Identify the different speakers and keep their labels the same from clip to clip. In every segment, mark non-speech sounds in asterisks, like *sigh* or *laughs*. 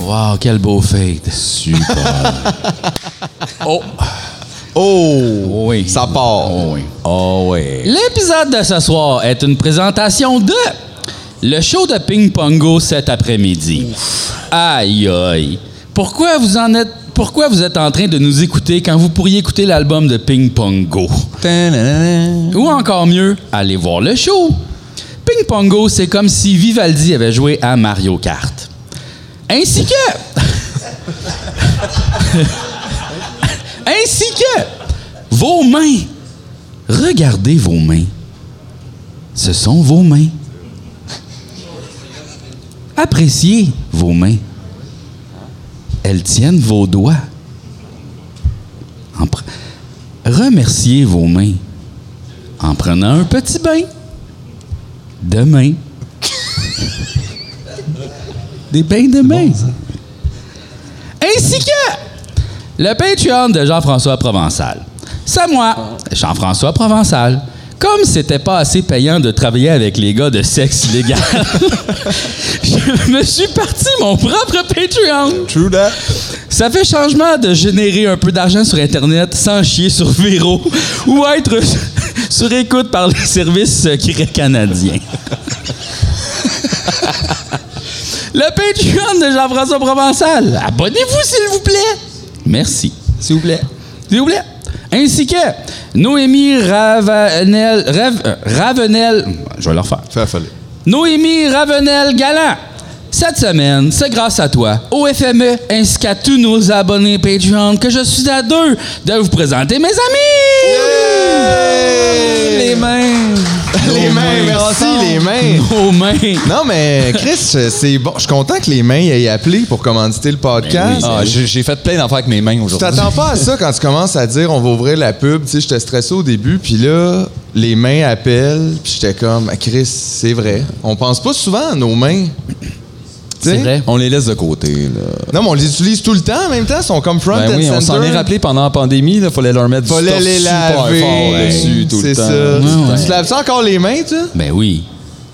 Speaker 1: Wow, quel beau fade.
Speaker 2: *laughs* Super.
Speaker 1: Oh,
Speaker 2: Oh!
Speaker 1: oui.
Speaker 2: Ça part.
Speaker 1: Oh, oui.
Speaker 2: Oh oui.
Speaker 1: L'épisode de ce soir est une présentation de le show de Ping Pongo cet après-midi. Aïe aïe. Pourquoi vous en êtes pourquoi vous êtes en train de nous écouter quand vous pourriez écouter l'album de Ping Pongo?
Speaker 2: Ta-da-da-da.
Speaker 1: Ou encore mieux, allez voir le show. Ping Pongo, c'est comme si Vivaldi avait joué à Mario Kart. Ainsi que. *laughs* Ainsi que vos mains. Regardez vos mains. Ce sont vos mains. Appréciez vos mains. Elles tiennent vos doigts. En pre- Remerciez vos mains en prenant un petit bain. Demain. Des bains de main. Ainsi que le Patreon de Jean-François Provençal. C'est moi, Jean-François Provençal. Comme c'était pas assez payant de travailler avec les gars de sexe légal, *laughs* je me suis parti mon propre Patreon.
Speaker 2: True that.
Speaker 1: Ça fait changement de générer un peu d'argent sur Internet sans chier sur Véro ou être *laughs* sur écoute par les services secrets canadiens. *laughs* Le Patreon de Jean-François Provençal. Abonnez-vous, s'il vous plaît. Merci. S'il vous plaît. S'il vous plaît. Ainsi que Noémie Ravenel... Rav- euh, Ravenel... Je vais le refaire.
Speaker 2: Fait affoler.
Speaker 1: Noémie Ravenel Galant. Cette semaine, c'est grâce à toi, au FME, ainsi qu'à tous nos abonnés Patreon, que je suis à deux de vous présenter mes amis! Les mains!
Speaker 2: Les mains, merci, les mains.
Speaker 1: Nos mains!
Speaker 2: Non, mais Chris, c'est bon. Je suis content que les mains aient appelé pour commanditer le podcast.
Speaker 3: Ah, j'ai j'ai fait plein d'affaires avec mes mains
Speaker 2: Tu
Speaker 3: aujourd'hui.
Speaker 2: t'attends pas à ça quand tu commences à dire on va ouvrir la pub. Tu sais, j'étais stressé au début, puis là, les mains appellent, puis j'étais comme, Ah, Chris, c'est vrai. On pense pas souvent à nos mains. Tu sais?
Speaker 1: C'est vrai.
Speaker 3: On les laisse de côté. Là.
Speaker 2: Non, mais on les utilise tout le temps en même temps. Ils sont comme front
Speaker 3: Ben
Speaker 2: and
Speaker 3: oui, on
Speaker 2: center.
Speaker 3: s'en est rappelé pendant la pandémie. Il fallait leur mettre du
Speaker 2: Fallait
Speaker 3: stuff
Speaker 2: les
Speaker 3: super
Speaker 2: laver.
Speaker 3: fort dessus tout
Speaker 2: c'est
Speaker 3: le temps.
Speaker 2: ça.
Speaker 1: Ouais, ouais.
Speaker 2: Tu te laves ça encore les mains, tu
Speaker 1: Ben oui.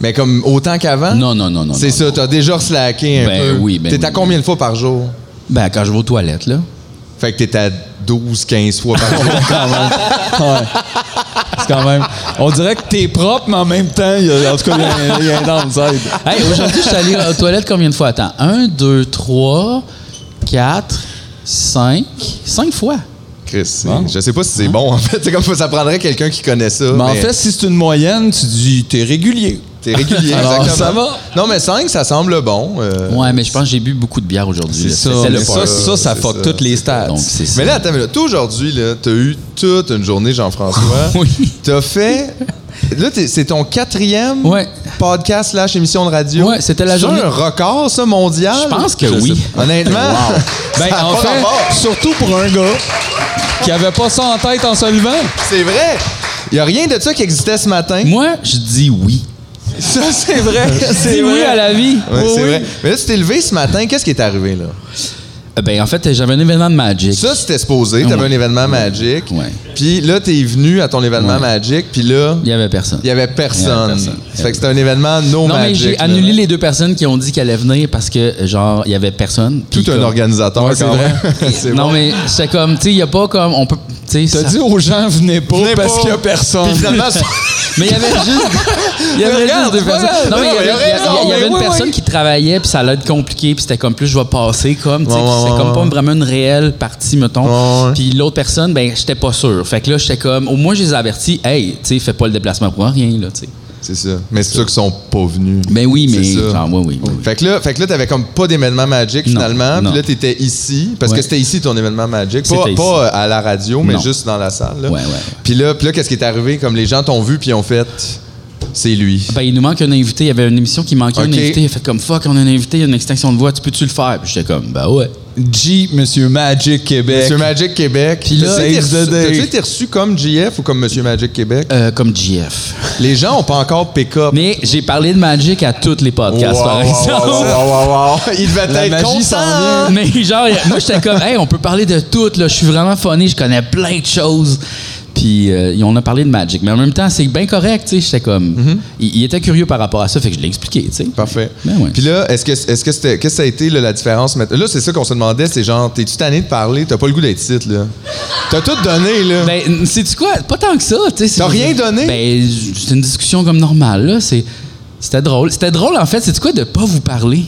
Speaker 2: Mais comme autant qu'avant?
Speaker 1: Non, non, non, non.
Speaker 2: C'est
Speaker 1: non,
Speaker 2: ça,
Speaker 1: non.
Speaker 2: t'as déjà slacké un
Speaker 1: Ben
Speaker 2: peu.
Speaker 1: oui, ben
Speaker 2: T'es à
Speaker 1: oui.
Speaker 2: combien de fois par jour?
Speaker 1: Ben, quand je vais aux toilettes, là.
Speaker 2: Fait que t'es à 12, 15 fois
Speaker 1: *laughs*
Speaker 2: par jour.
Speaker 3: Ouais. C'est quand même. On dirait que t'es propre, mais en même temps, il y a- en tout cas, il y a un- il y, a un downside.
Speaker 1: Hey, aujourd'hui, je suis allé aux toilettes combien de fois? Attends. Un, deux, trois, quatre, cinq. Cinq fois.
Speaker 2: Chris, c'est- je sais pas si
Speaker 1: Hein?
Speaker 2: c'est bon, en fait. C'est comme ça prendrait quelqu'un qui connaît ça.
Speaker 1: Ben,
Speaker 3: Mais en fait, si c'est une moyenne, tu dis t'es régulier.
Speaker 1: *laughs*
Speaker 2: t'es régulier,
Speaker 3: Alors,
Speaker 2: exactement.
Speaker 3: ça va.
Speaker 2: Non, mais 5, ça semble bon. euh,
Speaker 1: Ouais, mais je pense que j'ai bu beaucoup de bière aujourd'hui. là. C'était
Speaker 3: mais
Speaker 1: le
Speaker 3: ça,
Speaker 1: party.
Speaker 3: ça, ça
Speaker 2: C'est
Speaker 3: fuck
Speaker 2: ça.
Speaker 3: toutes les stats.
Speaker 1: Donc, c'est ça.
Speaker 2: Mais là, attends, mais là, toi aujourd'hui, là, t'as eu toute une journée, Jean-François.
Speaker 1: *laughs* Oui.
Speaker 2: T'as fait. Là, t'es- c'est ton quatrième
Speaker 1: Ouais.
Speaker 2: podcast slash émission de radio.
Speaker 1: Ouais, c'était la
Speaker 2: C'est
Speaker 1: journée-
Speaker 2: un record, ça, mondial.
Speaker 1: Je pense que
Speaker 3: Je
Speaker 1: oui.
Speaker 3: sais
Speaker 2: Honnêtement. *laughs*
Speaker 3: ben,
Speaker 2: ça a
Speaker 3: en
Speaker 2: pas
Speaker 3: fait,
Speaker 2: rapport.
Speaker 3: surtout pour un gars qui avait pas ça en tête en se levant.
Speaker 2: C'est vrai. Il y a rien de ça qui existait ce matin.
Speaker 1: Moi, je dis oui.
Speaker 2: Ça, c'est
Speaker 1: *laughs*
Speaker 2: vrai.
Speaker 1: Je dis oui à la vie.
Speaker 2: Ouais,
Speaker 1: Oui,
Speaker 2: c'est
Speaker 1: oui.
Speaker 2: vrai. Mais là, tu t'es levé ce matin. Qu'est-ce qui est arrivé, là?
Speaker 1: Euh, Ben, en fait, j'avais un événement de Magic.
Speaker 2: Ça, c'était supposé. T'avais
Speaker 1: Ouais.
Speaker 2: un événement Magic.
Speaker 1: Ouais.
Speaker 2: Puis là, t'es venu à ton événement
Speaker 1: Ouais.
Speaker 2: Magic. Puis là,
Speaker 1: il y avait personne.
Speaker 2: il y avait
Speaker 1: Il y avait
Speaker 2: personne.
Speaker 1: personne.
Speaker 2: Ça fait que c'était un événement no
Speaker 1: non, mais
Speaker 2: Magic.
Speaker 1: j'ai
Speaker 2: là.
Speaker 1: annulé les deux personnes qui ont dit qu'elles allaient venir parce que, genre, il y avait personne. Puis
Speaker 2: Tout un
Speaker 1: comme-
Speaker 2: organisateur,
Speaker 3: Ouais, *laughs* c'est
Speaker 2: quand
Speaker 3: vrai.
Speaker 2: même. *laughs* C'est
Speaker 1: Non,
Speaker 2: bon.
Speaker 1: mais c'est comme, tu sais, il n'y a pas comme. On peut. Tu sais,
Speaker 3: T'as
Speaker 1: ça-
Speaker 3: dit aux gens, venez pas
Speaker 2: Venez
Speaker 3: parce
Speaker 2: pas.
Speaker 3: qu'il y a personne.
Speaker 1: *laughs*
Speaker 2: Puis finalement, c'est-
Speaker 1: Mais il y avait juste. Il y avait
Speaker 2: regarde,
Speaker 1: juste deux
Speaker 2: c'est pas
Speaker 1: personnes.
Speaker 2: grave.
Speaker 1: Non, mais il y avait,
Speaker 2: Non, mais il a
Speaker 1: il y a-
Speaker 2: raison,
Speaker 1: il y avait
Speaker 2: mais
Speaker 1: une
Speaker 2: oui,
Speaker 1: personne
Speaker 2: oui.
Speaker 1: qui travaillait, puis ça allait être compliqué, puis c'était comme plus je vais passer, comme. tu sais,
Speaker 2: Ouais, ouais,
Speaker 1: c'était
Speaker 2: ouais,
Speaker 1: comme pas
Speaker 2: ouais.
Speaker 1: vraiment une réelle partie,
Speaker 2: Ouais,
Speaker 1: mettons.
Speaker 2: ouais.
Speaker 1: Puis l'autre personne, ben, j'étais pas sûr. Fait que là, j'étais comme. Au moins, je les avertis, hey, tu sais, fais pas le déplacement pour rien, là, tu sais.
Speaker 2: C'est ça. Mais c'est ceux qui sont pas venus.
Speaker 1: Ben oui, mais.
Speaker 2: C'est ça.
Speaker 1: Genre, oui, oui, oui, oui.
Speaker 2: Fait que là, fait que là, t'avais comme pas d'événement Magic
Speaker 1: Non,
Speaker 2: finalement.
Speaker 1: non.
Speaker 2: Puis là, t'étais ici. Parce
Speaker 1: Ouais.
Speaker 2: que c'était ici ton événement Magic. Pas,
Speaker 1: C'était
Speaker 2: pas, euh, à la radio, mais
Speaker 1: Non.
Speaker 2: juste dans la salle. Là.
Speaker 1: Ouais, ouais, ouais.
Speaker 2: Puis là, puis là qu'est-ce qui est arrivé? Comme les gens t'ont vu, puis ils ont fait. C'est lui.
Speaker 1: Ben, il nous manque un invité. Il y avait une émission qui manquait
Speaker 2: Ok.
Speaker 1: un invité. Il a fait comme fuck, on a un invité, il y a une extinction de voix, tu peux-tu le faire? Puis j'étais comme, ben ouais.
Speaker 3: G, Monsieur Magic Québec.
Speaker 2: Monsieur Magic Québec.
Speaker 3: Puis là,
Speaker 2: T'as-tu été
Speaker 3: Ace the
Speaker 2: reçu-
Speaker 3: Day.
Speaker 2: t'as-tu été reçu comme GF ou comme Monsieur Magic Québec?
Speaker 1: Euh, comme GF.
Speaker 2: Les gens ont pas encore pick-up.
Speaker 1: Mais j'ai parlé de Magic à tous les podcasts, par
Speaker 2: *laughs*
Speaker 1: exemple.
Speaker 2: Il devait
Speaker 3: La
Speaker 2: être
Speaker 3: magie
Speaker 2: content.
Speaker 3: s'en vient.
Speaker 1: Mais genre, moi, j'étais comme, hey, on peut parler de tout, là. Je suis vraiment funny, je connais plein de choses. Puis euh, on a parlé de Magic. Mais en même temps, c'est bien correct, tu sais. J'étais comme.
Speaker 3: Mhm.
Speaker 1: il, il était curieux par rapport à ça, fait que je l'ai expliqué, tu sais.
Speaker 2: Parfait.
Speaker 1: Ben ouais.
Speaker 2: Puis là, est-ce que est-ce que c'était- qu'est-ce que ça a été là, la différence maintenant- Là, c'est ça qu'on se demandait, c'est genre t'es-tu tanné de parler, t'as pas le goût d'être ici là. T'as tout donné là.
Speaker 1: Ben, sais-tu quoi? Pas tant que ça, tu sais. c'est-
Speaker 2: T'as rien donné?
Speaker 1: Ben, c'est une discussion comme normale, là. C'est- C'était drôle. C'était drôle, en fait, c'est quoi de pas vous parler?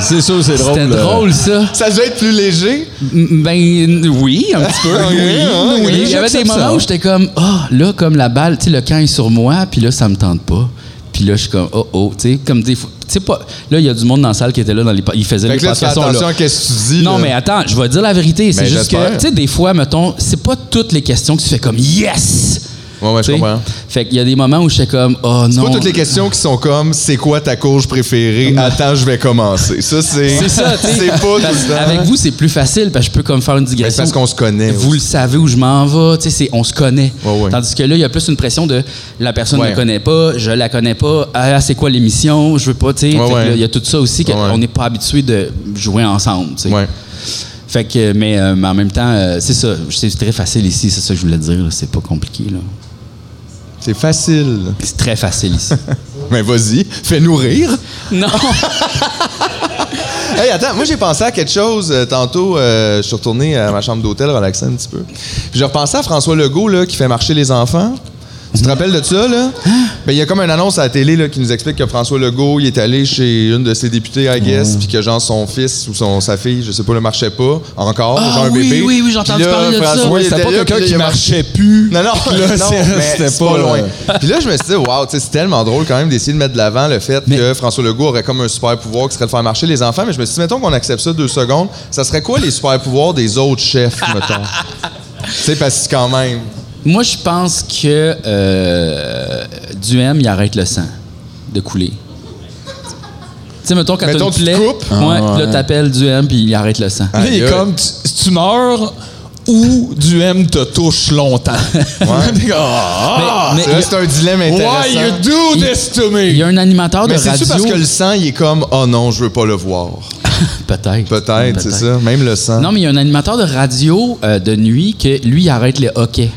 Speaker 3: C'est sûr, c'est drôle. euh,
Speaker 1: C'était
Speaker 3: là.
Speaker 1: drôle, ça.
Speaker 2: ça devait être plus léger.
Speaker 1: M- Ben, n- oui, un petit
Speaker 2: *laughs*
Speaker 1: peu.
Speaker 2: Ok,
Speaker 1: oui,
Speaker 2: hein,
Speaker 1: oui. Il y
Speaker 2: ok,
Speaker 1: avait des
Speaker 3: j'accepte ça.
Speaker 1: moments où j'étais comme, ah, là, comme la balle, tu sais, le camp est sur moi, puis là, ça me tente pas. Puis là, je suis comme, oh, oh, tu sais, comme des fois. Tu sais pas. Là, il y a du monde dans la salle qui était là, dans les. pa- Ils faisaient
Speaker 2: Fait
Speaker 1: les
Speaker 2: que là, tu fais
Speaker 1: podcasts,
Speaker 2: attention
Speaker 1: là.
Speaker 2: à qu'est-ce que tu dis.
Speaker 1: Non,
Speaker 2: là.
Speaker 1: mais attends, je vais te dire la vérité. C'est
Speaker 2: Ben,
Speaker 1: juste que,
Speaker 2: j'espère.
Speaker 1: tu sais, des fois, mettons, c'est pas toutes les questions que tu fais comme yes!
Speaker 2: Ouais, ouais,
Speaker 1: Tu
Speaker 2: je
Speaker 1: sais?
Speaker 2: comprends.
Speaker 1: Fait qu'il y a des moments où je suis comme, oh non.
Speaker 2: C'est pas toutes les questions qui sont comme c'est quoi ta courge préférée Attends, je vais commencer. Ça c'est
Speaker 1: C'est ça, tu sais.
Speaker 2: *laughs* C'est pas tout le temps.
Speaker 1: Avec vous, c'est plus facile parce que je peux comme faire une
Speaker 2: Mais c'est
Speaker 1: digression.
Speaker 2: parce qu'on se connaît.
Speaker 1: Vous le
Speaker 2: aussi.
Speaker 1: savez où je m'en vais, tu sais, c'est- on se connaît.
Speaker 2: Ouais, ouais.
Speaker 1: Tandis que là, il y a plus une pression de la personne ne
Speaker 2: Ouais.
Speaker 1: me connaît pas, je la connais pas, ah, c'est quoi l'émission, je veux pas, tu sais. Fait que
Speaker 2: ouais.
Speaker 1: là, Il y a tout ça aussi, que
Speaker 2: Ouais, ouais.
Speaker 1: on n'est pas habitué de jouer ensemble, tu sais.
Speaker 2: Ouais.
Speaker 1: Fait que, mais, euh, mais en même temps, euh, c'est ça, c'est très facile ici, c'est ça que je voulais dire, là, c'est pas compliqué, là.
Speaker 2: C'est facile.
Speaker 1: C'est très facile
Speaker 2: *laughs*
Speaker 1: ici.
Speaker 2: Mais vas-y, fais-nous rire.
Speaker 1: non!
Speaker 2: *laughs* Hey, attends, moi j'ai pensé à quelque chose euh, tantôt. euh, je suis retourné à ma chambre d'hôtel, relaxer un petit peu. Puis j'ai repensé à François Legault là, qui fait marcher les enfants. Tu te rappelles de ça, là?
Speaker 1: Hein?
Speaker 2: Ben, il y a comme une annonce à la télé là, qui nous explique que François Legault, il est allé chez une de ses députées, I guess,
Speaker 1: Oh.
Speaker 2: puis que genre son fils ou son, sa fille, je sais pas, le marchait pas encore,
Speaker 1: Ah,
Speaker 2: genre un
Speaker 1: oui,
Speaker 2: bébé.
Speaker 1: oui, oui, j'ai entendu
Speaker 2: Puis là,
Speaker 1: parler de ça.
Speaker 2: François,
Speaker 1: Ouais,
Speaker 2: il
Speaker 1: c'était
Speaker 2: était
Speaker 3: Pas
Speaker 2: là,
Speaker 3: quelqu'un
Speaker 2: puis là, il
Speaker 3: qui
Speaker 2: a
Speaker 3: marchait plus.
Speaker 2: non, non,
Speaker 3: Là,
Speaker 2: non,
Speaker 3: c'est-
Speaker 2: mais
Speaker 3: c'était
Speaker 2: c'est pas,
Speaker 3: pas, euh,
Speaker 2: loin. Puis là, je me suis dit, wow, tu sais, c'est tellement drôle quand même d'essayer de mettre de l'avant le fait que François Legault aurait comme un super pouvoir qui serait de faire marcher les enfants. Mais je me suis dit, mettons qu'on accepte ça deux secondes, ça serait quoi les super pouvoirs des autres chefs, mettons? tu sais, parce que quand même.
Speaker 1: Moi, je pense que euh, Duhem, il arrête le sang de couler. Tu sais, mettons, quand
Speaker 2: Mettons,
Speaker 1: t'as une
Speaker 2: tu te
Speaker 1: plaie,
Speaker 2: coupes.
Speaker 1: ouais,
Speaker 3: Ah,
Speaker 1: puis là,
Speaker 3: ouais.
Speaker 1: t'appelles Duhem, puis il arrête le sang.
Speaker 2: Ah.
Speaker 3: Là, il
Speaker 2: Aïe,
Speaker 3: est comme, tu- si tu meurs ou du M te touche longtemps. *laughs* T'es comme, ah!
Speaker 1: Mais-
Speaker 2: C'est vrai, c'est un dilemme
Speaker 3: Why you
Speaker 2: intéressant.
Speaker 3: do this to me?
Speaker 1: Il y a un animateur de
Speaker 2: Mais c'est-tu
Speaker 1: radio...
Speaker 2: parce que le sang, il est comme, oh non, je veux pas le voir?
Speaker 1: Peut-être.
Speaker 2: Peut-être, c'est ça. Même le sang.
Speaker 1: Non, mais il y a un animateur de radio euh, de nuit que, lui, il arrête les hockey.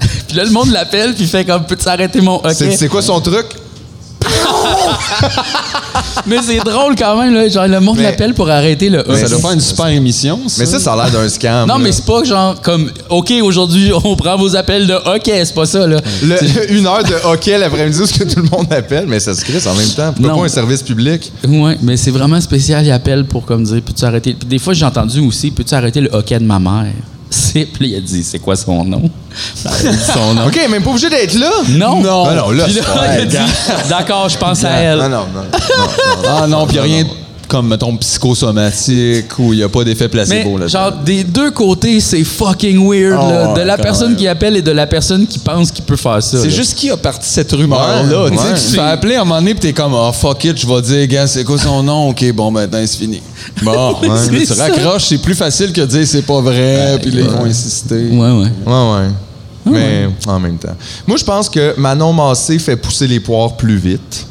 Speaker 1: *laughs* puis là, le monde l'appelle, puis il fait comme, peux-tu arrêter mon
Speaker 2: C'est
Speaker 1: hockey?
Speaker 2: c'est quoi son truc?
Speaker 1: Mais c'est drôle quand même, là. Genre, le monde
Speaker 2: Mais-
Speaker 1: l'appelle pour arrêter le hockey.
Speaker 3: Ça doit faire une super émission, ça.
Speaker 2: Mais ça, ça a l'air d'un scam.
Speaker 1: Non,
Speaker 2: là.
Speaker 1: mais c'est pas genre comme OK, aujourd'hui, on prend vos appels de OK, c'est pas ça là.
Speaker 2: Le- *laughs* une heure de hockey l'après-midi, ce que tout le monde appelle, mais ça se crisse en même temps. Pourquoi
Speaker 1: Non.
Speaker 2: pas un service public?
Speaker 1: Ouais, mais c'est vraiment spécial, ils appellent pour comme dire peux-tu arrêter Puis des fois j'ai entendu aussi peux-tu arrêter le hockey de ma mère *laughs* C'est puis il a dit c'est quoi son nom Ben, il a dit son nom.
Speaker 2: OK, même pas obligé d'être là.
Speaker 1: Non.
Speaker 3: Non.
Speaker 2: Ah non, là,
Speaker 1: Puis
Speaker 2: c'est
Speaker 1: là, il a
Speaker 2: pas-
Speaker 1: dit *laughs* d'accord, je pense à
Speaker 2: Non,
Speaker 1: elle.
Speaker 2: non, non. non, non.
Speaker 3: Ah non, puis rien de- comme, mettons, psychosomatique où il n'y a pas d'effet
Speaker 1: Mais
Speaker 3: placebo. là
Speaker 1: genre des deux côtés, c'est fucking weird
Speaker 3: Ah
Speaker 2: Oh,
Speaker 1: là, de
Speaker 3: ouais,
Speaker 1: la
Speaker 3: quand
Speaker 1: personne
Speaker 3: même.
Speaker 1: qui appelle et de la personne qui pense qu'il peut faire ça. là.
Speaker 3: C'est juste qui a parti cette rumeur-là.
Speaker 2: Ouais,
Speaker 3: tu sais,
Speaker 2: ouais.
Speaker 3: tu te fais appeler à un moment donné, puis t'es comme, ah, fuck it, je vais dire, gars, c'est quoi son nom? OK, bon, maintenant, c'est fini. Bon,
Speaker 1: Ouais.
Speaker 3: mais tu
Speaker 1: C'est ça.
Speaker 3: raccroches, *laughs* c'est plus facile que de dire, c'est pas vrai, puis là, ils vont insister.
Speaker 1: Ouais ouais.
Speaker 2: Ouais, ouais. Mais en même temps. Moi, je pense que Manon Massé fait pousser les poires plus vite.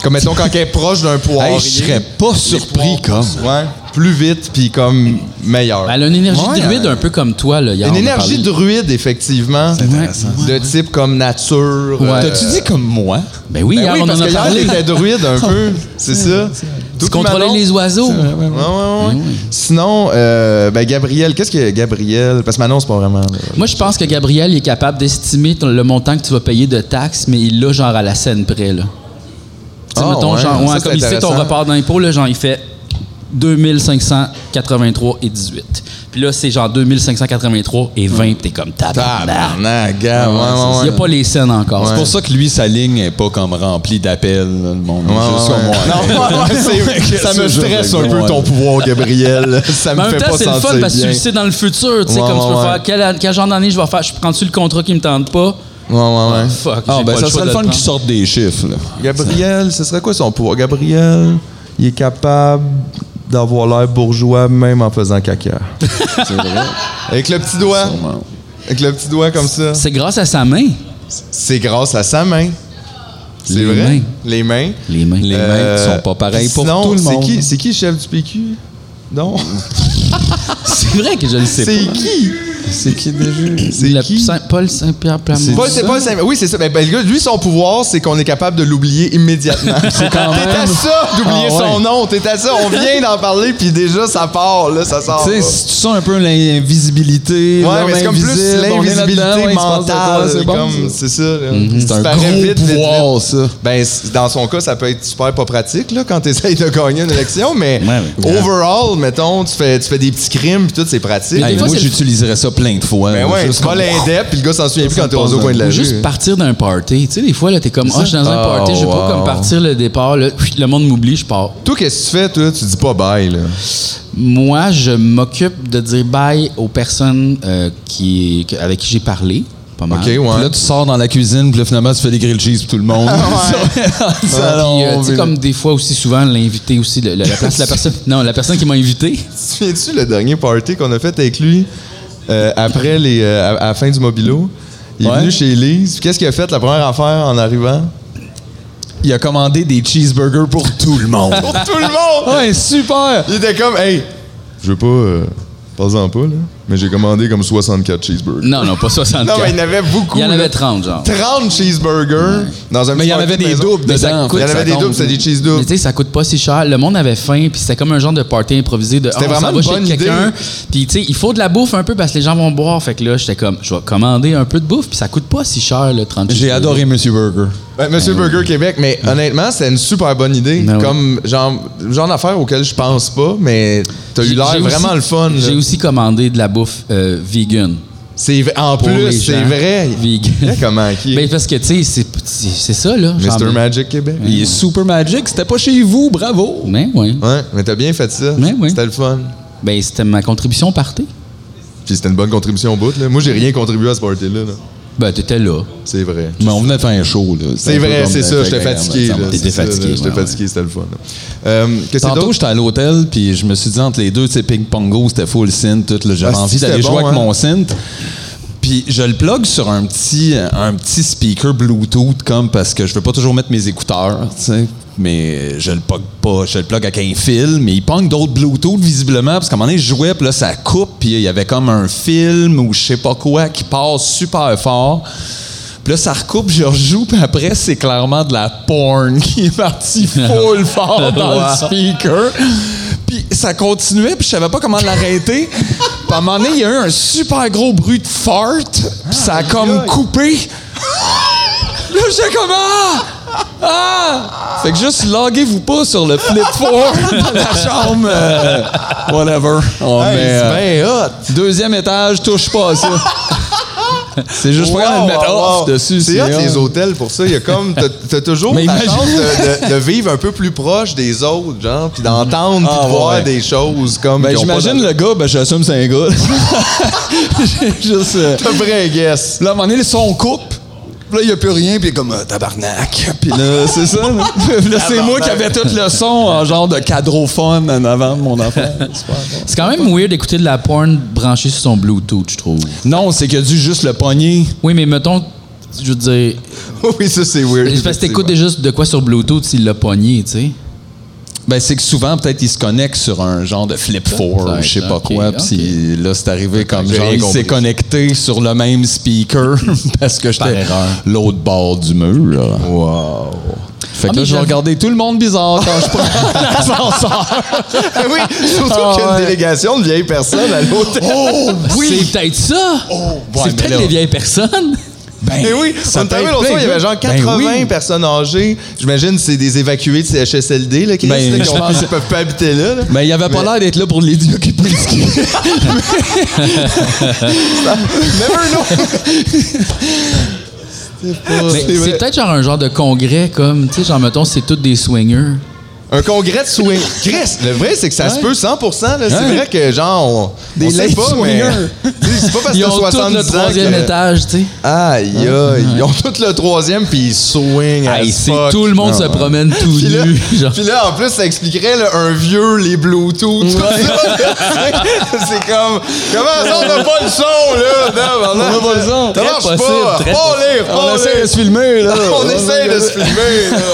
Speaker 2: Comme, mettons, quand elle est proche d'un poirier.
Speaker 3: Hey, je serais pas surpris, comme.
Speaker 2: Ouais, plus vite, puis comme meilleur.
Speaker 1: Ben, Elle a une énergie
Speaker 3: Ouais,
Speaker 1: druide un peu comme toi là, hier, on
Speaker 2: Une
Speaker 1: a
Speaker 2: énergie
Speaker 1: parlé.
Speaker 2: druide, effectivement.
Speaker 1: intéressant,
Speaker 2: De type comme nature.
Speaker 1: Ouais.
Speaker 2: euh,
Speaker 3: T'as-tu dit comme moi?
Speaker 1: Ben oui,
Speaker 2: Ben
Speaker 1: hier,
Speaker 2: oui,
Speaker 1: on
Speaker 2: parce
Speaker 1: en a
Speaker 2: que hier,
Speaker 1: parlé.
Speaker 2: t'étais druide *laughs* un peu, c'est ça.
Speaker 1: Tu contrôlais les oiseaux.
Speaker 2: Ouais, ouais, ouais. Sinon, euh, ben Gabriel, qu'est-ce que Gabriel Parce que Manon, c'est pas vraiment. là.
Speaker 1: Moi, je pense que Gabriel il est capable d'estimer ton- le montant que tu vas payer de taxes, mais il l'a genre à la scène près. Là. Tu sais,
Speaker 2: Ah,
Speaker 1: mettons,
Speaker 2: ouais,
Speaker 1: genre,
Speaker 2: ça,
Speaker 1: ouais,
Speaker 2: c'est
Speaker 1: comme il sait ton
Speaker 2: intéressant.
Speaker 1: report d'impôt, là, genre, il fait 2583 et 18. Puis là, c'est genre 2583 et 20, puis t'es comme tabarnak.
Speaker 2: Tabarnak, hein, gars, ouais,
Speaker 1: Il
Speaker 2: Ah, ouais,
Speaker 1: n'y
Speaker 2: ouais.
Speaker 1: a pas les scènes encore.
Speaker 3: C'est
Speaker 1: C'est
Speaker 3: pour ça que lui, sa ligne est pas comme remplie d'appels, là, le monde.
Speaker 2: Ouais,
Speaker 3: Juste
Speaker 2: ouais,
Speaker 3: comme moi.
Speaker 2: *laughs* ouais. Non, ouais, ouais, c'est- ça me
Speaker 3: Qu'est-ce que
Speaker 2: stresse
Speaker 3: je
Speaker 2: un peu
Speaker 3: raconte?
Speaker 2: ton pouvoir, *laughs* Gabriel. Ça
Speaker 1: Mais
Speaker 2: me
Speaker 1: en
Speaker 2: fait
Speaker 1: même temps,
Speaker 2: pas
Speaker 1: c'est le fun
Speaker 2: sentir
Speaker 1: parce que tu
Speaker 2: bien.
Speaker 1: le sais dans le futur. Tu sais,
Speaker 2: Ouais,
Speaker 1: comme tu
Speaker 2: ouais,
Speaker 1: peux
Speaker 2: ouais.
Speaker 1: faire quel, quel genre d'année je vais faire. Je prends-tu le contrat qui me tente pas?
Speaker 2: Ouais, ouais, ouais.
Speaker 1: Fuck.
Speaker 3: Ah,
Speaker 1: j'ai
Speaker 3: ben,
Speaker 1: pas
Speaker 3: ça
Speaker 1: choix
Speaker 3: serait le
Speaker 1: de
Speaker 3: fun
Speaker 1: prendre.
Speaker 3: qu'il sorte des chiffres, là.
Speaker 2: Ah, Gabriel, ce serait quoi son pouvoir Gabriel, il est capable d'avoir l'air bourgeois même en faisant caca.
Speaker 3: C'est vrai.
Speaker 2: Avec le petit doigt.
Speaker 3: Sûrement.
Speaker 2: Avec le petit doigt comme ça.
Speaker 1: C'est grâce à sa main.
Speaker 2: C'est grâce à sa main. C'est
Speaker 1: Les
Speaker 2: vrai.
Speaker 1: mains.
Speaker 2: Les mains.
Speaker 1: Les mains.
Speaker 3: Les mains
Speaker 2: Euh,
Speaker 3: sont pas pareilles pour
Speaker 2: sinon,
Speaker 3: tout le monde.
Speaker 2: C'est qui, c'est qui le chef du PQ? Non.
Speaker 1: C'est vrai que je le
Speaker 2: *laughs*
Speaker 1: sais
Speaker 2: C'est
Speaker 1: pas.
Speaker 2: qui?
Speaker 3: C'est qui déjà?
Speaker 2: C'est
Speaker 1: Le
Speaker 2: qui?
Speaker 1: Saint- Paul Saint-Pierre Plamondon.
Speaker 2: Paul, c'est Paul Saint- Oui, c'est ça. Ben, ben, le gars, lui, son pouvoir, c'est qu'on est capable de l'oublier immédiatement.
Speaker 3: *laughs* C'est quand
Speaker 2: T'es à
Speaker 3: même.
Speaker 2: ça d'oublier
Speaker 3: Ah ouais.
Speaker 2: son nom. T'es à ça. On vient d'en parler, puis déjà, ça part. Là, ça sort.
Speaker 3: Tu sais, si tu sens un peu
Speaker 2: Ouais,
Speaker 3: l'invisibilité, l'homme
Speaker 2: mais c'est comme plus
Speaker 3: invisible, on est là-dedans, ouais,
Speaker 2: l'invisibilité
Speaker 3: il se passe de quoi,
Speaker 2: mentale.
Speaker 3: c'est bon,
Speaker 2: comme-
Speaker 3: ça. Mm-hmm.
Speaker 2: C'est ça. là. Tu
Speaker 3: C'est un
Speaker 2: parais
Speaker 3: gros
Speaker 2: vite, vite, vite.
Speaker 3: pouvoir, ça.
Speaker 2: Ben, c- dans son cas, ça peut être super pas pratique là, quand tu essayes de gagner une élection, mais
Speaker 1: Ouais, ouais.
Speaker 2: *laughs* overall, mettons, tu fais, tu fais des petits crimes, puis tout, c'est pratique.
Speaker 1: Hey,
Speaker 3: Hey,
Speaker 1: fois,
Speaker 3: moi,
Speaker 1: c'est le-
Speaker 3: j'utiliserais ça plein de fois.
Speaker 2: Ben
Speaker 3: là,
Speaker 2: ouais,
Speaker 3: juste
Speaker 2: tu vas
Speaker 3: comme-
Speaker 2: l'indep, puis le gars s'en souvient plus quand t'es rendu au coin de la
Speaker 1: Ou
Speaker 2: rue.
Speaker 1: juste partir d'un party. Tu sais, des fois, là, t'es comme, ah, je suis dans un
Speaker 3: Ah,
Speaker 1: party, je sais pas
Speaker 3: wow.
Speaker 1: comme partir le départ, là, puis le monde m'oublie, je pars.
Speaker 2: Toi, qu'est-ce que tu fais, toi? Tu dis pas bye, là.
Speaker 1: Moi, je m'occupe de dire bye aux personnes euh, qui, que- avec qui j'ai parlé. Pas mal.
Speaker 2: OK, ouais. Ah,
Speaker 3: Puis là, tu sors dans la cuisine, puis là, finalement, tu fais des grilled cheese pour tout le monde.
Speaker 1: Puis, euh, tu sais, comme des fois aussi, souvent, l'invité aussi, le- le- la, place- la personne. Non, la personne qui m'a invité.
Speaker 2: Tu viens-tu le dernier party qu'on a fait avec lui euh, après les, euh, à, à la fin du Mobilo? Il est
Speaker 3: Ouais.
Speaker 2: venu chez Lise. puis Qu'est-ce qu'il a fait la première affaire en arrivant?
Speaker 3: Il a commandé des cheeseburgers pour tout
Speaker 2: *laughs*
Speaker 3: le monde.
Speaker 2: Pour tout le monde!
Speaker 3: ouais, super!
Speaker 2: Il était comme, hey, je veux pas. Euh, en pas, là. Mais j'ai commandé comme 64 cheeseburgers.
Speaker 1: Non, non,
Speaker 2: *laughs*
Speaker 1: pas 64.
Speaker 2: Non, mais il y en avait beaucoup.
Speaker 1: Il y en
Speaker 2: là.
Speaker 1: avait 30, genre.
Speaker 2: 30 cheeseburgers dans un
Speaker 3: Mais
Speaker 2: petit
Speaker 3: il y en
Speaker 2: party
Speaker 3: avait
Speaker 2: de
Speaker 3: des
Speaker 2: maison.
Speaker 3: doubles
Speaker 1: Mais ça
Speaker 3: dedans. en
Speaker 1: coûte,
Speaker 2: Il y en
Speaker 3: fait,
Speaker 2: avait
Speaker 3: ça
Speaker 2: des
Speaker 3: compte.
Speaker 2: doubles, c'était des cheese
Speaker 1: Mais
Speaker 2: doubles.
Speaker 1: tu sais, ça coûte pas si cher. Le monde avait faim, puis c'était comme un genre de party improvisé de.
Speaker 2: C'était
Speaker 1: Ah, on
Speaker 2: vraiment
Speaker 1: s'en va
Speaker 2: une
Speaker 1: chez
Speaker 2: bonne idée.
Speaker 1: quelqu'un. Puis tu sais, il faut de la bouffe un peu parce que les gens vont boire. Fait que là, j'étais comme, je vais commander un peu de bouffe, puis ça coûte pas si cher, le 30
Speaker 3: J'ai adoré Monsieur Burger.
Speaker 2: Ben, Monsieur Burger Québec, mais honnêtement, c'est une super bonne idée.
Speaker 1: Ben oui.
Speaker 2: Comme genre, genre d'affaires auquel je pense pas, mais t'as eu
Speaker 1: J'ai-
Speaker 2: l'air
Speaker 1: j'ai aussi-
Speaker 2: vraiment le fun. là.
Speaker 1: J'ai aussi commandé de la bouffe euh, vegan.
Speaker 2: C'est v- en
Speaker 1: Pour les
Speaker 2: plus, c'est
Speaker 1: gens
Speaker 2: vrai. *laughs*
Speaker 1: vegan.
Speaker 2: Il y a comment qui
Speaker 1: Ben,
Speaker 2: est?
Speaker 1: parce que, tu sais, c'est- c'est c'est ça, là.
Speaker 2: Mr.
Speaker 1: Genre,
Speaker 2: Magic Québec.
Speaker 3: Il est super magic. C'était pas chez vous, bravo!
Speaker 1: Mais, ouais.
Speaker 2: Ouais, mais t'as bien fait ça.
Speaker 1: Ben oui.
Speaker 2: C'était le fun.
Speaker 1: Ben, c'était ma contribution partée.
Speaker 2: Puis c'était une bonne contribution au bout. Là. Moi, j'ai rien contribué à ce party-là. là.
Speaker 1: Ben, t'étais là.
Speaker 2: C'est vrai.
Speaker 3: Mais on venait de faire un show, là. C'était
Speaker 2: C'est
Speaker 3: un peu
Speaker 2: vrai,
Speaker 3: comme
Speaker 2: c'est
Speaker 3: la
Speaker 2: ça.
Speaker 3: fête
Speaker 2: J'étais
Speaker 3: agréable,
Speaker 2: fatigué.
Speaker 3: ça
Speaker 2: là,
Speaker 3: m'a-
Speaker 1: T'étais
Speaker 2: c'est ça, là.
Speaker 1: fatigué,
Speaker 2: J'étais
Speaker 1: ouais,
Speaker 2: fatigué, c'était le fun. là. Euh, Qu'est-ce que c'est
Speaker 3: ben, Tantôt,
Speaker 2: d'autre?
Speaker 3: j'étais à l'hôtel, puis je me suis dit entre les deux, tu sais, ping-pongo, c'était full synth, tout. là, J'avais
Speaker 2: Ah,
Speaker 3: envie
Speaker 2: c'était
Speaker 3: d'aller jouer
Speaker 2: bon,
Speaker 3: avec
Speaker 2: hein?
Speaker 3: mon synth. Puis je le plug sur un petit, un petit speaker Bluetooth, comme parce que je veux pas toujours mettre mes écouteurs, tu sais. Mais je le plug pas, je le plug avec un fil, mais il pogne d'autres Bluetooth visiblement, parce qu'à un moment donné, je jouais, puis là, ça coupe, puis il y avait comme un film ou je sais pas quoi qui passe super fort. Puis là, ça recoupe, je rejoue, puis après, c'est clairement de la porn *laughs* qui est
Speaker 2: *laughs*
Speaker 3: partie full fort dans le speaker. Puis ça continuait, puis je savais pas comment l'arrêter. Puis à un moment donné, il y a eu un super gros bruit de fart, puis ça a comme coupé. Puis Là, j'étais comme ah! Ah! Fait que juste loguez-vous pas sur le flip 4 *laughs* dans la chambre. euh, whatever. On
Speaker 2: Hey,
Speaker 3: met,
Speaker 2: c'est
Speaker 3: euh,
Speaker 2: bien hot.
Speaker 3: Deuxième étage, touche pas
Speaker 2: *laughs*
Speaker 3: à ça. C'est juste pour
Speaker 2: Wow,
Speaker 3: le mettre
Speaker 2: wow,
Speaker 3: off
Speaker 2: wow.
Speaker 3: dessus.
Speaker 2: C'est hot,
Speaker 3: hot.
Speaker 2: les hôtels pour ça. Il y a comme. t'as- T'as toujours
Speaker 3: *laughs* Mais
Speaker 2: la
Speaker 3: imagine-
Speaker 2: chance de, de- de vivre un peu plus proche des autres, genre, puis d'entendre, puis
Speaker 3: Ah,
Speaker 2: de voir
Speaker 3: ouais.
Speaker 2: des choses comme.
Speaker 3: Ben, j'imagine le gars, ben, j'assume c'est un gars. *laughs* J'ai juste. euh,
Speaker 2: le vrai guess.
Speaker 3: Là, à un moment donné, son coupe. Puis Là, il n'y a plus rien, puis il est comme euh, tabarnak. *laughs* Puis là, c'est ça. là. Puis là, c'est moi qui avais tout le son en genre de cadrophone en avant de mon enfant.
Speaker 2: *laughs*
Speaker 1: C'est quand même weird d'écouter de la porn branchée sur son Bluetooth, je trouve.
Speaker 3: Non, c'est qu'il a dû juste le pogner.
Speaker 1: Oui, mais mettons, je veux dire.
Speaker 2: *laughs* oui, ça, c'est weird.
Speaker 1: Parce que t'écoutes déjà de quoi sur Bluetooth s'il l'a pogné, tu sais.
Speaker 3: Ben, c'est que souvent, peut-être, il se connecte sur un genre de flip
Speaker 1: Ça,
Speaker 3: 4 ou je sais
Speaker 1: ça,
Speaker 3: pas
Speaker 1: ok,
Speaker 3: quoi.
Speaker 1: ok.
Speaker 3: Puis il- là, c'est arrivé comme
Speaker 2: j'ai
Speaker 3: genre,
Speaker 2: rien
Speaker 3: il
Speaker 2: compris.
Speaker 3: s'est connecté sur le même speaker *laughs* parce que j'étais
Speaker 1: erreur.
Speaker 3: l'autre bord du mur. là.
Speaker 2: Oh.
Speaker 3: *laughs*
Speaker 2: Wow.
Speaker 3: Fait
Speaker 1: Ah,
Speaker 3: que
Speaker 1: mais
Speaker 3: là, je
Speaker 1: j'avoue-
Speaker 3: regardais tout le monde bizarre quand je prends
Speaker 2: *laughs*
Speaker 3: l'ascenseur.
Speaker 2: oui, surtout
Speaker 3: Ah,
Speaker 2: qu'il y a une
Speaker 3: ouais.
Speaker 2: délégation de vieilles personnes à l'hôtel.
Speaker 3: Oh,
Speaker 1: C'est peut-être ça!
Speaker 2: Oh,
Speaker 3: ouais, mais
Speaker 1: c'est peut-être
Speaker 3: là-
Speaker 1: les vieilles
Speaker 2: *laughs*
Speaker 1: personnes!
Speaker 3: Ben,
Speaker 2: Mais oui,
Speaker 3: ça
Speaker 2: on
Speaker 3: peut
Speaker 2: t'avait
Speaker 3: être
Speaker 2: l'autre
Speaker 3: plein,
Speaker 2: soir, il y avait
Speaker 3: oui.
Speaker 2: genre
Speaker 3: Ben
Speaker 2: 80
Speaker 3: oui.
Speaker 2: personnes âgées. J'imagine que c'est des évacués de CHSLD là, qui
Speaker 3: Ben,
Speaker 2: restent, là, qui
Speaker 3: je
Speaker 2: ont-
Speaker 3: pense- Ben,
Speaker 2: qui peuvent pas habiter là. là.
Speaker 3: Mais il avait pas l'air d'être là pour l'éduquer plus
Speaker 2: *laughs*
Speaker 3: qu'il-
Speaker 2: Never know.
Speaker 1: *laughs*
Speaker 2: C'est pas-
Speaker 1: Mais
Speaker 2: c'est vrai.
Speaker 1: c'est peut-être genre un genre de congrès comme, tu sais, genre mettons, c'est toutes des swingers.
Speaker 2: Un congrès de swing. Chris, le vrai, c'est que ça se peut 100 là. C'est
Speaker 3: Ouais.
Speaker 2: vrai que, genre, on,
Speaker 3: Des
Speaker 2: on sait
Speaker 3: late
Speaker 2: pas, mais.
Speaker 3: swingers.
Speaker 2: *laughs* Tu sais, C'est pas parce que
Speaker 1: Ils
Speaker 2: t'as
Speaker 1: ont tout
Speaker 2: 70
Speaker 1: le
Speaker 2: ans
Speaker 1: troisième
Speaker 2: que.
Speaker 1: étage, tu sais.
Speaker 2: Aïe, aïe. Ils ont tout le troisième, puis ils swingent.
Speaker 1: Hey,
Speaker 2: as
Speaker 1: c'est
Speaker 2: Ah, fuck.
Speaker 1: tout le monde se
Speaker 2: Non.
Speaker 1: promène tout
Speaker 2: Puis là,
Speaker 1: nu. *laughs* genre.
Speaker 2: puis là, en plus, ça expliquerait là, un vieux, les Bluetooth, tout ça. *laughs* c'est comme, comment ça, on n'a pas le son, là? Non,
Speaker 3: On n'a pas le son.
Speaker 2: Ça
Speaker 1: Très
Speaker 2: marche
Speaker 1: possible,
Speaker 2: pas.
Speaker 1: très
Speaker 2: On l'est,
Speaker 3: On
Speaker 2: on
Speaker 3: essaie de se filmer, là.
Speaker 2: *laughs* On essaie de se filmer, là.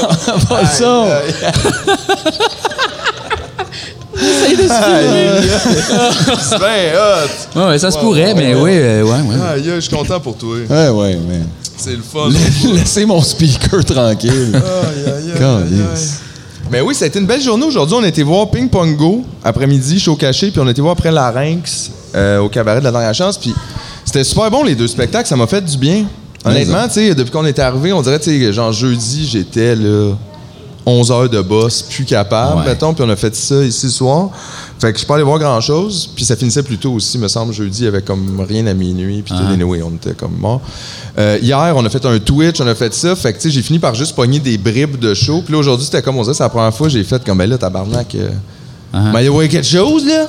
Speaker 3: pas le son.
Speaker 2: Aïe, aïe.
Speaker 1: Ça parler de ce film.
Speaker 2: C'est bien hot.
Speaker 1: Ouais, ouais, ça se pourrait, mais oui, euh, ouais, ouais.
Speaker 2: Ah, yeah, je suis content pour toi.
Speaker 3: Ouais, ouais, mais. *laughs*
Speaker 2: C'est le fun.
Speaker 3: Laissez mon speaker
Speaker 2: *laughs*
Speaker 3: tranquille.
Speaker 2: Aïe, aïe, aïe,
Speaker 3: Calisse.
Speaker 2: aïe, aïe. Mais oui, ça a été une belle journée aujourd'hui. On a été voir Ping Pong Go après-midi, show caché, puis on a été voir après Larynx euh, au cabaret de la dernière chance. Puis c'était super bon les deux spectacles, ça m'a fait du bien. Honnêtement, tu sais, depuis qu'on est arrivé, on dirait, tu sais, genre jeudi, j'étais là 11 heures de boss, plus capable,
Speaker 1: Ouais.
Speaker 2: mettons, puis on a fait ça ici le soir. Fait que je suis pas allé voir grand-chose, puis ça finissait plus tôt aussi, me semble, jeudi, il y avait comme rien à minuit, puis tout, anyway, on était comme mort. hier, on a fait un Twitch, on a fait ça, fait que, tu sais, j'ai fini par juste pogner des bribes de show, puis là, aujourd'hui, c'était comme on disait, c'est la première fois, que j'ai fait comme, ben là, tabarnak, euh, ben, il y a quelque chose, là.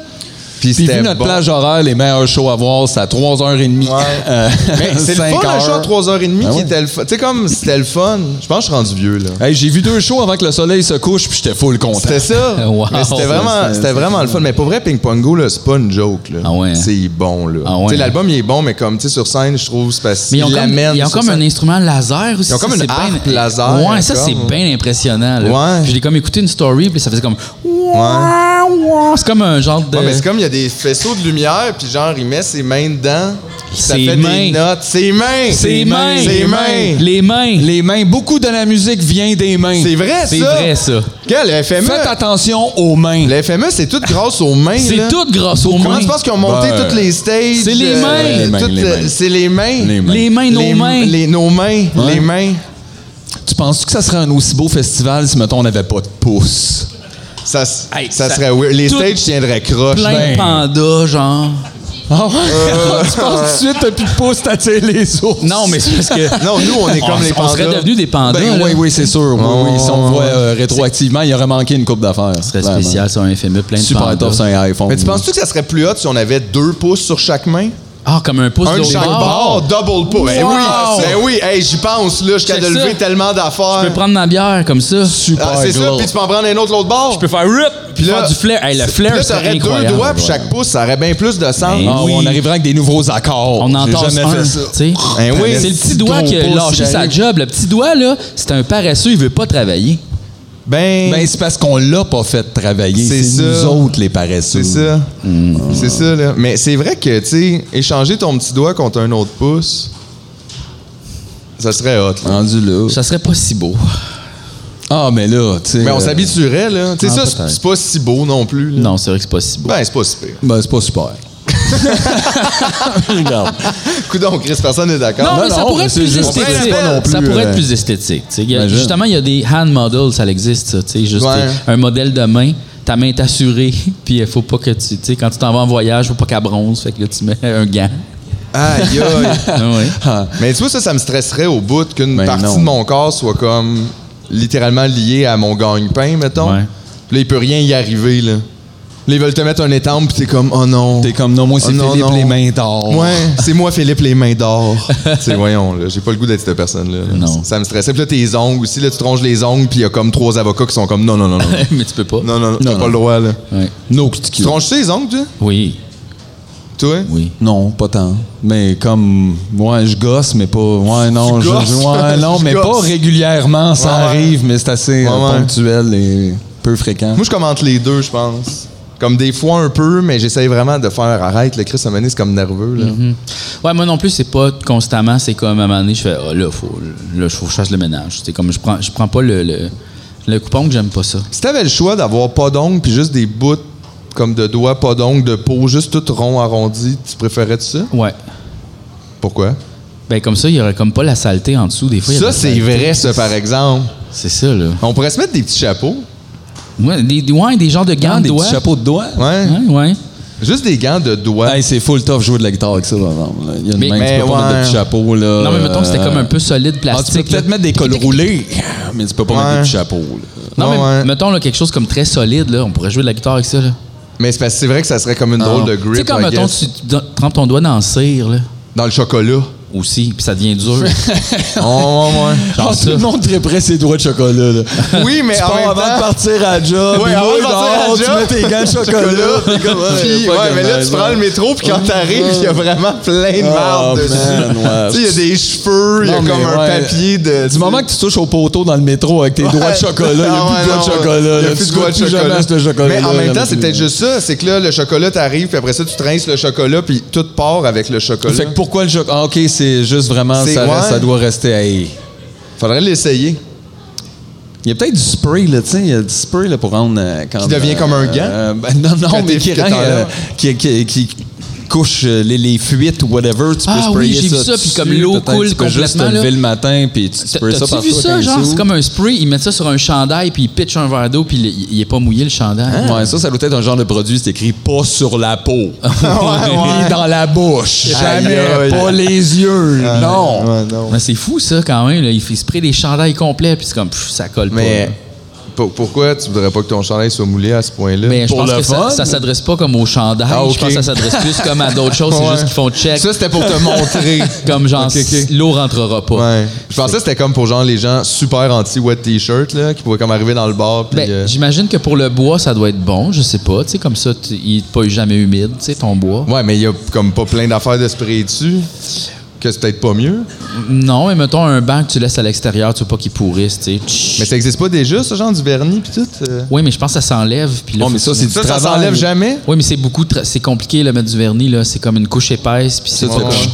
Speaker 2: Puis
Speaker 3: Puis
Speaker 2: c'était
Speaker 3: vu notre
Speaker 2: bon.
Speaker 3: plage horaire, les meilleurs shows à voir, c'est à 3h30.
Speaker 2: Ouais.
Speaker 3: euh,
Speaker 2: Mais c'est le
Speaker 3: *laughs* cinq
Speaker 2: fun, un
Speaker 3: heures.
Speaker 2: show à 3h30
Speaker 3: Ah
Speaker 2: qui
Speaker 3: ouais.
Speaker 2: était le fun. Tu sais, comme c'était le fun. Je pense que je suis rendu vieux, là.
Speaker 3: Hey, j'ai vu deux shows avant que le soleil se couche, puis j'étais full content.
Speaker 2: C'était ça.
Speaker 1: *laughs* Wow.
Speaker 2: Mais c'était vraiment,
Speaker 3: C'est-
Speaker 2: c'était
Speaker 3: c'est-
Speaker 2: vraiment le fun. Mais pour vrai, Ping Pong Go, là, c'est pas une joke. Là.
Speaker 1: Ah ouais, hein?
Speaker 2: C'est bon, là.
Speaker 1: Ah ouais,
Speaker 2: Tu sais,
Speaker 1: hein?
Speaker 2: L'album, il est bon, mais comme, tu sais, sur scène, je trouve, c'est parce
Speaker 1: Mais ils
Speaker 2: qu'il
Speaker 1: ont comme,
Speaker 2: l'amène.
Speaker 1: ils ont
Speaker 2: sur
Speaker 1: comme un
Speaker 2: scène.
Speaker 1: instrument laser aussi.
Speaker 2: Ils ont comme
Speaker 1: ça,
Speaker 2: une
Speaker 1: c'est bien-
Speaker 2: harpe laser,
Speaker 1: Ouais, ça, c'est
Speaker 2: comme.
Speaker 1: bien impressionnant. là.
Speaker 2: Ouais.
Speaker 1: Puis Je l'ai comme écouté une story, puis ça faisait comme. C'est comme un genre de.
Speaker 2: Ouais, mais c'est comme il y a des faisceaux de lumière, puis genre, il met ses mains dedans. puis Ça
Speaker 1: Ses
Speaker 2: fait
Speaker 1: mains.
Speaker 2: des notes. Ses mains!
Speaker 1: Ses mains!
Speaker 2: Ses mains!
Speaker 1: Les mains!
Speaker 3: Les mains, beaucoup de la musique vient des mains.
Speaker 2: C'est vrai, ça!
Speaker 1: C'est vrai, ça.
Speaker 2: Quel le FME?
Speaker 3: Faites attention aux mains.
Speaker 2: Le FME, c'est tout grâce aux mains.
Speaker 1: C'est
Speaker 2: là.
Speaker 1: tout grâce aux
Speaker 2: Comment
Speaker 1: mains.
Speaker 2: tu penses qu'ils ont monté
Speaker 3: Ben,
Speaker 2: toutes les stages?
Speaker 1: c'est les mains.
Speaker 3: Les mains,
Speaker 2: toutes,
Speaker 3: les
Speaker 2: euh,
Speaker 3: mains.
Speaker 2: C'est les mains.
Speaker 3: Les mains.
Speaker 1: Les mains,
Speaker 2: Les-
Speaker 1: nos mains.
Speaker 2: les- nos mains.
Speaker 3: Ouais.
Speaker 2: Les mains.
Speaker 3: Tu penses que ça serait un aussi beau festival si, mettons, on n'avait pas de pouce?
Speaker 2: Ça, s-
Speaker 1: Hey,
Speaker 2: ça,
Speaker 1: ça-
Speaker 2: serait weird. Les
Speaker 1: tout-
Speaker 2: stages tiendraient croche.
Speaker 1: Plein
Speaker 3: ben.
Speaker 1: de pandas, genre.
Speaker 3: Ah ouais? *laughs* tu penses tout de suite, t'as plus de pouce, t'attires les ours?
Speaker 1: Non, mais c'est parce *laughs* que.
Speaker 2: Non, nous, on est comme
Speaker 1: on,
Speaker 2: les
Speaker 1: on
Speaker 2: pandas.
Speaker 1: serait devenus des pandas.
Speaker 3: Ben,
Speaker 1: là.
Speaker 3: oui, oui, c'est sûr. Oui, oui. Si on le voit
Speaker 2: ouais.
Speaker 3: euh, rétroactivement, il aurait manqué une coupe d'affaires.
Speaker 1: Ce serait
Speaker 3: clairement.
Speaker 1: spécial sur un FME, plein de
Speaker 3: Super
Speaker 1: pandas.
Speaker 3: tough sur un iPhone.
Speaker 2: Mais tu
Speaker 3: là.
Speaker 2: penses-tu que ça serait plus hot si on avait deux pouces sur chaque main?
Speaker 1: Ah, comme un pouce
Speaker 2: Un de
Speaker 1: de Ah,
Speaker 2: chaque
Speaker 1: bord.
Speaker 2: bord, double pouce. Ben
Speaker 1: Wow!
Speaker 2: oui, ben oui. Hey, j'y pense, là, jusqu'à
Speaker 1: Check
Speaker 2: de
Speaker 1: ça.
Speaker 2: lever tellement d'affaires.
Speaker 1: Tu peux prendre ma bière comme ça. Tu
Speaker 2: Ah, c'est ça, puis tu peux en prendre un autre l'autre bord. Je
Speaker 1: peux faire rip, puis faire du flair. Hey, le flair,
Speaker 2: là,
Speaker 1: c'est
Speaker 2: t'aurais
Speaker 1: incroyable.
Speaker 2: deux doigts, puis chaque pouce, ça aurait bien plus de sens.
Speaker 1: Ben
Speaker 3: Ah,
Speaker 1: oui.
Speaker 3: On arriverait avec des nouveaux accords.
Speaker 1: On
Speaker 3: J'ai
Speaker 1: entend
Speaker 3: jamais
Speaker 1: un,
Speaker 3: fait
Speaker 1: tu
Speaker 3: ça.
Speaker 1: sais.
Speaker 2: Ben oui.
Speaker 1: C'est le petit
Speaker 3: Petit
Speaker 1: doigt qui a
Speaker 3: gros pouce
Speaker 1: lâché
Speaker 3: qui
Speaker 1: sa
Speaker 3: arrive.
Speaker 1: job. Le petit doigt, là, c'est un paresseux, il veut pas travailler.
Speaker 2: Ben,
Speaker 3: Ben, c'est parce qu'on l'a pas fait travailler.
Speaker 2: C'est
Speaker 3: C'est
Speaker 2: ça.
Speaker 3: nous autres, les paresseux.
Speaker 2: C'est ça.
Speaker 1: Mm.
Speaker 2: C'est ça, là. Mais c'est vrai que, tu sais, échanger ton petit doigt contre un autre pouce, ça serait hot. là.
Speaker 3: Rendu là.
Speaker 1: Ça serait pas si beau. *laughs*
Speaker 3: Ah, mais là, tu sais.
Speaker 2: Mais on
Speaker 3: euh,
Speaker 2: s'habituerait, là. Tu sais,
Speaker 3: ah,
Speaker 2: ça, c'est-
Speaker 3: peut-être.
Speaker 2: c'est pas si beau non plus. là.
Speaker 1: Non, c'est vrai que c'est pas si beau.
Speaker 2: Ben, c'est pas si pire. *laughs*
Speaker 3: Ben, c'est pas super. Regarde.
Speaker 2: Coudon, Chris, personne n'est d'accord.
Speaker 1: Non,
Speaker 3: Non,
Speaker 1: mais ça
Speaker 3: non,
Speaker 1: pourrait
Speaker 3: mais
Speaker 1: être
Speaker 3: c'est
Speaker 1: plus
Speaker 3: juste-
Speaker 1: esthétique.
Speaker 2: c'est pas non
Speaker 1: ça
Speaker 3: plus,
Speaker 1: pourrait être
Speaker 3: euh,
Speaker 1: plus esthétique. tu sais. Il y a-
Speaker 3: imagine.
Speaker 1: justement, il y a des hand models, ça existe. ça, tu sais, juste
Speaker 2: Ouais.
Speaker 1: t'sais, un modèle de main. Ta main est assurée, *laughs* puis il faut pas que tu. tu sais, quand tu t'en vas en voyage, faut pas qu'elle bronze. Fait que là, tu mets *laughs* un
Speaker 2: *laughs*
Speaker 1: gant.
Speaker 2: Aïe, aïe.
Speaker 1: Ah ouais. *laughs*
Speaker 2: Mais tu vois, ça, ça me stresserait au bout qu'une
Speaker 3: Ben
Speaker 2: partie
Speaker 3: non.
Speaker 2: de mon corps soit comme littéralement liée à mon gagne-pain, mettons.
Speaker 1: Ouais.
Speaker 2: Puis là, il peut rien y arriver, là. Là, ils veulent te mettre un étampe, puis t'es comme, oh non.
Speaker 3: T'es comme, oh. non, moi, c'est
Speaker 2: Oh non,
Speaker 3: Philippe
Speaker 2: non.
Speaker 3: les mains d'or.
Speaker 2: Ouais, c'est moi, Philippe, les mains d'or. c'est voyons, là, j'ai pas le goût d'être cette personne-là. là.
Speaker 1: Non.
Speaker 2: Ça me stressait. Puis là, tes ongles aussi, là, tu tronches les ongles, puis il y a comme trois avocats qui sont comme, non, non, non, non. non.
Speaker 1: mais tu peux pas.
Speaker 2: Non, non, non, t'as
Speaker 3: Non,
Speaker 2: pas
Speaker 3: non.
Speaker 2: le droit, là.
Speaker 1: Ouais.
Speaker 3: No
Speaker 2: Tu tronches tes ongles, toi?
Speaker 1: Oui,
Speaker 2: Toi?
Speaker 1: oui.
Speaker 3: Non, pas tant. Mais comme, ouais, je gosse, mais pas. Ouais,
Speaker 2: *laughs*
Speaker 3: non,
Speaker 2: Tu
Speaker 3: je,
Speaker 2: gosses?
Speaker 3: je- ouais, non,
Speaker 2: Je
Speaker 3: mais
Speaker 2: gosse.
Speaker 3: pas régulièrement. Ça
Speaker 2: Ouais, ouais.
Speaker 3: arrive, mais c'est assez euh,
Speaker 2: Ouais, ouais.
Speaker 3: ponctuel et peu fréquent.
Speaker 2: Moi, je commente les deux, je pense. Comme des fois un peu, mais j'essaye vraiment de faire arrête. Le Chris Amané, c'est comme nerveux, là.
Speaker 1: Mhm. Ouais, moi non plus, c'est pas constamment. C'est comme à un moment donné, je fais, ah, là, faut, là, faut que je fasse le ménage. C'est comme, je prends, je prends pas le, le, le coupon que j'aime pas ça.
Speaker 2: Si t'avais le choix d'avoir pas d'ongles, puis juste des bouts comme de doigts, pas d'ongles, de peau, juste tout rond, arrondi, tu préférais ça?
Speaker 1: Ouais.
Speaker 2: Pourquoi?
Speaker 1: Ben, comme ça, il y aurait comme pas la saleté en dessous. Des fois, il y a de
Speaker 2: Ça,
Speaker 1: la
Speaker 2: c'est
Speaker 1: saleté.
Speaker 2: vrai, ça, par exemple.
Speaker 1: C'est ça, là.
Speaker 2: On pourrait se mettre des petits chapeaux.
Speaker 1: Ouais, des, ouais, des genres de gants
Speaker 3: Prends
Speaker 1: de
Speaker 3: des
Speaker 1: doigts.
Speaker 3: petits chapeaux de doigts.
Speaker 2: Ouais.
Speaker 1: Ouais, ouais.
Speaker 2: Juste des gants de doigts.
Speaker 3: Hey, c'est full tough jouer de la guitare avec ça, par exemple. là. Il y a une
Speaker 1: Mais-
Speaker 3: main,
Speaker 2: mais
Speaker 3: tu peux pas mettre
Speaker 2: ouais.
Speaker 3: de petit chapeau, là.
Speaker 1: Non, mais mettons que c'était comme un peu solide
Speaker 3: Ah, tu
Speaker 1: plastique.
Speaker 3: peux peut-être
Speaker 1: là.
Speaker 3: mettre des cols roulés, mais tu peux pas
Speaker 2: Ouais.
Speaker 3: mettre des chapeaux, là.
Speaker 1: Non, mais
Speaker 2: Ouais, ouais.
Speaker 1: mettons là, quelque chose comme très solide, là. On pourrait jouer de la guitare avec ça, là.
Speaker 2: Mais c'est parce que c'est vrai que ça serait comme une drôle de
Speaker 1: Tu sais,
Speaker 2: grip,
Speaker 1: quand,
Speaker 2: I
Speaker 1: mettons,
Speaker 2: guess.
Speaker 1: tu don- trempes ton doigt dans le cire, là.
Speaker 2: dans le chocolat.
Speaker 1: aussi, puis ça devient dur.
Speaker 2: Oh, ouais, ouais.
Speaker 3: Ah, tout le monde près ses doigts de chocolat. Là.
Speaker 2: Oui, mais
Speaker 3: tu
Speaker 2: en
Speaker 3: pars
Speaker 2: même
Speaker 3: avant
Speaker 2: temps-
Speaker 3: de partir à la job.
Speaker 2: Ouais,
Speaker 3: et
Speaker 2: avant
Speaker 3: moi,
Speaker 2: de partir à la
Speaker 3: dehors,
Speaker 2: job,
Speaker 3: Tu mets tes gants de chocolat. t'es comme, ah,
Speaker 2: Puis,
Speaker 3: pas
Speaker 2: ouais, mais là, tu
Speaker 3: organizer.
Speaker 2: prends le métro, puis quand t'arrives, il y a vraiment plein de
Speaker 3: Oh,
Speaker 2: marde dessus.
Speaker 3: man, ouais.
Speaker 2: Tu sais, il y a des cheveux, il y a
Speaker 3: Non,
Speaker 2: comme
Speaker 3: mais
Speaker 2: un
Speaker 3: ouais.
Speaker 2: papier de.
Speaker 3: Du moment que tu touches au poteau dans le métro avec tes doigts de chocolat, il n'y a
Speaker 2: Ah
Speaker 3: plus de
Speaker 2: ouais,
Speaker 3: doigts de
Speaker 2: non,
Speaker 3: chocolat.
Speaker 2: il y a
Speaker 3: là.
Speaker 2: plus de
Speaker 3: Tu
Speaker 2: doigts
Speaker 3: goûtes
Speaker 2: de
Speaker 3: plus
Speaker 2: chocolat.
Speaker 3: jamais ce chocolat.
Speaker 2: Mais en
Speaker 3: là,
Speaker 2: même temps,
Speaker 3: là,
Speaker 2: c'est
Speaker 3: plus.
Speaker 2: peut-être juste ça. C'est que là, le chocolat t'arrive, puis après ça, tu trinces le chocolat, puis tout part avec le chocolat.
Speaker 3: Fait que pourquoi le chocolat? OK, c'est juste vraiment,
Speaker 2: C'est-
Speaker 3: ça, reste-
Speaker 2: ouais.
Speaker 3: ça doit rester à Il
Speaker 2: Faudrait l'essayer.
Speaker 3: y a peut-être du spray, là, tu sais, il y a du spray là, pour rendre... euh, quand,
Speaker 2: Qui devient comme un gant?
Speaker 3: euh, ben, non, non,
Speaker 2: Quand
Speaker 3: mais
Speaker 2: t'es-
Speaker 3: qui,
Speaker 2: que
Speaker 3: rend,
Speaker 2: t'enlèves.
Speaker 3: euh, qui, qui- qui couche euh, les, les fuites ou whatever. Tu peux
Speaker 1: Ah oui,
Speaker 3: sprayer
Speaker 1: j'ai vu ça, puis
Speaker 3: dessus,
Speaker 1: comme l'eau
Speaker 3: peut-être,
Speaker 1: coule
Speaker 3: Tu peux juste te
Speaker 1: complètement, là.
Speaker 3: lever le matin, puis tu
Speaker 1: T'as-
Speaker 3: sprays ça
Speaker 1: T'as-tu
Speaker 3: partout.
Speaker 1: vu ça,
Speaker 3: avec un
Speaker 1: genre, c'est
Speaker 3: zoo.
Speaker 1: comme un spray, ils mettent ça sur un chandail, puis ils pitchent un verre d'eau, puis il- il est pas mouillé, le chandail.
Speaker 2: Hein?
Speaker 3: Ouais, ça, ça doit être un genre de produit, c'est écrit pas sur
Speaker 1: *laughs*
Speaker 3: la *laughs* peau.
Speaker 2: ouais.
Speaker 3: Ni dans la bouche.
Speaker 2: Aïe,
Speaker 3: Jamais.
Speaker 2: aïe.
Speaker 3: Pas les yeux. non.
Speaker 2: Ouais, non.
Speaker 1: Mais c'est fou, ça, quand même. Là. Ils ils spray des chandails complets, puis c'est comme, pff, ça colle
Speaker 2: Mais
Speaker 1: pas.
Speaker 2: pour- pourquoi tu voudrais pas que ton chandail soit moulé à ce point-là?
Speaker 1: Mais je
Speaker 3: pour
Speaker 1: pense
Speaker 3: le
Speaker 1: que ça,
Speaker 3: fun?
Speaker 1: ça s'adresse pas comme aux chandails.
Speaker 2: Ah,
Speaker 1: Je
Speaker 2: ok.
Speaker 1: pense que ça s'adresse plus comme à
Speaker 2: *laughs*
Speaker 1: d'autres choses. C'est
Speaker 2: Ouais.
Speaker 1: juste qu'ils font check.
Speaker 2: Ça, c'était pour te montrer.
Speaker 1: *laughs* comme genre,
Speaker 2: Ok, ok.
Speaker 1: l'eau rentrera pas.
Speaker 2: Ouais. Je pensais que c'était comme pour genre les gens super anti-wet t-shirt là, qui pouvaient comme arriver dans le bar. Puis,
Speaker 1: Ben,
Speaker 2: euh,
Speaker 1: J'imagine que pour le bois, ça doit être bon. Je sais pas. Tu sais, comme ça, tu- il n'est pas jamais humide, tu sais, ton bois.
Speaker 2: Ouais, mais il y a comme pas plein d'affaires de spray dessus. Que c'est peut-être pas mieux.
Speaker 1: Non, mais mettons un banc que tu laisses à l'extérieur, tu veux pas qu'il pourrisse, tu sais.
Speaker 2: Mais ça existe pas déjà, ce genre du vernis puis tout. euh?
Speaker 1: Oui, mais je pense que ça s'enlève. puis là,
Speaker 3: Non, mais
Speaker 1: faut-
Speaker 3: ça, c'est du
Speaker 2: Ça, ça
Speaker 3: travail.
Speaker 2: s'enlève jamais.
Speaker 1: Oui, mais c'est beaucoup, tra- c'est compliqué le mettre du vernis là. C'est comme une couche épaisse, puis c'est
Speaker 3: Ça, tu
Speaker 1: comme-
Speaker 3: fais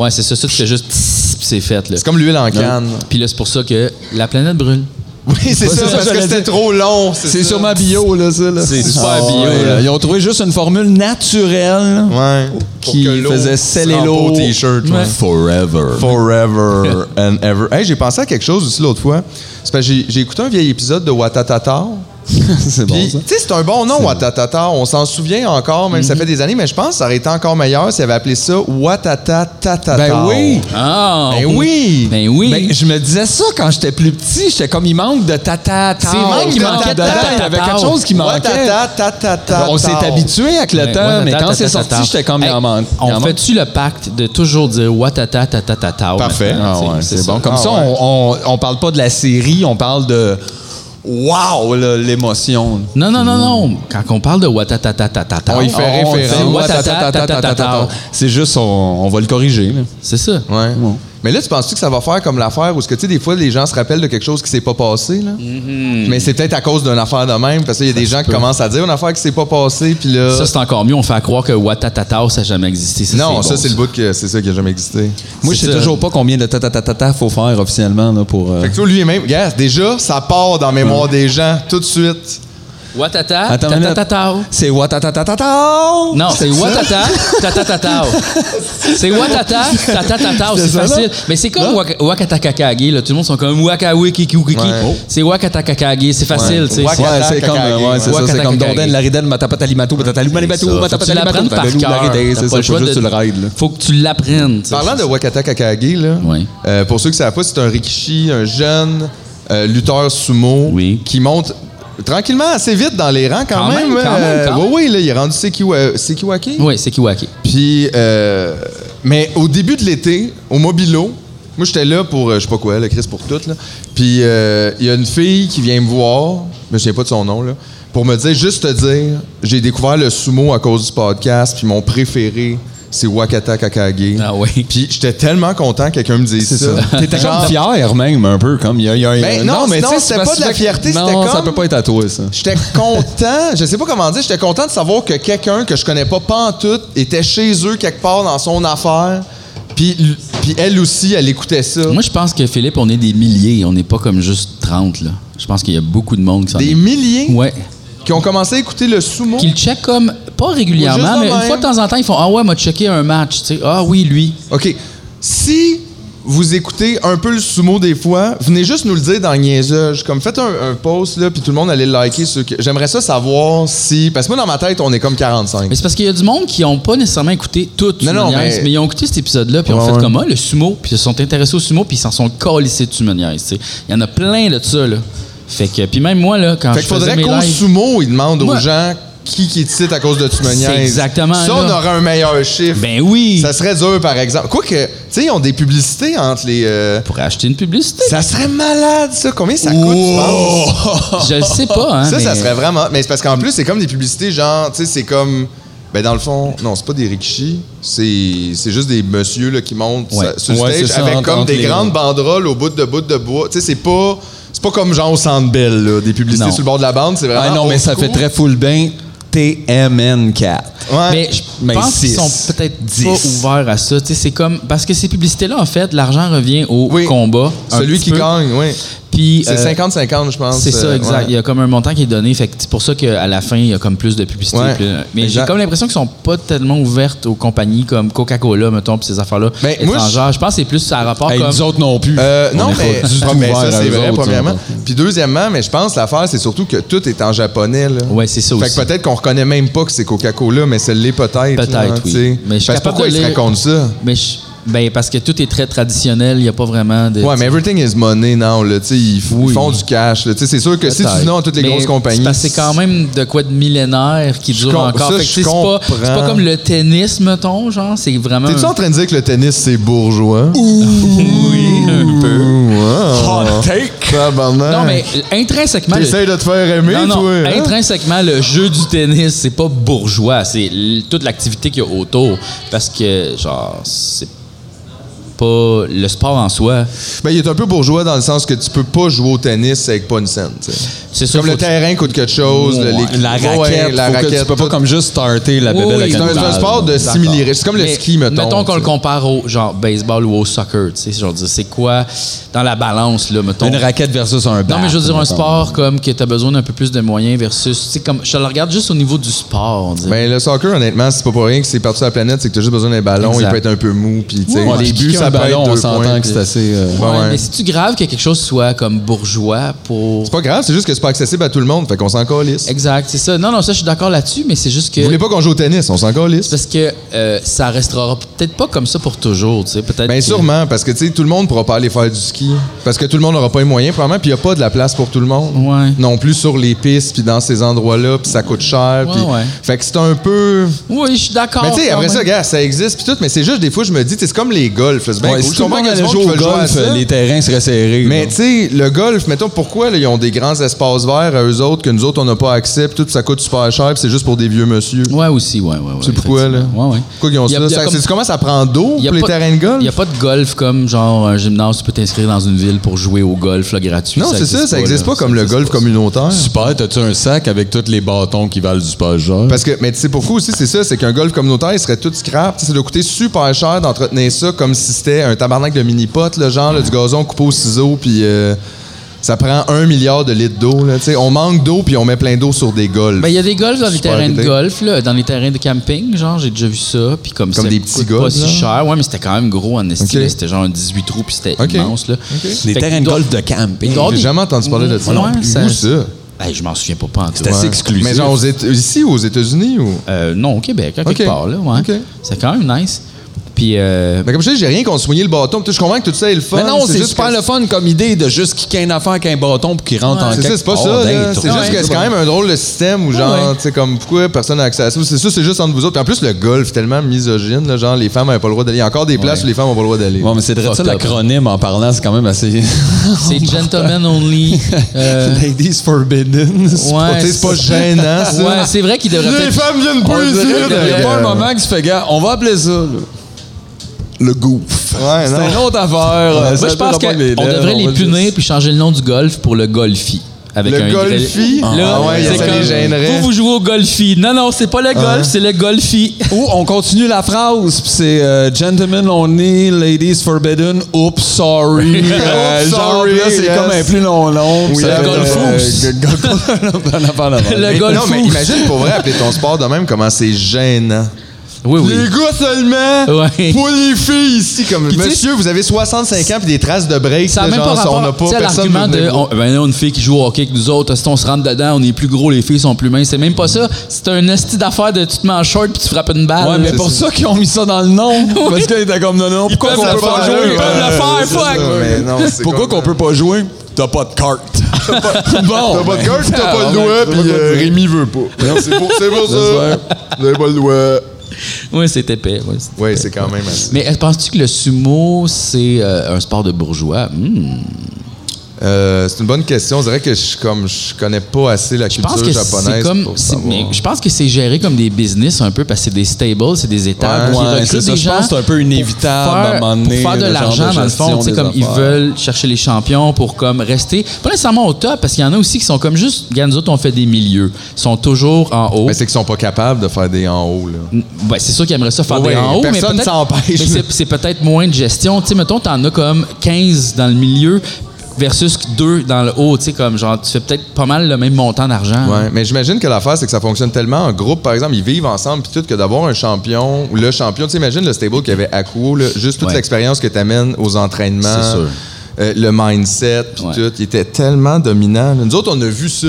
Speaker 1: Ouais, c'est ça. Ça, tu fais juste, tss, puis c'est fait là.
Speaker 2: C'est comme l'huile en canne.
Speaker 1: Puis là, c'est pour ça que la planète brûle.
Speaker 2: *laughs* Oui, c'est
Speaker 3: Ouais,
Speaker 2: ça,
Speaker 3: c'est ça,
Speaker 2: parce que
Speaker 3: j'allais
Speaker 2: c'était
Speaker 3: dire.
Speaker 2: trop long. C'est
Speaker 3: C'est
Speaker 2: ça.
Speaker 3: sûrement bio, là, ça. là.
Speaker 1: C'est super
Speaker 3: Ah,
Speaker 1: bio,
Speaker 3: ouais,
Speaker 1: là.
Speaker 3: là. Ils ont trouvé juste une formule naturelle là,
Speaker 2: Ouais. Pour
Speaker 3: qui
Speaker 2: que l'eau
Speaker 3: faisait sceller
Speaker 2: se rend
Speaker 3: l'eau.
Speaker 2: pas au t-shirt. ouais.
Speaker 1: Ouais.
Speaker 3: Forever.
Speaker 2: Forever and ever. Hey, j'ai pensé à quelque chose aussi l'autre fois. C'est parce que j'ai- j'ai écouté un vieil épisode de Watatata.
Speaker 3: *laughs* c'est bon,
Speaker 2: Puis,
Speaker 3: ça.
Speaker 2: tu sais, c'est un bon nom, Watatata. On s'en souvient encore, même si ça fait des années, mais je pense que ça aurait été encore meilleur s'il avait appelé ça Watatatatata.
Speaker 3: Ben oui.
Speaker 1: Ah!
Speaker 2: Ben oui!
Speaker 1: Ben oui!
Speaker 3: Ben, je me disais ça quand j'étais plus petit. J'étais comme, il manque de tata.
Speaker 1: C'est vrai qu'il manquait de tata.
Speaker 3: Il y avait quelque chose qui manquait.
Speaker 2: Watatatatata.
Speaker 3: On s'est habitué avec le
Speaker 1: Ouais,
Speaker 3: temps,
Speaker 1: ouais,
Speaker 3: mais
Speaker 1: ta- ta-
Speaker 3: quand c'est
Speaker 1: ta- ta- ta-
Speaker 3: sorti, j'étais comme, il
Speaker 1: Hey,
Speaker 3: en manque. il en
Speaker 1: On
Speaker 3: manque.
Speaker 1: fait-tu le pacte de toujours dire Watata tata tata
Speaker 2: Parfait.
Speaker 3: Ah ouais, c'est bon. Comme
Speaker 2: Ah
Speaker 3: ça,
Speaker 2: ouais.
Speaker 3: on, on, on parle pas de la série, on parle de wow, là, l'émotion.
Speaker 1: Non, non, non, non. Quand on parle de Watata tata tata,
Speaker 2: On y fait
Speaker 3: On- on
Speaker 2: référence.
Speaker 3: dit,
Speaker 1: Ouais,
Speaker 3: ta- ta- ta- ta- ta- ta- ta- C'est juste, on, on va le corriger. là.
Speaker 1: c'est ça.
Speaker 2: Ouais.
Speaker 3: Bon.
Speaker 2: Mais là, tu penses-tu que ça va faire comme l'affaire où, ce que, tu sais, des fois, les gens se rappellent de quelque chose qui s'est pas passé, là? Mais c'est peut-être à cause d'une affaire de même, parce qu'il y a des gens qui commencent à dire une affaire qui s'est pas passée, puis là.
Speaker 1: Ça, c'est encore mieux. On fait à croire que Watatata, ça n'a jamais existé. Ça,
Speaker 2: non,
Speaker 1: bon,
Speaker 2: ça, c'est le bout que c'est ça qui a jamais existé.
Speaker 3: Moi, je
Speaker 1: C'est
Speaker 3: sais
Speaker 1: ça.
Speaker 3: toujours pas combien de tatatatata faut faire officiellement là, pour. euh,
Speaker 2: Fait que toi, lui, même, regarde, déjà, ça part dans la mémoire des gens, tout de suite.
Speaker 1: Watata
Speaker 3: Attends une
Speaker 1: tata
Speaker 3: minute.
Speaker 1: tata.
Speaker 3: C'est watatatatata.
Speaker 1: Non, c'est Watata tata tata. C'est Watata tata tata. C'est
Speaker 3: ça, là?
Speaker 1: facile. Mais c'est comme Wak- Wakatakakage. là. Tout le monde sont comme Wakawikikukiki.
Speaker 2: Ouais. Oh.
Speaker 1: C'est Wakatakakage. C'est facile. tu sais.
Speaker 2: Waka-
Speaker 3: Ouais, c'est comme,
Speaker 2: Kakage.
Speaker 3: ouais, c'est ça, c'est
Speaker 1: Wakata
Speaker 3: comme
Speaker 1: kakage.
Speaker 3: Donden, Lariden, Matapatalimato, Matatalumalimato,
Speaker 1: Ça, faut que tu
Speaker 3: Matapatalimato,
Speaker 1: l'apprennes par
Speaker 3: Tatalou,
Speaker 1: cœur. T'as
Speaker 3: Lariden, c'est
Speaker 1: pas
Speaker 3: ça,
Speaker 1: le
Speaker 3: faut
Speaker 1: choix
Speaker 3: juste
Speaker 1: de-
Speaker 3: tu le raides, là.
Speaker 1: Faut que tu l'apprennes. tu sais.
Speaker 2: Parlant de Wakata Kakage, là,
Speaker 1: Oui.
Speaker 2: euh, pour ceux qui ne savent pas, c'est un rikishi, un jeune euh, lutteur sumo
Speaker 1: Oui.
Speaker 2: qui monte tranquillement assez vite dans les rangs quand,
Speaker 1: Quand même, quand même,
Speaker 2: euh,
Speaker 1: quand même.
Speaker 2: Oui, oui, là, il est rendu Sekiwa- euh, Sekiwake.
Speaker 1: Oui, c'est Kiwaki.
Speaker 2: Puis, euh, mais au début de l'été, au Mobilo, moi j'étais là pour, euh, je sais pas quoi, le Chris pour tout, là. Puis euh, il y a une fille qui vient me voir, mais je sais pas de son nom, là, pour me dire, juste te dire, j'ai découvert le sumo à cause du podcast, puis mon préféré, c'est Wakata Kakage.
Speaker 1: Ah oui.
Speaker 2: Puis j'étais tellement content que quelqu'un me dise ça.
Speaker 3: T'étais
Speaker 2: Genre,
Speaker 3: comme fier, même, un peu, comme, il y a, il y a-
Speaker 2: Ben, non,
Speaker 3: mais
Speaker 2: non,
Speaker 3: tu sais,
Speaker 2: c'était
Speaker 3: c'est parce
Speaker 2: pas de la
Speaker 3: que-
Speaker 2: fierté,
Speaker 3: non,
Speaker 2: c'était
Speaker 3: ça
Speaker 2: comme-
Speaker 3: peut pas être à toi, ça.
Speaker 2: J'étais content, je sais pas comment dire, j'étais content de savoir que quelqu'un que je connais pas pantoute était chez eux quelque part dans son affaire. Puis, l- puis elle aussi, elle écoutait ça.
Speaker 1: Moi, je pense que Philippe, on est des milliers. On n'est pas comme juste 30, là. Je pense qu'il y a beaucoup de monde qui s'en
Speaker 2: Des
Speaker 1: est-
Speaker 2: milliers
Speaker 1: Ouais.
Speaker 2: qui ont commencé à écouter le sumo.
Speaker 1: Qui le checkent comme, pas régulièrement,
Speaker 2: Juste de
Speaker 1: mais une
Speaker 2: même.
Speaker 1: fois de temps en temps, ils font Ah ouais, m'a checké un match. tu sais. Ah oui, lui.
Speaker 2: OK. Si vous écoutez un peu le sumo des fois, venez juste nous le dire dans le niaisage. Comme faites un, un post, là, puis tout le monde allait le liker. ceux qui- J'aimerais ça savoir si. Parce que moi, dans ma tête, on est comme 45.
Speaker 1: Mais c'est parce qu'il y a du monde qui n'ont pas nécessairement écouté toutes
Speaker 2: Non, non, mais-
Speaker 1: mais... mais ils ont écouté cet épisode-là, puis ils ont
Speaker 2: Ouais,
Speaker 1: fait
Speaker 2: ouais.
Speaker 1: comme Ah, le sumo, puis ils se sont intéressés au sumo, puis ils s'en sont collés de Tumoniaise. tu sais. Il y en a plein de ça, là. Fait que, puis même moi, là, quand
Speaker 2: Fait
Speaker 1: je
Speaker 2: qu'il
Speaker 1: faisais
Speaker 2: faudrait
Speaker 1: mes
Speaker 2: qu'au
Speaker 1: lives-
Speaker 2: sumo, ils demandent aux
Speaker 1: Moi-
Speaker 2: gens qui qui te cite à cause de tu me
Speaker 1: C'est
Speaker 2: niaises.
Speaker 1: exactement,
Speaker 2: Ça, on
Speaker 1: là.
Speaker 2: aurait un meilleur chiffre.
Speaker 1: Ben oui.
Speaker 2: Ça serait dur, par exemple. Quoique, tu sais, ils ont des publicités entre les. euh,
Speaker 1: Pour acheter une publicité.
Speaker 2: Ça serait malade, ça. Combien ça coûte, tu penses?
Speaker 1: Je le sais pas, hein.
Speaker 2: Ça, ça
Speaker 1: mais-
Speaker 2: serait vraiment. Mais c'est parce qu'en plus, c'est comme des publicités, genre, tu sais, c'est comme. Ben, dans le fond, non, c'est pas des rikishi, c'est c'est juste des messieurs là, qui montent
Speaker 1: Ouais.
Speaker 2: sa- sur le
Speaker 3: Ouais,
Speaker 2: stage
Speaker 3: c'est ça,
Speaker 2: avec
Speaker 3: entre-
Speaker 2: comme
Speaker 3: entre
Speaker 2: des
Speaker 3: les-
Speaker 2: grandes banderoles au bout de bout de bois. Tu sais, c'est pas. C'est pas comme genre au Centre Bell, là, des publicités
Speaker 1: Non.
Speaker 2: sur le bord de la bande, c'est vraiment.
Speaker 3: Ah non, mais
Speaker 2: old
Speaker 3: ça
Speaker 2: school.
Speaker 3: fait très full bain. TMN4.
Speaker 2: Ouais.
Speaker 1: Mais je
Speaker 2: ben
Speaker 3: Mais
Speaker 1: pense qu'ils
Speaker 3: six.
Speaker 1: sont peut-être
Speaker 3: Dix.
Speaker 1: pas ouverts à ça. Tu sais, c'est comme parce que ces publicités-là, en fait, l'argent revient au
Speaker 2: Oui.
Speaker 1: combat. un
Speaker 2: Celui
Speaker 1: petit
Speaker 2: qui
Speaker 1: peu.
Speaker 2: gagne, oui.
Speaker 1: Puis
Speaker 2: C'est
Speaker 1: euh,
Speaker 2: 50-50, je pense.
Speaker 1: C'est ça,
Speaker 2: euh,
Speaker 1: exact.
Speaker 2: ouais.
Speaker 1: Il y a comme un montant qui est donné. Fait que c'est pour ça qu'à la fin, il y a comme plus de publicité.
Speaker 2: Ouais,
Speaker 1: plus- mais j'ai
Speaker 2: exact.
Speaker 1: comme l'impression qu'ils sont pas tellement ouvertes aux compagnies comme Coca-Cola, mettons, pis ces affaires-là
Speaker 2: Ben, moi,
Speaker 1: étrangères. Je pense que c'est plus à rapport
Speaker 3: Hey,
Speaker 1: comme...
Speaker 3: nous autres non plus.
Speaker 2: Euh,
Speaker 3: On
Speaker 2: non,
Speaker 3: est
Speaker 2: mais,
Speaker 3: pas du tout
Speaker 2: ah, mais
Speaker 3: ouverts
Speaker 2: ça,
Speaker 3: à
Speaker 2: c'est
Speaker 3: eux
Speaker 2: vrai,
Speaker 3: autres,
Speaker 2: premièrement.
Speaker 3: hein.
Speaker 2: Puis deuxièmement, mais je pense que l'affaire, c'est surtout que tout est en japonais. Là.
Speaker 1: Ouais, c'est ça
Speaker 2: Fait
Speaker 1: aussi.
Speaker 2: que peut-être qu'on reconnaît même pas que c'est Coca-Cola, mais ça l'est peut-être.
Speaker 1: Peut-être,
Speaker 2: là,
Speaker 1: oui.
Speaker 2: tu sais.
Speaker 1: Mais je suis
Speaker 2: Parce
Speaker 1: capable
Speaker 2: que pourquoi
Speaker 1: de
Speaker 2: ils se
Speaker 1: lire-
Speaker 2: racontent ça?
Speaker 1: Mais je- ben, parce que tout est très traditionnel. Il n'y a pas vraiment de...
Speaker 2: Ouais, mais everything is money, non, là, tu sais, ils, f- ils font du cash, là, tu sais, c'est sûr que si tu dis non à toutes les
Speaker 1: Mais
Speaker 2: grosses
Speaker 1: c'est
Speaker 2: compagnies.
Speaker 1: parce que C'est quand même de quoi de millénaire qui dure
Speaker 2: com-
Speaker 1: encore.
Speaker 2: ça,
Speaker 1: Fait que,
Speaker 2: je
Speaker 1: tu sais, c'est pas, c'est pas
Speaker 2: comprends.
Speaker 1: comme le tennis, mettons, genre. C'est vraiment...
Speaker 2: T'es-tu en train de dire que le tennis, c'est bourgeois?
Speaker 1: *laughs* Oui, un peu.
Speaker 2: Hot
Speaker 3: take!
Speaker 1: Non, mais intrinsèquement... le-
Speaker 2: T'essayes de te faire aimer,
Speaker 1: Non, non,
Speaker 2: toi? hein?
Speaker 1: intrinsèquement, le jeu du tennis, c'est pas bourgeois, c'est l- toute l'activité qu'il y a autour. Parce que, genre, c'est pas le sport en soi.
Speaker 2: Ben, il est un peu bourgeois dans le sens que tu peux pas jouer au tennis avec pas une scène, tu sais.
Speaker 1: C'est sûr
Speaker 2: Comme
Speaker 1: faut
Speaker 2: le
Speaker 1: que-
Speaker 2: terrain coûte quelque chose, le-
Speaker 1: Ouais.
Speaker 2: les-
Speaker 3: La
Speaker 2: Ouais,
Speaker 3: raquette,
Speaker 2: la
Speaker 3: faut que
Speaker 2: raquette,
Speaker 3: tu peux
Speaker 2: tout.
Speaker 3: pas comme juste starter la
Speaker 1: Oui,
Speaker 3: bébelle avec
Speaker 1: oui,
Speaker 3: une
Speaker 2: C'est un-
Speaker 3: balle.
Speaker 2: c'est un sport de
Speaker 1: D'accord.
Speaker 2: similaire. C'est comme le ski, mettons.
Speaker 1: Mettons qu'on
Speaker 2: tu
Speaker 1: le
Speaker 2: sais.
Speaker 1: compare au genre baseball ou au soccer, tu sais. genre, dire, c'est quoi dans la balance, là, mettons.
Speaker 3: Une raquette versus un bat.
Speaker 1: non, mais je veux dire, un
Speaker 3: mettons.
Speaker 1: sport comme que t'as besoin d'un peu plus de moyens versus. Tu sais, comme. Je le regarde juste au niveau du sport, on dirait.
Speaker 2: Ben, le soccer, honnêtement, c'est pas pour rien que c'est partout sur la planète, c'est que t'as juste besoin d'un ballon,
Speaker 1: Exact.
Speaker 2: il peut être un peu mou, puis tu sais,
Speaker 3: Ouais,
Speaker 2: les
Speaker 3: puis
Speaker 2: buts,
Speaker 3: kicker
Speaker 2: ça
Speaker 3: un
Speaker 2: peut être
Speaker 3: ballon,
Speaker 2: deux
Speaker 3: on s'entend
Speaker 2: points,
Speaker 3: que c'est
Speaker 2: puis-
Speaker 3: assez. euh,
Speaker 2: Ouais, ouais.
Speaker 1: Mais c'est-tu grave que quelque chose soit comme bourgeois pour.
Speaker 2: C'est pas grave, c'est juste que c'est pas accessible à tout le monde, fait qu'on s'en calisse.
Speaker 1: Exact, c'est ça. Non, non, ça, je suis d'accord là-dessus, mais c'est juste que.
Speaker 2: Vous voulez pas qu'on joue au tennis, on s'en calisse.
Speaker 1: Parce que euh, ça restera peut-être pas comme ça pour toujours, tu sais. Peut-être.
Speaker 2: Bien
Speaker 1: que-
Speaker 2: Ben, sûrement, parce que tu sais, tout le monde pourra pas aller faire du ski. Parce que tout le monde n'aura pas les moyens, probablement, puis il n'y a pas de la place pour tout le monde.
Speaker 1: Ouais.
Speaker 2: Non plus sur les pistes, puis dans ces endroits-là, puis ça coûte cher.
Speaker 1: Ouais,
Speaker 2: puis-
Speaker 1: ouais.
Speaker 2: Fait que c'est un peu.
Speaker 1: Oui, je suis d'accord.
Speaker 2: Mais tu sais,
Speaker 1: quand
Speaker 2: après
Speaker 1: même.
Speaker 2: ça, gars, ça existe puis tout, mais c'est juste des fois, je me dis, tu sais, c'est comme les golfs. là, C'est bien
Speaker 3: Ouais,
Speaker 2: cool.
Speaker 3: si
Speaker 2: Je
Speaker 3: tout le
Speaker 2: comprends
Speaker 3: monde
Speaker 2: qu'il y a
Speaker 3: allait
Speaker 2: du
Speaker 3: jouer au
Speaker 2: monde qui veulent
Speaker 3: golf,
Speaker 2: à ça,
Speaker 3: les terrains seraient serrés.
Speaker 2: Mais
Speaker 3: là.
Speaker 2: tu sais, le golf, mettons, pourquoi là, ils ont des grands espaces verts à eux autres que nous autres, on n'a pas accès, puis tout, puis ça coûte super cher, puis c'est juste pour des vieux monsieur.
Speaker 1: Ouais, aussi, ouais, ouais. ouais
Speaker 2: C'est pourquoi, là?
Speaker 1: effectivement. Ouais, ouais.
Speaker 2: Pourquoi ils ont
Speaker 1: Y a-
Speaker 2: ça?
Speaker 1: y a
Speaker 2: Ça-
Speaker 1: comme-
Speaker 2: C'est comment ça prend d'eau
Speaker 1: y a
Speaker 2: pour les
Speaker 1: pas-
Speaker 2: terrains de golf?
Speaker 1: Il n'y a pas de golf comme genre un gymnase, tu peux t'inscrire dans une ville pour jouer au golf là, gratuit.
Speaker 2: Non, c'est ça, ça n'existe
Speaker 1: là.
Speaker 2: pas comme le
Speaker 1: existe
Speaker 2: golf
Speaker 1: pas.
Speaker 2: communautaire.
Speaker 3: Super, t'as-tu un sac avec tous les bâtons qui valent du sport genre?
Speaker 2: Parce que, mais tu sais, pourquoi aussi, c'est ça, c'est qu'un golf communautaire, il serait tout scrap. Tu sais, ça doit coûter super cher d'entretenir ça comme si c'était un tabarnak de mini-potes, le genre, là, du gazon coupé au ciseau, puis euh, ça prend un milliard de litres d'eau. là. Tu sais, on manque d'eau, puis on met plein d'eau sur des golfs.
Speaker 1: Ben, il y a des golfs dans les
Speaker 2: Super
Speaker 1: terrains de
Speaker 2: idée.
Speaker 1: golf, là, dans les terrains de camping, genre, j'ai déjà vu ça. Puis comme,
Speaker 2: Comme
Speaker 1: ça
Speaker 2: des petits
Speaker 1: coûte pas
Speaker 2: golfs,
Speaker 1: si
Speaker 2: là.
Speaker 1: cher. Ouais, mais c'était quand même gros en esti.
Speaker 2: Ok.
Speaker 1: là, C'était genre un 18 trous, puis c'était
Speaker 2: Ok.
Speaker 1: immense, là.
Speaker 3: Les
Speaker 1: Fait
Speaker 3: terrains
Speaker 1: qu'il
Speaker 3: de
Speaker 1: doit-
Speaker 3: golf de camping.
Speaker 1: il doit-
Speaker 2: J'ai jamais entendu parler de ça.
Speaker 1: Ouais,
Speaker 2: non plus.
Speaker 1: ça-
Speaker 2: Où ça?
Speaker 1: Ben, je m'en souviens pas, pas en tout.
Speaker 3: C'est assez exclusif.
Speaker 2: Mais genre, aux Éta- ici ou aux États-Unis? Ou...
Speaker 1: Euh, non, au Québec, à quelque
Speaker 2: Ok.
Speaker 1: part, là, ouais.
Speaker 2: Ok.
Speaker 1: C'est quand même nice. Puis,
Speaker 2: *laughs*
Speaker 1: euh,
Speaker 2: Ben, comme je dis, j'ai rien contre soigner le bâton. Tu sais, Je comprends que tout ça est le fun.
Speaker 3: Mais non, c'est
Speaker 2: juste
Speaker 3: super
Speaker 2: que-
Speaker 3: le fun comme idée de juste kicker une affaire avec un bâton pour qu'il rentre en
Speaker 2: C'est
Speaker 3: quelque
Speaker 2: ça, c'est pas
Speaker 3: part
Speaker 2: ça. là.
Speaker 3: d'être.
Speaker 2: C'est
Speaker 1: Ouais,
Speaker 2: juste que
Speaker 1: c'est
Speaker 2: c'est quand
Speaker 1: bon.
Speaker 2: même un drôle de système où, genre,
Speaker 1: Ouais.
Speaker 2: tu sais, comme pourquoi personne n'a accès à ça. C'est ça, c'est juste entre vous autres. Puis en plus, le golf, tellement misogyne, là, genre, les femmes n'avaient pas le droit d'aller. Il y a encore des places où les femmes n'ont pas le droit d'aller.
Speaker 3: Bon, mais c'est de ça
Speaker 1: Fucked up.
Speaker 3: l'acronyme en parlant, c'est quand même assez.
Speaker 2: Oh
Speaker 1: c'est gentlemen only.
Speaker 2: *laughs*
Speaker 1: euh,
Speaker 3: *laughs* Ladies Forbidden.
Speaker 1: ouais,
Speaker 2: Tu sais, c'est
Speaker 1: *laughs*
Speaker 2: pas gênant, ça.
Speaker 1: Ouais, c'est vrai qu'il devrait
Speaker 2: Les
Speaker 1: peut-être-
Speaker 2: femmes viennent
Speaker 3: On
Speaker 2: pas
Speaker 3: dirait
Speaker 2: ici.
Speaker 3: qu'il y a
Speaker 2: là. euh,
Speaker 3: pas un moment que tu fais gars, on va appeler ça là, le goof.
Speaker 2: Ouais,
Speaker 3: c'est
Speaker 2: non.
Speaker 3: une autre affaire.
Speaker 1: Moi, je pense qu'on devrait les punir puis changer le nom du golf pour le golfi. Avec
Speaker 2: Le
Speaker 1: un Y.
Speaker 2: golfi?
Speaker 1: Là,
Speaker 2: Ah ouais,
Speaker 1: c'est
Speaker 2: ça
Speaker 1: comme,
Speaker 2: les gênerait.
Speaker 1: Vous, vous jouez au golfi. Non, non, c'est pas le golf, c'est le golfi.
Speaker 2: *laughs*
Speaker 3: Ou on continue la phrase, puis c'est euh, Gentlemen only, ladies forbidden,
Speaker 2: *laughs*
Speaker 3: oops, sorry. Euh,
Speaker 2: Oops,
Speaker 3: genre,
Speaker 2: sorry,
Speaker 3: là, c'est
Speaker 2: yes.
Speaker 3: comme un plus long nom. puis
Speaker 2: Oui, euh,
Speaker 3: ça
Speaker 2: le
Speaker 3: fait,
Speaker 1: golf
Speaker 3: euh,
Speaker 1: oops.
Speaker 3: g- g- un affaire
Speaker 2: *laughs*
Speaker 3: de même.
Speaker 1: Le
Speaker 2: Mais-
Speaker 1: golf
Speaker 2: Non, mais
Speaker 1: ouf.
Speaker 2: imagine pour vrai appeler ton sport de même, comment c'est gênant.
Speaker 1: Oui, oui.
Speaker 2: Les gars seulement!
Speaker 1: Ouais.
Speaker 2: Pour les filles ici, comme
Speaker 1: tu sais,
Speaker 2: Monsieur, vous avez 65 ans puis des traces de
Speaker 1: *laughs*
Speaker 2: break.
Speaker 1: Ça n'a
Speaker 2: là,
Speaker 1: même pas
Speaker 2: genre,
Speaker 1: rapport
Speaker 2: on n'a pas
Speaker 1: tu sais, à
Speaker 2: personne
Speaker 1: l'argument
Speaker 2: veut
Speaker 1: de
Speaker 2: venir
Speaker 1: on, ben là, une fille qui joue au hockey avec nous autres, si on se rentre dedans, on est plus gros, les filles sont plus minces. C'est même pas ça. C'est un esti d'affaires de tu te mets en short puis tu frappes une balle.
Speaker 3: Ouais, mais
Speaker 1: C'est
Speaker 3: pour
Speaker 1: ça.
Speaker 3: ça qu'ils ont mis ça dans
Speaker 2: *laughs*
Speaker 3: le nom. Parce qu'ils étaient comme non, non, pourquoi
Speaker 1: peuvent
Speaker 3: qu'on
Speaker 1: le
Speaker 3: peut
Speaker 1: faire,
Speaker 3: pas
Speaker 1: ils
Speaker 3: jouer?
Speaker 1: peuvent le faire,
Speaker 2: Ouais,
Speaker 1: fuck.
Speaker 2: c'est ça, mais non, c'est
Speaker 3: Pourquoi
Speaker 2: comme- euh,
Speaker 3: qu'on peut pas jouer? t'as pas de carte. *laughs* bon.
Speaker 2: T'as pas de
Speaker 3: ben,
Speaker 2: carte, t'as pas le doigt,
Speaker 3: tabarnak,
Speaker 2: puis
Speaker 3: t'as pas
Speaker 2: euh,
Speaker 3: de-
Speaker 2: Rémi veut pas. C'est pour, *laughs* c'est pour ça. Vous avez pas le doigt.
Speaker 1: Oui, c'est épais. ouais, c'est-
Speaker 2: Oui, c'est quand même assez.
Speaker 1: Mais euh, penses-tu que le sumo, c'est euh, un sport de bourgeois? Hmm.
Speaker 2: Euh, c'est une bonne question. On dirait que je, comme, je connais pas assez la
Speaker 1: Je pense
Speaker 2: culture
Speaker 1: que c'est
Speaker 2: japonaise.
Speaker 1: comme.
Speaker 2: pour
Speaker 1: c'est-
Speaker 2: savoir.
Speaker 1: mais je pense que c'est géré comme des business un peu parce que c'est des stables, c'est des étables.
Speaker 3: Ouais,
Speaker 1: qui
Speaker 3: ouais,
Speaker 1: recrutent
Speaker 3: c'est ça.
Speaker 1: des
Speaker 3: Je pense
Speaker 1: gens
Speaker 3: que c'est un peu
Speaker 1: pour
Speaker 3: inévitable à un
Speaker 1: faire-
Speaker 3: moment donné,
Speaker 1: Pour faire de
Speaker 3: le genre
Speaker 1: l'argent,
Speaker 3: de
Speaker 1: dans le
Speaker 3: gestion
Speaker 1: fond, tu sais,
Speaker 3: des
Speaker 1: comme ils
Speaker 3: affaires.
Speaker 1: veulent chercher les champions pour comme rester. Pas nécessairement au top parce qu'il y en a aussi qui sont comme juste. Regarde, nous autres, on fait des milieux. Ils sont toujours en haut.
Speaker 2: Mais c'est qu'ils sont pas capables de faire des en haut. Là.
Speaker 1: Ouais, Ben, c'est sûr qu'ils aimeraient ça faire
Speaker 2: Ouais,
Speaker 1: des en haut, mais
Speaker 2: personne
Speaker 1: peut-être-
Speaker 2: s'empêche.
Speaker 1: mais c'est, c'est peut-être moins de gestion. Tu sais, mettons, t'en as comme 15 dans le milieu versus 2 dans le haut. Tu sais, comme genre, tu fais peut-être pas mal le même montant d'argent.
Speaker 2: Ouais, mais j'imagine que l'affaire, c'est que ça fonctionne tellement en groupe. Par exemple, ils vivent ensemble, puis tout, que d'avoir un champion, ou le champion, tu sais, imagine le stable qu'il y avait à Kuo, là, juste toute
Speaker 1: Ouais.
Speaker 2: l'expérience que tu amènes aux entraînements.
Speaker 1: C'est sûr.
Speaker 2: euh, le mindset, puis
Speaker 1: Ouais.
Speaker 2: tout. Il était tellement dominant. là. Nous autres, on a vu ça.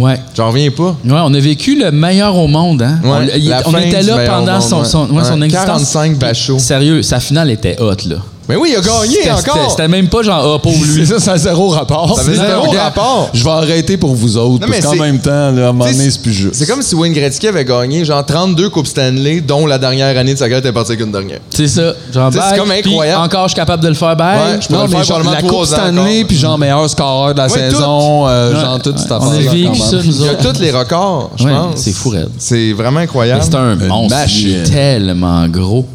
Speaker 1: Ouais.
Speaker 2: J'en reviens pas.
Speaker 1: Ouais, on a vécu le meilleur au monde. Hein?
Speaker 2: Ouais,
Speaker 1: on, il-
Speaker 2: la
Speaker 1: on
Speaker 2: fin
Speaker 1: était
Speaker 2: du
Speaker 1: là
Speaker 2: meilleur au
Speaker 1: pendant
Speaker 2: monde,
Speaker 1: son, son,
Speaker 2: ouais.
Speaker 1: ouais, son
Speaker 2: Ouais,
Speaker 1: existence.
Speaker 2: 45
Speaker 1: Puis,
Speaker 2: bachots.
Speaker 1: Sérieux, sa finale était hot, là.
Speaker 2: Mais oui, Oh, il a gagné
Speaker 1: C'était- c'était-
Speaker 2: encore!
Speaker 1: C'était même pas genre, ah,
Speaker 2: *laughs*
Speaker 1: pauvre lui.
Speaker 3: *laughs* C'est ça, ça a zéro rapport.
Speaker 2: Ça avait
Speaker 3: C'est
Speaker 2: zéro
Speaker 3: comme, gars,
Speaker 2: rapport.
Speaker 3: Je vais arrêter pour vous autres.
Speaker 2: Non, mais
Speaker 3: parce qu'en
Speaker 2: c'est-
Speaker 3: même temps, là, à un moment
Speaker 2: Tu sais,
Speaker 3: donné, c'est plus juste.
Speaker 2: C'est comme si Wayne Gretzky avait gagné genre 32 Coupes Stanley, dont la dernière année de sa carrière était partie qu'une dernière.
Speaker 1: C'est ça. Genre,
Speaker 2: Tu sais, c'est
Speaker 1: bye,
Speaker 2: comme
Speaker 1: puis
Speaker 2: incroyable.
Speaker 1: Encore, je suis capable de le faire. Bye.
Speaker 2: Ouais, je pourrais
Speaker 3: Non,
Speaker 2: le
Speaker 3: mais
Speaker 2: faire
Speaker 3: genre,
Speaker 2: probablement
Speaker 3: la
Speaker 2: trois
Speaker 3: Coupe
Speaker 2: ans
Speaker 3: Stanley,
Speaker 2: encore.
Speaker 3: puis genre meilleur scoreur de la
Speaker 2: Ouais,
Speaker 3: saison, euh,
Speaker 1: Ouais.
Speaker 3: genre toute cette
Speaker 1: On a
Speaker 3: affaire-là,
Speaker 1: vécu
Speaker 3: quand même.
Speaker 1: ça, nous
Speaker 2: Il
Speaker 1: *laughs*
Speaker 2: y a
Speaker 1: autres.
Speaker 2: tous les records, je
Speaker 1: Ouais,
Speaker 2: pense.
Speaker 1: c'est fou, raide.
Speaker 2: C'est vraiment incroyable.
Speaker 1: Mais C'est un
Speaker 3: Une
Speaker 1: monstre. il est
Speaker 3: machine.
Speaker 1: tellement gros.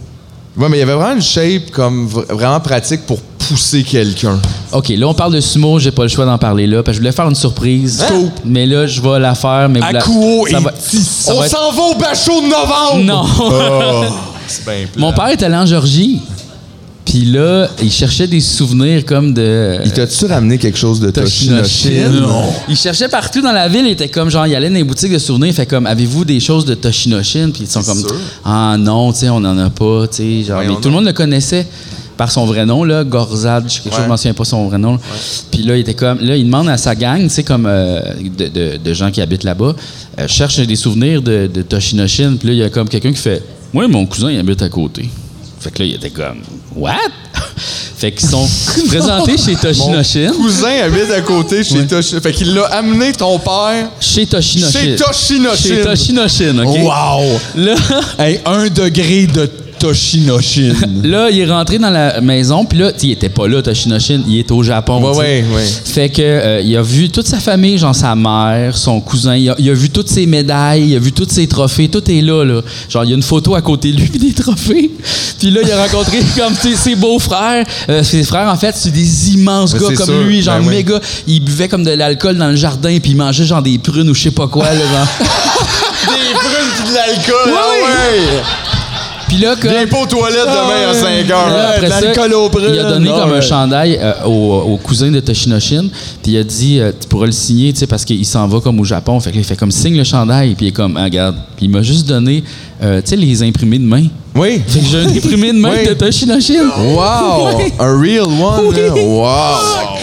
Speaker 2: Ouais, mais il y avait vraiment une shape comme vra- vraiment pratique pour pousser quelqu'un.
Speaker 1: OK, là, on parle de sumo, j'ai pas le choix d'en parler là, parce que je voulais faire une surprise.
Speaker 2: Scoop.
Speaker 1: Mais là, je vais la faire, mais... vous la-
Speaker 3: Hein? Akuo
Speaker 1: ça
Speaker 3: et
Speaker 1: va-
Speaker 3: Tiss.
Speaker 1: ça
Speaker 2: On
Speaker 1: va être-
Speaker 2: s'en va au bachot de novembre! Ah,
Speaker 1: Non!
Speaker 2: C'est bien
Speaker 1: *laughs* Mon père est allé en Georgie, puis là, il cherchait des souvenirs comme de...
Speaker 2: Il t'a-tu ramené quelque chose de
Speaker 1: Toshinoshin.
Speaker 2: Toshinoshin?
Speaker 1: Il cherchait partout dans la ville, il était comme genre, il allait dans les boutiques de souvenirs, il fait comme, avez-vous des choses de Toshinoshin? Puis ils sont comme,
Speaker 2: sûr.
Speaker 1: ah non, tu sais, on en a pas, tu sais, genre,
Speaker 2: Voyons
Speaker 1: mais tout le monde le connaissait par son vrai nom, là, Gorzad, je- quelque chose, je m'en souviens pas son vrai nom. là. Puis là, il était comme, là, il demande à sa gang, tu sais, comme, euh, de, de- de gens qui habitent là-bas, euh, cherche des souvenirs de, de Toshinoshin, puis là, il y a comme quelqu'un qui fait, moi, mon cousin, il habite à côté. Fait que là, il était comme, what? *laughs* fait qu'ils
Speaker 2: *laughs*
Speaker 1: sont présentés chez Toshinoshin.
Speaker 2: cousin habite à côté chez Toshinoshin. Fait qu'il l'a amené, ton père.
Speaker 1: Chez Toshinoshin.
Speaker 2: Chez Toshinoshin.
Speaker 1: Chez Toshinoshin, OK?
Speaker 3: Wow!
Speaker 1: Là,
Speaker 3: Hey, un degré de Toshinoshin. *laughs*
Speaker 1: là, il est rentré dans la maison, puis là, tu sais, il était pas là, Toshinoshin, il est au Japon.
Speaker 2: Ouais,
Speaker 1: tu sais.
Speaker 2: ouais, ouais.
Speaker 1: Fait que euh, il a vu toute sa famille, genre sa mère, son cousin, il a, il a vu toutes ses médailles, il a vu tous ses trophées, tout est là, là. Genre, il y a une photo à côté de lui des trophées. *laughs* Puis là, il a rencontré *laughs* comme tu sais, ses beaux-frères. Euh, ses frères, en fait, c'est des immenses
Speaker 2: Mais
Speaker 1: gars
Speaker 2: c'est
Speaker 1: comme
Speaker 2: sûr,
Speaker 1: lui, genre
Speaker 2: ben oui.
Speaker 1: méga. Il buvait comme de l'alcool dans le jardin, puis il mangeait genre des prunes ou je sais pas quoi, là, genre.
Speaker 2: *laughs* Des prunes pis de l'alcool!
Speaker 1: Ouais,
Speaker 2: ah ouais! Ah,
Speaker 1: Puis là, comme.
Speaker 2: Viens pas aux toilettes demain à 5
Speaker 1: Puis là,
Speaker 2: heures!
Speaker 1: après ça, il a donné
Speaker 2: Ah,
Speaker 1: comme un
Speaker 3: champ.
Speaker 1: chandail euh, au, au cousin de Toshinoshin, puis il a dit euh, tu pourras le signer, tu sais, parce qu'il s'en va comme au Japon. Fait que là, il fait comme signe le chandail, puis il est comme Ah, regarde. Puis il m'a juste donné, euh, tu sais, les imprimés de main.
Speaker 2: Oui!
Speaker 1: Fait que j'ai un imprimé de main
Speaker 2: Oui.
Speaker 1: de Toshinoshin.
Speaker 2: Wow!
Speaker 1: *laughs* Oui.
Speaker 2: Un real one! là. Wow!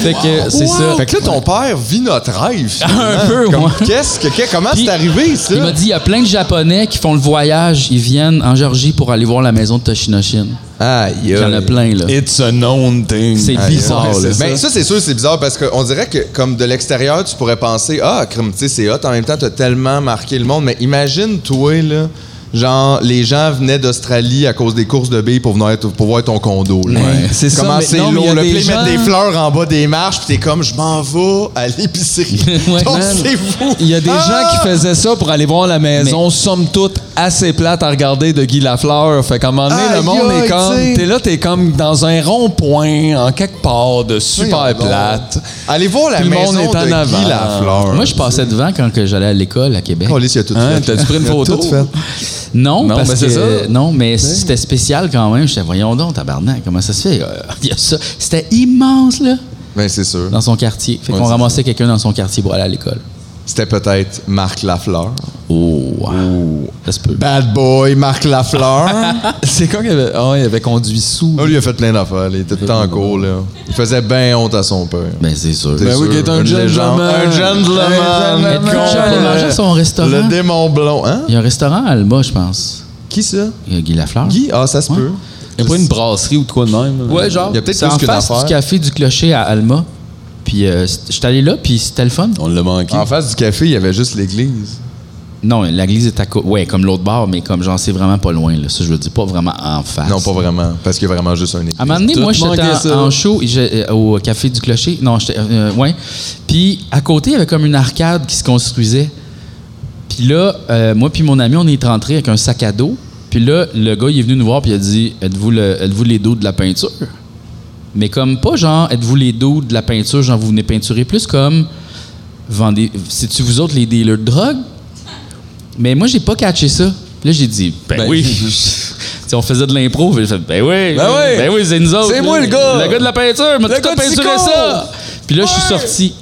Speaker 1: Fait que c'est
Speaker 2: Wow!
Speaker 1: ça.
Speaker 2: Fait que là, ton père vit notre rêve. finalement.
Speaker 1: Un peu,
Speaker 2: Comme,
Speaker 1: ouais.
Speaker 2: Qu'est-ce que, que- comment
Speaker 1: Puis,
Speaker 2: c'est arrivé, ça?
Speaker 1: Il m'a dit il y a plein de Japonais qui font le voyage, ils viennent en Georgie pour aller voir la maison de Toshinoshin.
Speaker 2: Aïe,
Speaker 1: Il y en a
Speaker 2: aïe.
Speaker 1: plein, là.
Speaker 3: It's a known thing. oh,
Speaker 1: C'est
Speaker 3: Aïe,
Speaker 1: bizarre,
Speaker 3: ouais,
Speaker 1: là.
Speaker 3: c'est
Speaker 2: Ben,
Speaker 3: ça.
Speaker 2: ça, c'est sûr, c'est bizarre parce qu'on dirait que, comme de l'extérieur, tu pourrais penser, ah, comme, tu sais, c'est hot. En même temps, t'as tellement marqué le monde. Mais imagine, toi, là, genre, les gens venaient d'Australie à cause des courses de billes pour, venir être- pour voir ton condo. Là.
Speaker 3: Ouais. C'est ça,
Speaker 2: Comment
Speaker 3: mais-
Speaker 2: c'est
Speaker 3: non, mais il y
Speaker 2: long.
Speaker 3: a
Speaker 2: là,
Speaker 3: des
Speaker 2: puis là, ils
Speaker 3: gens-
Speaker 2: mettent des fleurs en bas des marches, puis t'es comme, je m'en vais à l'épicerie.
Speaker 1: Ouais.
Speaker 2: Donc,
Speaker 1: Man,
Speaker 2: c'est vous.
Speaker 3: Il y a des
Speaker 2: Ah!
Speaker 3: gens qui faisaient ça pour aller voir la maison, somme toute, assez plate à regarder de Guy Lafleur. Fait qu'à un moment donné,
Speaker 2: Aïe,
Speaker 3: le monde
Speaker 2: aïe,
Speaker 3: est
Speaker 2: t'sais.
Speaker 3: comme. T'es là, t'es comme dans un rond-point, en quelque part, de super
Speaker 2: Voyons donc.
Speaker 3: plate. *laughs*
Speaker 2: Allez voir la
Speaker 3: Tout le
Speaker 2: maison
Speaker 3: monde est en
Speaker 2: de
Speaker 3: avant.
Speaker 2: Guy Lafleur.
Speaker 1: Moi, je passais devant quand que j'allais à l'école à Québec.
Speaker 2: Oh, Alice, il y a tout
Speaker 3: Hein,
Speaker 2: fait.
Speaker 3: t'as-tu pris une
Speaker 2: Il a
Speaker 3: photo?
Speaker 2: tout fait.
Speaker 1: Non,
Speaker 3: Non,
Speaker 1: parce
Speaker 3: mais c'est
Speaker 1: que
Speaker 3: ça.
Speaker 1: non, mais c'était spécial quand même. J'étais voyons donc tabarnak, comment ça se fait *laughs* Euh, il y a ça. C'était immense là
Speaker 2: Ben, c'est sûr.
Speaker 1: dans son quartier. Fait
Speaker 2: Ouais,
Speaker 1: qu'on
Speaker 2: c'est
Speaker 1: ramassait quelqu'un dans son quartier pour aller à l'école.
Speaker 2: C'était peut-être Marc Lafleur.
Speaker 1: Oh, ça se peut.
Speaker 2: Bad boy, Marc Lafleur.
Speaker 3: C'est quoi qu'il avait. Ah, il avait conduit sous. Ben
Speaker 2: Ah, *laughs* lui, il a fait plein d'affaires. là. Il était tout le temps en cours, là. Il faisait bien honte à son père.
Speaker 1: Ben c'est sûr.
Speaker 2: C'est
Speaker 3: Ben oui,
Speaker 2: sûr,
Speaker 3: qui est un
Speaker 2: une
Speaker 3: gentleman.
Speaker 2: légende. Un gentleman.
Speaker 1: Mais
Speaker 3: Mais
Speaker 1: quand j'allais manger à son restaurant,
Speaker 2: Le démon blond. Hein?
Speaker 1: il y a un restaurant à Alma, je pense.
Speaker 2: Qui, ça?
Speaker 1: Il y a Guy Lafleur.
Speaker 2: Guy? Ah, ça se peut.
Speaker 3: Il n'y a pas une brasserie ou de quoi de même. là?
Speaker 1: Ouais, genre.
Speaker 2: Il y a peut-être
Speaker 1: c'est
Speaker 2: plus
Speaker 1: en
Speaker 2: qu'une
Speaker 1: face du
Speaker 2: affaire.
Speaker 1: café du clocher à Alma. Puis euh, c't- j'étais allé là, puis c'était le fun.
Speaker 3: On l'a manqué.
Speaker 2: En face du café, il y avait juste l'église.
Speaker 1: Non, l'église est à côté. Ouais, comme l'autre bar, mais comme j'en sais vraiment pas loin. Là. Ça, je le dis pas vraiment en face.
Speaker 2: Non, pas vraiment, parce qu'il y a vraiment juste un église.
Speaker 1: À un moment donné,
Speaker 3: Tout
Speaker 1: moi, j'étais
Speaker 3: manquait
Speaker 1: en,
Speaker 3: ça.
Speaker 1: en show et j'ai- euh, au Café du Clocher. Non, j'étais. euh, ouais. Puis, à côté, il y avait comme une arcade qui se construisait. Puis là, euh, moi puis mon ami, on est rentrés avec un sac à dos. Puis là, le gars, il est venu nous voir puis il a dit Êtes-vous le, êtes les dos de la peinture Mais comme pas genre, êtes-vous les dos de la peinture, genre vous venez peinturer, plus comme vendez. C'est-tu vous autres les dealers de drogue Mais moi, j'ai pas catché ça. Puis Là, j'ai dit Ben,
Speaker 3: Ben,
Speaker 1: oui. *laughs* Tu sais, on faisait de l'impro. puis j'ai fait, Ben oui,
Speaker 3: Ben oui.
Speaker 1: ben oui, c'est nous autres.
Speaker 3: C'est
Speaker 1: là.
Speaker 3: moi, le gars.
Speaker 1: Le gars de la peinture, m'a
Speaker 3: Le
Speaker 1: tout
Speaker 3: gars de
Speaker 1: peinturé
Speaker 3: Psycho.
Speaker 1: ça. Puis là, je suis
Speaker 3: Ouais.
Speaker 1: sorti.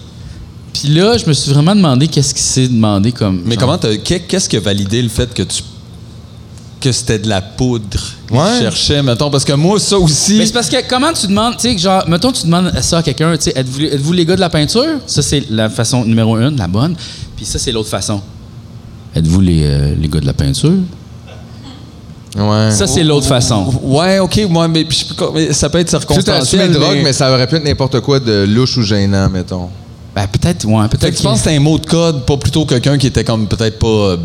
Speaker 1: Puis là, je me suis vraiment demandé qu'est-ce qu'il s'est demandé comme.
Speaker 3: Mais
Speaker 1: genre,
Speaker 3: comment t'as- qu'est- qu'est-ce qui a validé le fait que tu que c'était de la poudre qu'ils
Speaker 2: Ouais.
Speaker 3: cherchaient, mettons, parce que moi, ça aussi.
Speaker 1: Mais c'est parce que comment tu demandes, tu sais, que genre, mettons, tu demandes ça à quelqu'un, tu sais, êtes-vous êtes-vous les gars de la peinture? Ça, c'est la façon numéro une, la bonne. Puis ça, c'est l'autre façon. Êtes-vous les, euh, les gars de la peinture?
Speaker 2: Ouais.
Speaker 1: Ah. Ça, c'est l'autre façon.
Speaker 3: Ouais, ok, moi, mais, puis je- mais ça peut être
Speaker 2: Tu sais, t'as assumé
Speaker 3: circonstanciel.
Speaker 2: drogue, mais...
Speaker 3: mais
Speaker 2: ça aurait pu être n'importe quoi de louche ou gênant, mettons.
Speaker 1: Ben, peut-être, ouais,
Speaker 3: Fait
Speaker 1: peut-être.
Speaker 3: que tu penses que c'est un mot de code, pas plutôt quelqu'un qui était comme peut-être pas euh,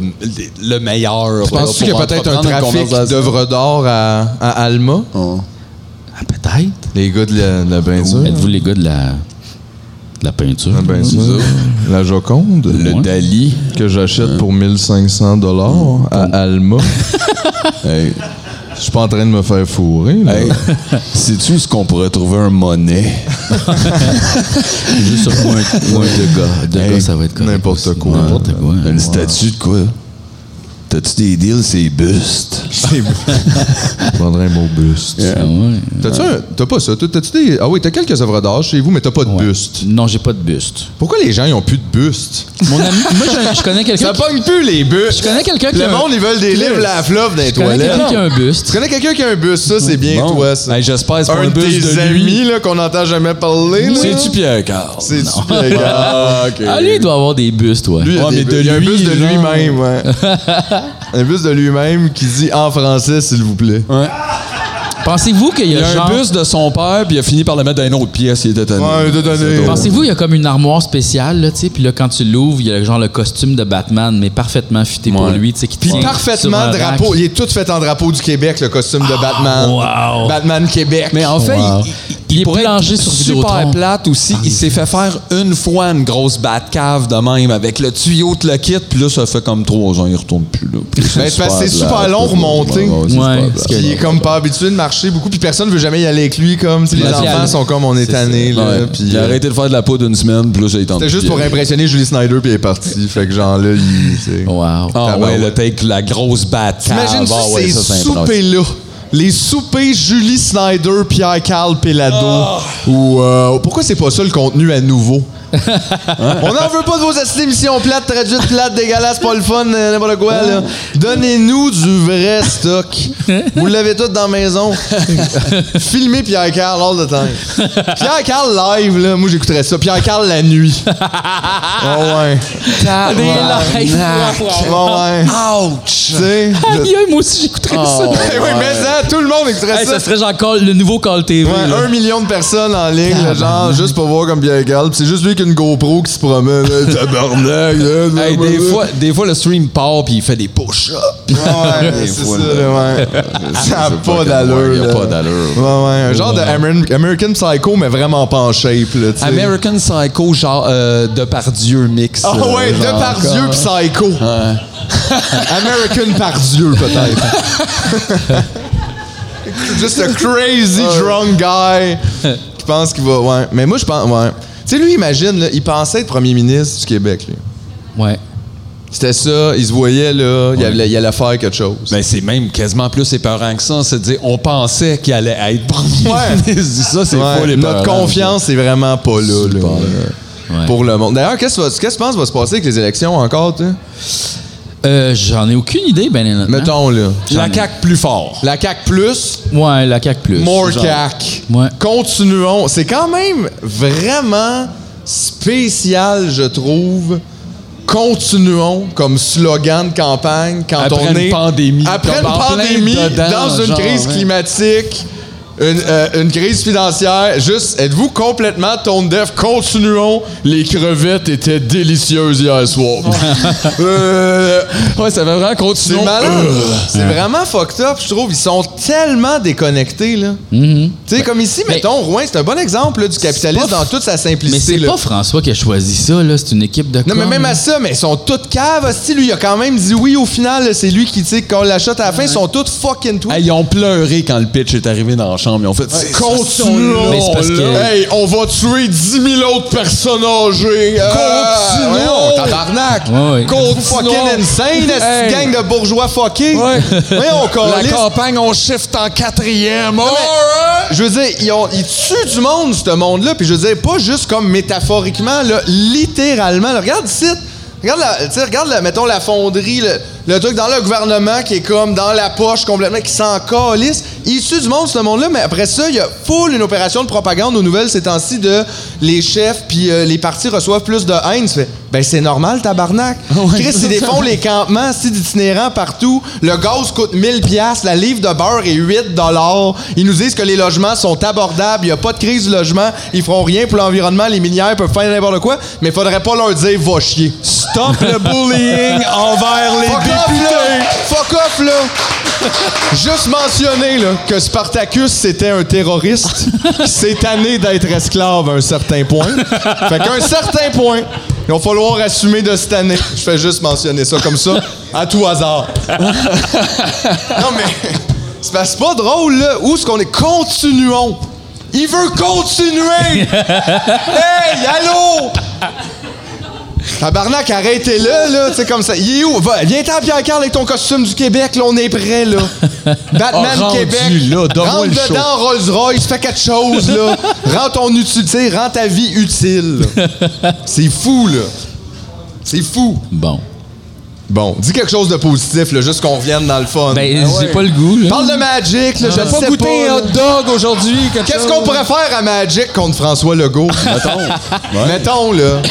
Speaker 3: le meilleur.
Speaker 2: Tu penses-tu qu'il y a peut-être un trafic d'œuvres d'art à, à Alma?
Speaker 1: Ah, peut-être.
Speaker 2: Les gars de la, de la peinture?
Speaker 1: Êtes-vous les gars de la, de la peinture?
Speaker 2: Ah ben, c'est ça. La Joconde?
Speaker 3: Le
Speaker 1: Ouais.
Speaker 3: Dali.
Speaker 2: que j'achète pour 1500 dollars à *laughs* Alma. Hey, Je suis pas en train de me faire fourrer. là.
Speaker 3: Hey, sais-tu où est-ce qu'on pourrait trouver un monnaie?
Speaker 1: Juste sur moi, moi de gars. De
Speaker 3: Hey,
Speaker 1: gars, ça va être correct
Speaker 2: n'importe
Speaker 1: aussi.
Speaker 2: quoi.
Speaker 1: N'importe quoi.
Speaker 3: Une statue de quoi? T'as-tu des deals, c'est *laughs* bustes?
Speaker 2: Je prendrais un beau buste.
Speaker 1: Ah ouais.
Speaker 2: T'as-tu un- T'as pas ça? T'as- T'as-tu des. Ah oui, t'as quelques œuvres d'art chez vous, mais t'as pas de buste.
Speaker 1: Non, j'ai pas de buste.
Speaker 2: Pourquoi les gens ils ont plus de buste?
Speaker 1: Mon ami, moi, je, je connais quelqu'un.
Speaker 2: Ça
Speaker 1: qui-
Speaker 2: pogne plus les bustes!
Speaker 1: Je connais quelqu'un qui
Speaker 2: Le
Speaker 1: a un-
Speaker 2: monde, ils veulent des
Speaker 1: Chris.
Speaker 2: livres la flop dans les
Speaker 1: Je connais quelqu'un qui a
Speaker 2: toilettes. Ben,
Speaker 1: un buste.
Speaker 2: Tu connais quelqu'un qui a un buste, ça c'est bien
Speaker 3: Bon.
Speaker 2: toi ça.
Speaker 3: Hey, Ben, j'espère que c'est pas
Speaker 2: un
Speaker 3: un
Speaker 2: de
Speaker 3: buste
Speaker 2: tes
Speaker 3: de lui.
Speaker 2: amis là, qu'on n'entend jamais parler. là.
Speaker 3: C'est-tu Pierre Carl?
Speaker 2: C'est-tu Pierre Carl?
Speaker 3: Ah, ok.
Speaker 1: Ah, lui, il doit avoir des bustes, ouais.
Speaker 2: Lui, il y a
Speaker 3: Ouais,
Speaker 2: des
Speaker 3: mais
Speaker 2: bu-
Speaker 3: de
Speaker 2: il y a un
Speaker 3: lui,
Speaker 2: bus de
Speaker 3: genre.
Speaker 2: lui-même,
Speaker 3: *laughs*
Speaker 2: ouais. un bus de lui-même qui dit en français, s'il vous plaît.
Speaker 1: Pensez-vous qu'il y
Speaker 3: Il
Speaker 1: a,
Speaker 3: y a
Speaker 1: genre-
Speaker 3: un buste de son père, puis il a fini par le mettre dans une autre pièce, il était tanné.
Speaker 2: Ouais, il était tanné.
Speaker 3: C'est drôle.
Speaker 1: Pensez-vous qu'il y a comme une armoire spéciale, là, tu sais, puis là, quand tu l'ouvres, il y a genre le costume de Batman, mais parfaitement fité pour
Speaker 3: Ouais.
Speaker 1: lui, tu sais, qui
Speaker 2: Puis
Speaker 1: tient sur
Speaker 2: parfaitement
Speaker 1: un
Speaker 2: drapeau.
Speaker 1: rack.
Speaker 2: Il est tout fait en drapeau du Québec, le costume de Batman.
Speaker 1: wow.
Speaker 2: Batman Québec.
Speaker 3: Ah, Mais en fait,
Speaker 1: Wow.
Speaker 3: il,
Speaker 1: Il est
Speaker 3: pourrait
Speaker 1: plongé
Speaker 3: être
Speaker 1: sur Vidéotron.
Speaker 3: super plate aussi. il s'est fait faire une fois une grosse cave de même avec le tuyau de le kit, puis là, ça fait comme trois ans, il retourne plus là. Puis
Speaker 2: Ben, c'est parce que c'est super long remonter.
Speaker 3: c'est super
Speaker 1: Ouais,
Speaker 3: plate.
Speaker 1: parce que-
Speaker 2: Puis il est comme pas habitué de marcher beaucoup, puis personne veut jamais y aller avec lui. Comme tu sais, les
Speaker 1: Ouais, puis
Speaker 2: enfants
Speaker 1: elle-
Speaker 2: sont comme on est tanné.
Speaker 3: Ouais.
Speaker 2: là.
Speaker 3: il
Speaker 2: Puis
Speaker 3: a
Speaker 2: euh,
Speaker 3: arrêté de faire de la peau d'une semaine, puis là, j'ai tenté.
Speaker 2: c'était juste pour impressionner Julie Snyder, puis il est parti. Fait que genre là, il. tu sais.
Speaker 1: Wow.
Speaker 3: Ah ouais,
Speaker 2: Tabarouette.
Speaker 3: le take, la grosse batcave.
Speaker 2: Imagine
Speaker 3: ah, ouais,
Speaker 2: ces
Speaker 3: ça, c'est intense.
Speaker 2: soupers-là. Les soupers Julie Snyder, Pierre Carl Pelado. Ou euh, pourquoi c'est pas ça le contenu à
Speaker 3: *laughs*
Speaker 2: nouveau? On n'en veut pas de vos astuces émissions plates, traduites plates, dégueulasses, pas le fun, euh, n'importe quoi. là. Donnez-nous du vrai stock. Vous l'avez tout dans la
Speaker 3: *laughs*
Speaker 2: maison. Filmez Pierre Carl all the time. Pierre Carl live, là, moi j'écouterais ça. Pierre Carl la
Speaker 3: *laughs*
Speaker 2: nuit. Oh ouais.
Speaker 1: Des lives.
Speaker 2: Oh ouais.
Speaker 3: Ah, Ouch!
Speaker 2: Tu sais,
Speaker 3: ah,
Speaker 2: je-
Speaker 1: Aïe, aïe, moi aussi, j'écouterais ça.
Speaker 2: Eh oui, mais ça, tout le monde écouterait
Speaker 1: Hey,
Speaker 2: ça.
Speaker 1: ça serait genre call- le nouveau Call TV.
Speaker 2: Ouais,
Speaker 1: là.
Speaker 2: un million de personnes en ligne, là, genre, juste pour voir comme Pierre Carl. Puis C'est juste lui qui a une GoPro qui se promène.
Speaker 3: *laughs*
Speaker 2: là, Tabarnak, là,
Speaker 3: Hey, des,
Speaker 2: blablabla.
Speaker 3: fois, des fois, le stream part, puis il fait des push-ups.
Speaker 2: Ouais, ouais,
Speaker 3: *laughs* Des
Speaker 2: c'est
Speaker 3: fois,
Speaker 2: ça,
Speaker 3: là.
Speaker 2: là,
Speaker 3: *laughs*
Speaker 2: ouais. Ça a
Speaker 3: Je sais
Speaker 2: pas
Speaker 3: comment,
Speaker 2: d'allure.
Speaker 3: Il n'y a
Speaker 2: là.
Speaker 3: pas d'allure.
Speaker 2: Ouais, ouais, un genre de Amer- American Psycho, mais vraiment pas en shape, là, tu sais.
Speaker 3: American Psycho, genre euh, Depardieu mix.
Speaker 2: Ah
Speaker 3: euh,
Speaker 2: ouais,
Speaker 3: genre,
Speaker 2: Depardieu
Speaker 3: comme-
Speaker 2: pis Psycho. *laughs* American Pardieu, peut-être.
Speaker 3: *laughs*
Speaker 2: Juste a crazy drunk guy qui pense qu'il va. Ouais. Mais moi, je pense. Ouais. Tu sais, lui, imagine, là, il pensait être premier ministre du Québec, lui.
Speaker 1: Ouais.
Speaker 2: C'était ça, il se voyait, là, il, allait, il allait faire quelque chose.
Speaker 3: Ben, c'est même quasiment plus épeurant que ça. C'est de dire, on pensait qu'il allait être premier
Speaker 2: Ouais.
Speaker 3: ministre. Ça, c'est
Speaker 2: Ouais,
Speaker 3: pas les
Speaker 2: notre confiance est vraiment pas là, là,
Speaker 1: Ouais.
Speaker 2: pour le monde. D'ailleurs, qu'est-ce que va- qu'est-ce que tu penses va se passer avec les élections encore,
Speaker 3: Hein?
Speaker 2: tu sais?
Speaker 1: Euh, J'en ai aucune idée, ben honnêtement.
Speaker 2: Mettons, là.
Speaker 3: La CAQ plus fort.
Speaker 2: La CAQ plus,
Speaker 1: Ouais, la CAQ plus.
Speaker 2: More
Speaker 1: Genre.
Speaker 2: cac.
Speaker 1: Ouais.
Speaker 2: Continuons. C'est quand même vraiment spécial, je trouve. Continuons comme slogan de campagne quand
Speaker 3: Après
Speaker 2: on
Speaker 3: une
Speaker 2: est
Speaker 3: pandémie,
Speaker 2: après
Speaker 3: comme
Speaker 2: une
Speaker 3: en plein
Speaker 2: pandémie
Speaker 3: dedans,
Speaker 2: dans une
Speaker 3: genre,
Speaker 2: crise
Speaker 3: ouais.
Speaker 2: climatique. Une, euh, une crise financière, juste, êtes-vous complètement tone deaf? Continuons, les crevettes étaient délicieuses hier
Speaker 3: *laughs*
Speaker 2: soir. Euh,
Speaker 3: Ouais, ça va vraiment continuer.
Speaker 2: c'est malade. C'est vraiment fucked up, je trouve. Ils sont tellement déconnectés, là. Tu sais, comme ici,
Speaker 1: Mm-hmm. Mais-
Speaker 2: mettons, Rouen, c'est un bon exemple là, du capitalisme
Speaker 1: pas-
Speaker 2: dans toute sa
Speaker 1: Mais
Speaker 2: simplicité.
Speaker 1: c'est
Speaker 2: là.
Speaker 1: pas François qui a choisi ça, là. C'est une équipe de
Speaker 2: Non, mais
Speaker 1: com,
Speaker 2: même
Speaker 1: là.
Speaker 2: à ça, mais ils sont toutes caves. hostie. lui, il a quand même dit oui au final. là. C'est lui qui, tu sais, quand on l'achète à la fin, ils sont toutes fucking tweets.
Speaker 3: Hey, ils ont pleuré quand le pitch est arrivé dans la chambre. Ils ont fait. c'est-
Speaker 2: Continuons!
Speaker 1: Mais c'est parce que-
Speaker 2: là. Hey, on va tuer 10 000 autres personnes âgées! Euh,
Speaker 3: Continuons.
Speaker 2: Continuons! Tabarnak!
Speaker 1: Ouais, ouais.
Speaker 2: Continuons! Fucking insane!
Speaker 3: Hey.
Speaker 2: Hey. gang de bourgeois fuckés!
Speaker 3: Ouais.
Speaker 2: Voyons,
Speaker 3: La
Speaker 2: câlisse.
Speaker 3: campagne, on shift en quatrième.
Speaker 2: Non, mais,
Speaker 3: alright!
Speaker 2: Je veux dire, ils, ont- ils tuent du monde, ce monde-là. Puis je veux dire, pas juste comme métaphoriquement, là, littéralement. là. regarde ici. Regarde, la, tu sais, regarde la- mettons, la fonderie, le, le truc dans le gouvernement qui est comme dans la poche complètement, qui s'en calisse. Ils tuent du monde, ce monde-là. Mais après ça, il y a full une opération de propagande aux nouvelles ces temps-ci de les chefs puis euh, les partis reçoivent plus de haine. Tu fais, ben c'est normal, tabarnak. Chris, ils défont les campements si d'itinérants partout. Le gaz coûte 1000 pièces, la livre de beurre est 8 dollars. Ils nous disent que les logements sont abordables, il n'y a pas de crise du logement, ils feront rien pour l'environnement, les minières peuvent faire n'importe quoi, mais faudrait pas leur dire va chier.
Speaker 3: Stop
Speaker 2: *laughs*
Speaker 3: le bullying envers les
Speaker 2: Fuck off là! Fuck off là! Juste mentionner là, que Spartacus c'était un terroriste qui s'est tanné d'être esclave à un certain point. Fait qu'à un certain point, il va falloir assumer de cette année. Je fais juste mentionner ça comme ça, à tout hasard. non mais *laughs* c'est pas, c'est pas drôle là. Où est-ce qu'on est? Continuons! Il veut
Speaker 3: *laughs*
Speaker 2: continuer! hey! Allô! Tabarnak, arrêtez-le, là, tu sais, comme ça. Il est où? Va- Viens-t'en, Pierre-Carl, avec ton costume du Québec, là, on est prêt,
Speaker 3: *laughs*
Speaker 2: là. Batman
Speaker 3: Oh, rendu,
Speaker 2: Québec.
Speaker 3: là, donne-moi
Speaker 2: rentre
Speaker 3: le show.
Speaker 2: dedans, Rolls-Royce, fais quelque chose, là. rends ton utilité, rends ta vie utile. là. C'est fou, là. C'est fou.
Speaker 1: Bon.
Speaker 2: Bon, dis quelque chose de positif, là, juste qu'on revienne dans le fun.
Speaker 1: Ben,
Speaker 2: Ah ouais.
Speaker 1: j'ai pas le goût, là.
Speaker 2: Parle de Magic, là, je sais
Speaker 3: J'ai pas goûté
Speaker 2: pas,
Speaker 3: un
Speaker 2: là.
Speaker 3: hot dog aujourd'hui. quelque
Speaker 2: Qu'est-ce
Speaker 3: chose.
Speaker 2: qu'on pourrait faire à Magic contre François Legault? Mettons. Mettons, là.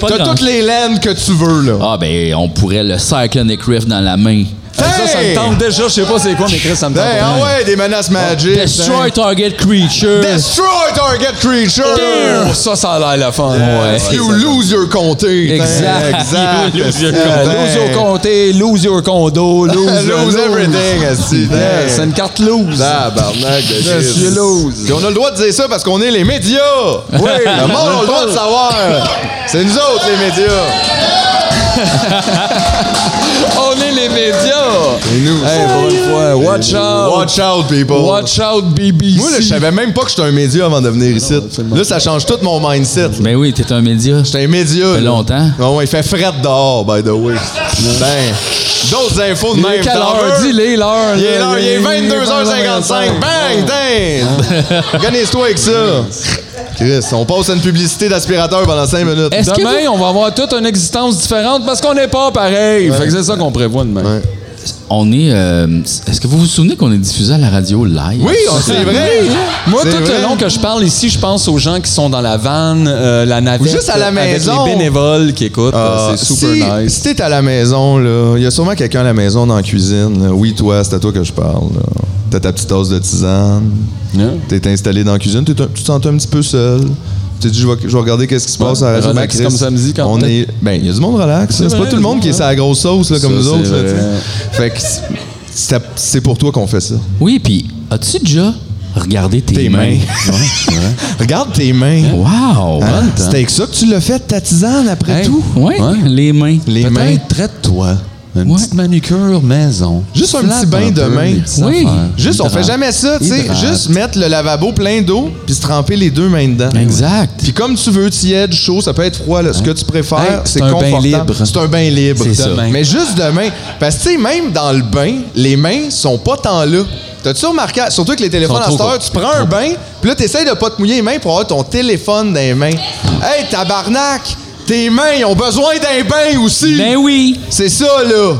Speaker 1: Pas
Speaker 2: T'as
Speaker 1: grand-
Speaker 2: toutes les laines que tu veux, là.
Speaker 1: Ah, ben, on pourrait le Cyclonic Rift dans la main.
Speaker 3: Ça, ça me tente déjà. Je sais pas c'est quoi, mais Chris, ça me tente.
Speaker 2: Hey, ah ouais, des menaces Magic.
Speaker 1: Destroy Target Creature.
Speaker 2: hein. Destroy target creature.
Speaker 3: Oh, ça, ça a l'air la fun. Ouais.
Speaker 2: You lose your comté. hein.
Speaker 1: Exact.
Speaker 2: *laughs* Exact.
Speaker 1: You lose your
Speaker 2: hein.
Speaker 3: Lose your comté, lose your condo, lose,
Speaker 1: *laughs*
Speaker 2: Lose everything, asti,
Speaker 3: Yeah, C'est
Speaker 2: hein.
Speaker 3: une carte lose.
Speaker 2: Tabarnak de
Speaker 3: Je
Speaker 2: shit.
Speaker 3: suis lose.
Speaker 2: Puis on a le droit de dire ça parce qu'on est les médias. Oui. Le monde a le droit de savoir. C'est nous autres, les médias.
Speaker 3: On est les médias.
Speaker 2: Et nous.
Speaker 3: Hey, pour une fois, watch out.
Speaker 2: Watch out, people.
Speaker 3: Watch out, BBC.
Speaker 2: Moi, là, je savais même pas que j'étais un média avant de venir ici.
Speaker 3: absolument.
Speaker 2: Là, ça change tout mon mindset.
Speaker 1: Ben oui, t'es un média.
Speaker 2: J'étais un média.
Speaker 1: fait
Speaker 2: là.
Speaker 1: longtemps.
Speaker 2: Non, ouais, il fait fret dehors, by the way. ben, d'autres infos de
Speaker 3: Il est
Speaker 2: même.
Speaker 3: quelle
Speaker 2: t'en
Speaker 3: heure?
Speaker 2: veux?
Speaker 3: Dis-les l'heure.
Speaker 2: Il est
Speaker 3: là.
Speaker 2: l'heure, il est 22h55. Bang, dang! Organise-toi avec ça. Chris, on passe à une publicité d'aspirateur pendant 5 minutes.
Speaker 1: Est-ce que
Speaker 3: Demain,
Speaker 1: vous-
Speaker 3: on va avoir toute une existence différente parce qu'on n'est pas pareil. Fait que c'est ça qu'on prévoit demain.
Speaker 2: Ouais.
Speaker 1: on est. euh, Est-ce que vous vous souvenez qu'on est diffusé à la radio live?
Speaker 2: Oui, on- c'est vrai.
Speaker 3: Moi,
Speaker 2: C'est
Speaker 3: tout
Speaker 2: vrai.
Speaker 3: le long que je parle ici, je pense aux gens qui sont dans la vanne, euh, la navette,
Speaker 2: Ou juste à la
Speaker 3: euh,
Speaker 2: maison.
Speaker 3: avec les bénévoles qui écoutent.
Speaker 2: Ah,
Speaker 3: euh, c'est super
Speaker 2: si,
Speaker 3: nice.
Speaker 2: Si t'es à la maison, là, il y a sûrement quelqu'un à la maison dans la cuisine. là. Oui, toi, c'est à toi que je parle. là. T'as ta petite tasse de tisane.
Speaker 3: Yeah.
Speaker 2: T'es installé dans la cuisine. t'es un- tu te sens un petit peu seul. Tu t'es dit, je vais, je vais regarder qu'est-ce qui se passe à la radio.
Speaker 3: relax
Speaker 2: Mais Chris,
Speaker 3: comme samedi quand
Speaker 2: on
Speaker 3: même.
Speaker 2: est. Ben, il y a du monde relax. là. C'est
Speaker 3: vrai,
Speaker 2: pas tout le
Speaker 3: du
Speaker 2: monde qui est
Speaker 3: monde,
Speaker 2: à la grosse sauce là, comme
Speaker 3: Ça,
Speaker 2: nous
Speaker 3: c'est
Speaker 2: autres. là,
Speaker 3: vrai.
Speaker 2: tu sais. fait que c'est- c'est- c'est pour toi qu'on fait ça.
Speaker 1: Oui, puis as-tu déjà regardé tes,
Speaker 2: Tes mains.
Speaker 1: mains?
Speaker 2: Regarde tes mains.
Speaker 1: *laughs* Wow!
Speaker 2: Hein? C'était avec ça que tu l'as fait, ta tisane, après
Speaker 3: Hey.
Speaker 2: tout.
Speaker 1: Oui,
Speaker 3: Ouais.
Speaker 1: les mains.
Speaker 2: Les
Speaker 3: Peut-être
Speaker 2: mains.
Speaker 3: traite-toi. Une
Speaker 1: Ouais.
Speaker 3: petite manucure maison.
Speaker 2: Juste un
Speaker 3: Flatte
Speaker 2: petit bain de
Speaker 3: peu
Speaker 2: main.
Speaker 3: les petites
Speaker 1: Oui.
Speaker 3: affaires.
Speaker 2: Juste, on fait
Speaker 3: Hydrate.
Speaker 2: jamais ça, tu sais.
Speaker 3: Hydrate.
Speaker 2: Juste mettre le lavabo plein d'eau puis se tremper les deux mains dedans.
Speaker 1: Exact.
Speaker 2: Puis comme tu veux, tiède, chaud, ça peut être froid, là, ce que tu préfères,
Speaker 3: Hey, c'est
Speaker 2: c'est
Speaker 3: un bain
Speaker 2: confortable.
Speaker 3: libre.
Speaker 2: C'est un bain libre.
Speaker 1: C'est ça.
Speaker 2: Demain. Mais juste demain. Parce que, tu sais, même dans le bain, les mains sont pas tant là. T'as-tu remarqué, surtout que les téléphones
Speaker 3: Sont
Speaker 2: à cette
Speaker 3: trop
Speaker 2: heure,
Speaker 3: courts.
Speaker 2: tu prends un bain, puis là, t'essayes de pas te mouiller les mains pour avoir ton téléphone dans les mains. Hey, tabarnak! Tes mains, ils ont besoin d'un bain aussi!
Speaker 1: Ben oui!
Speaker 2: C'est ça, là!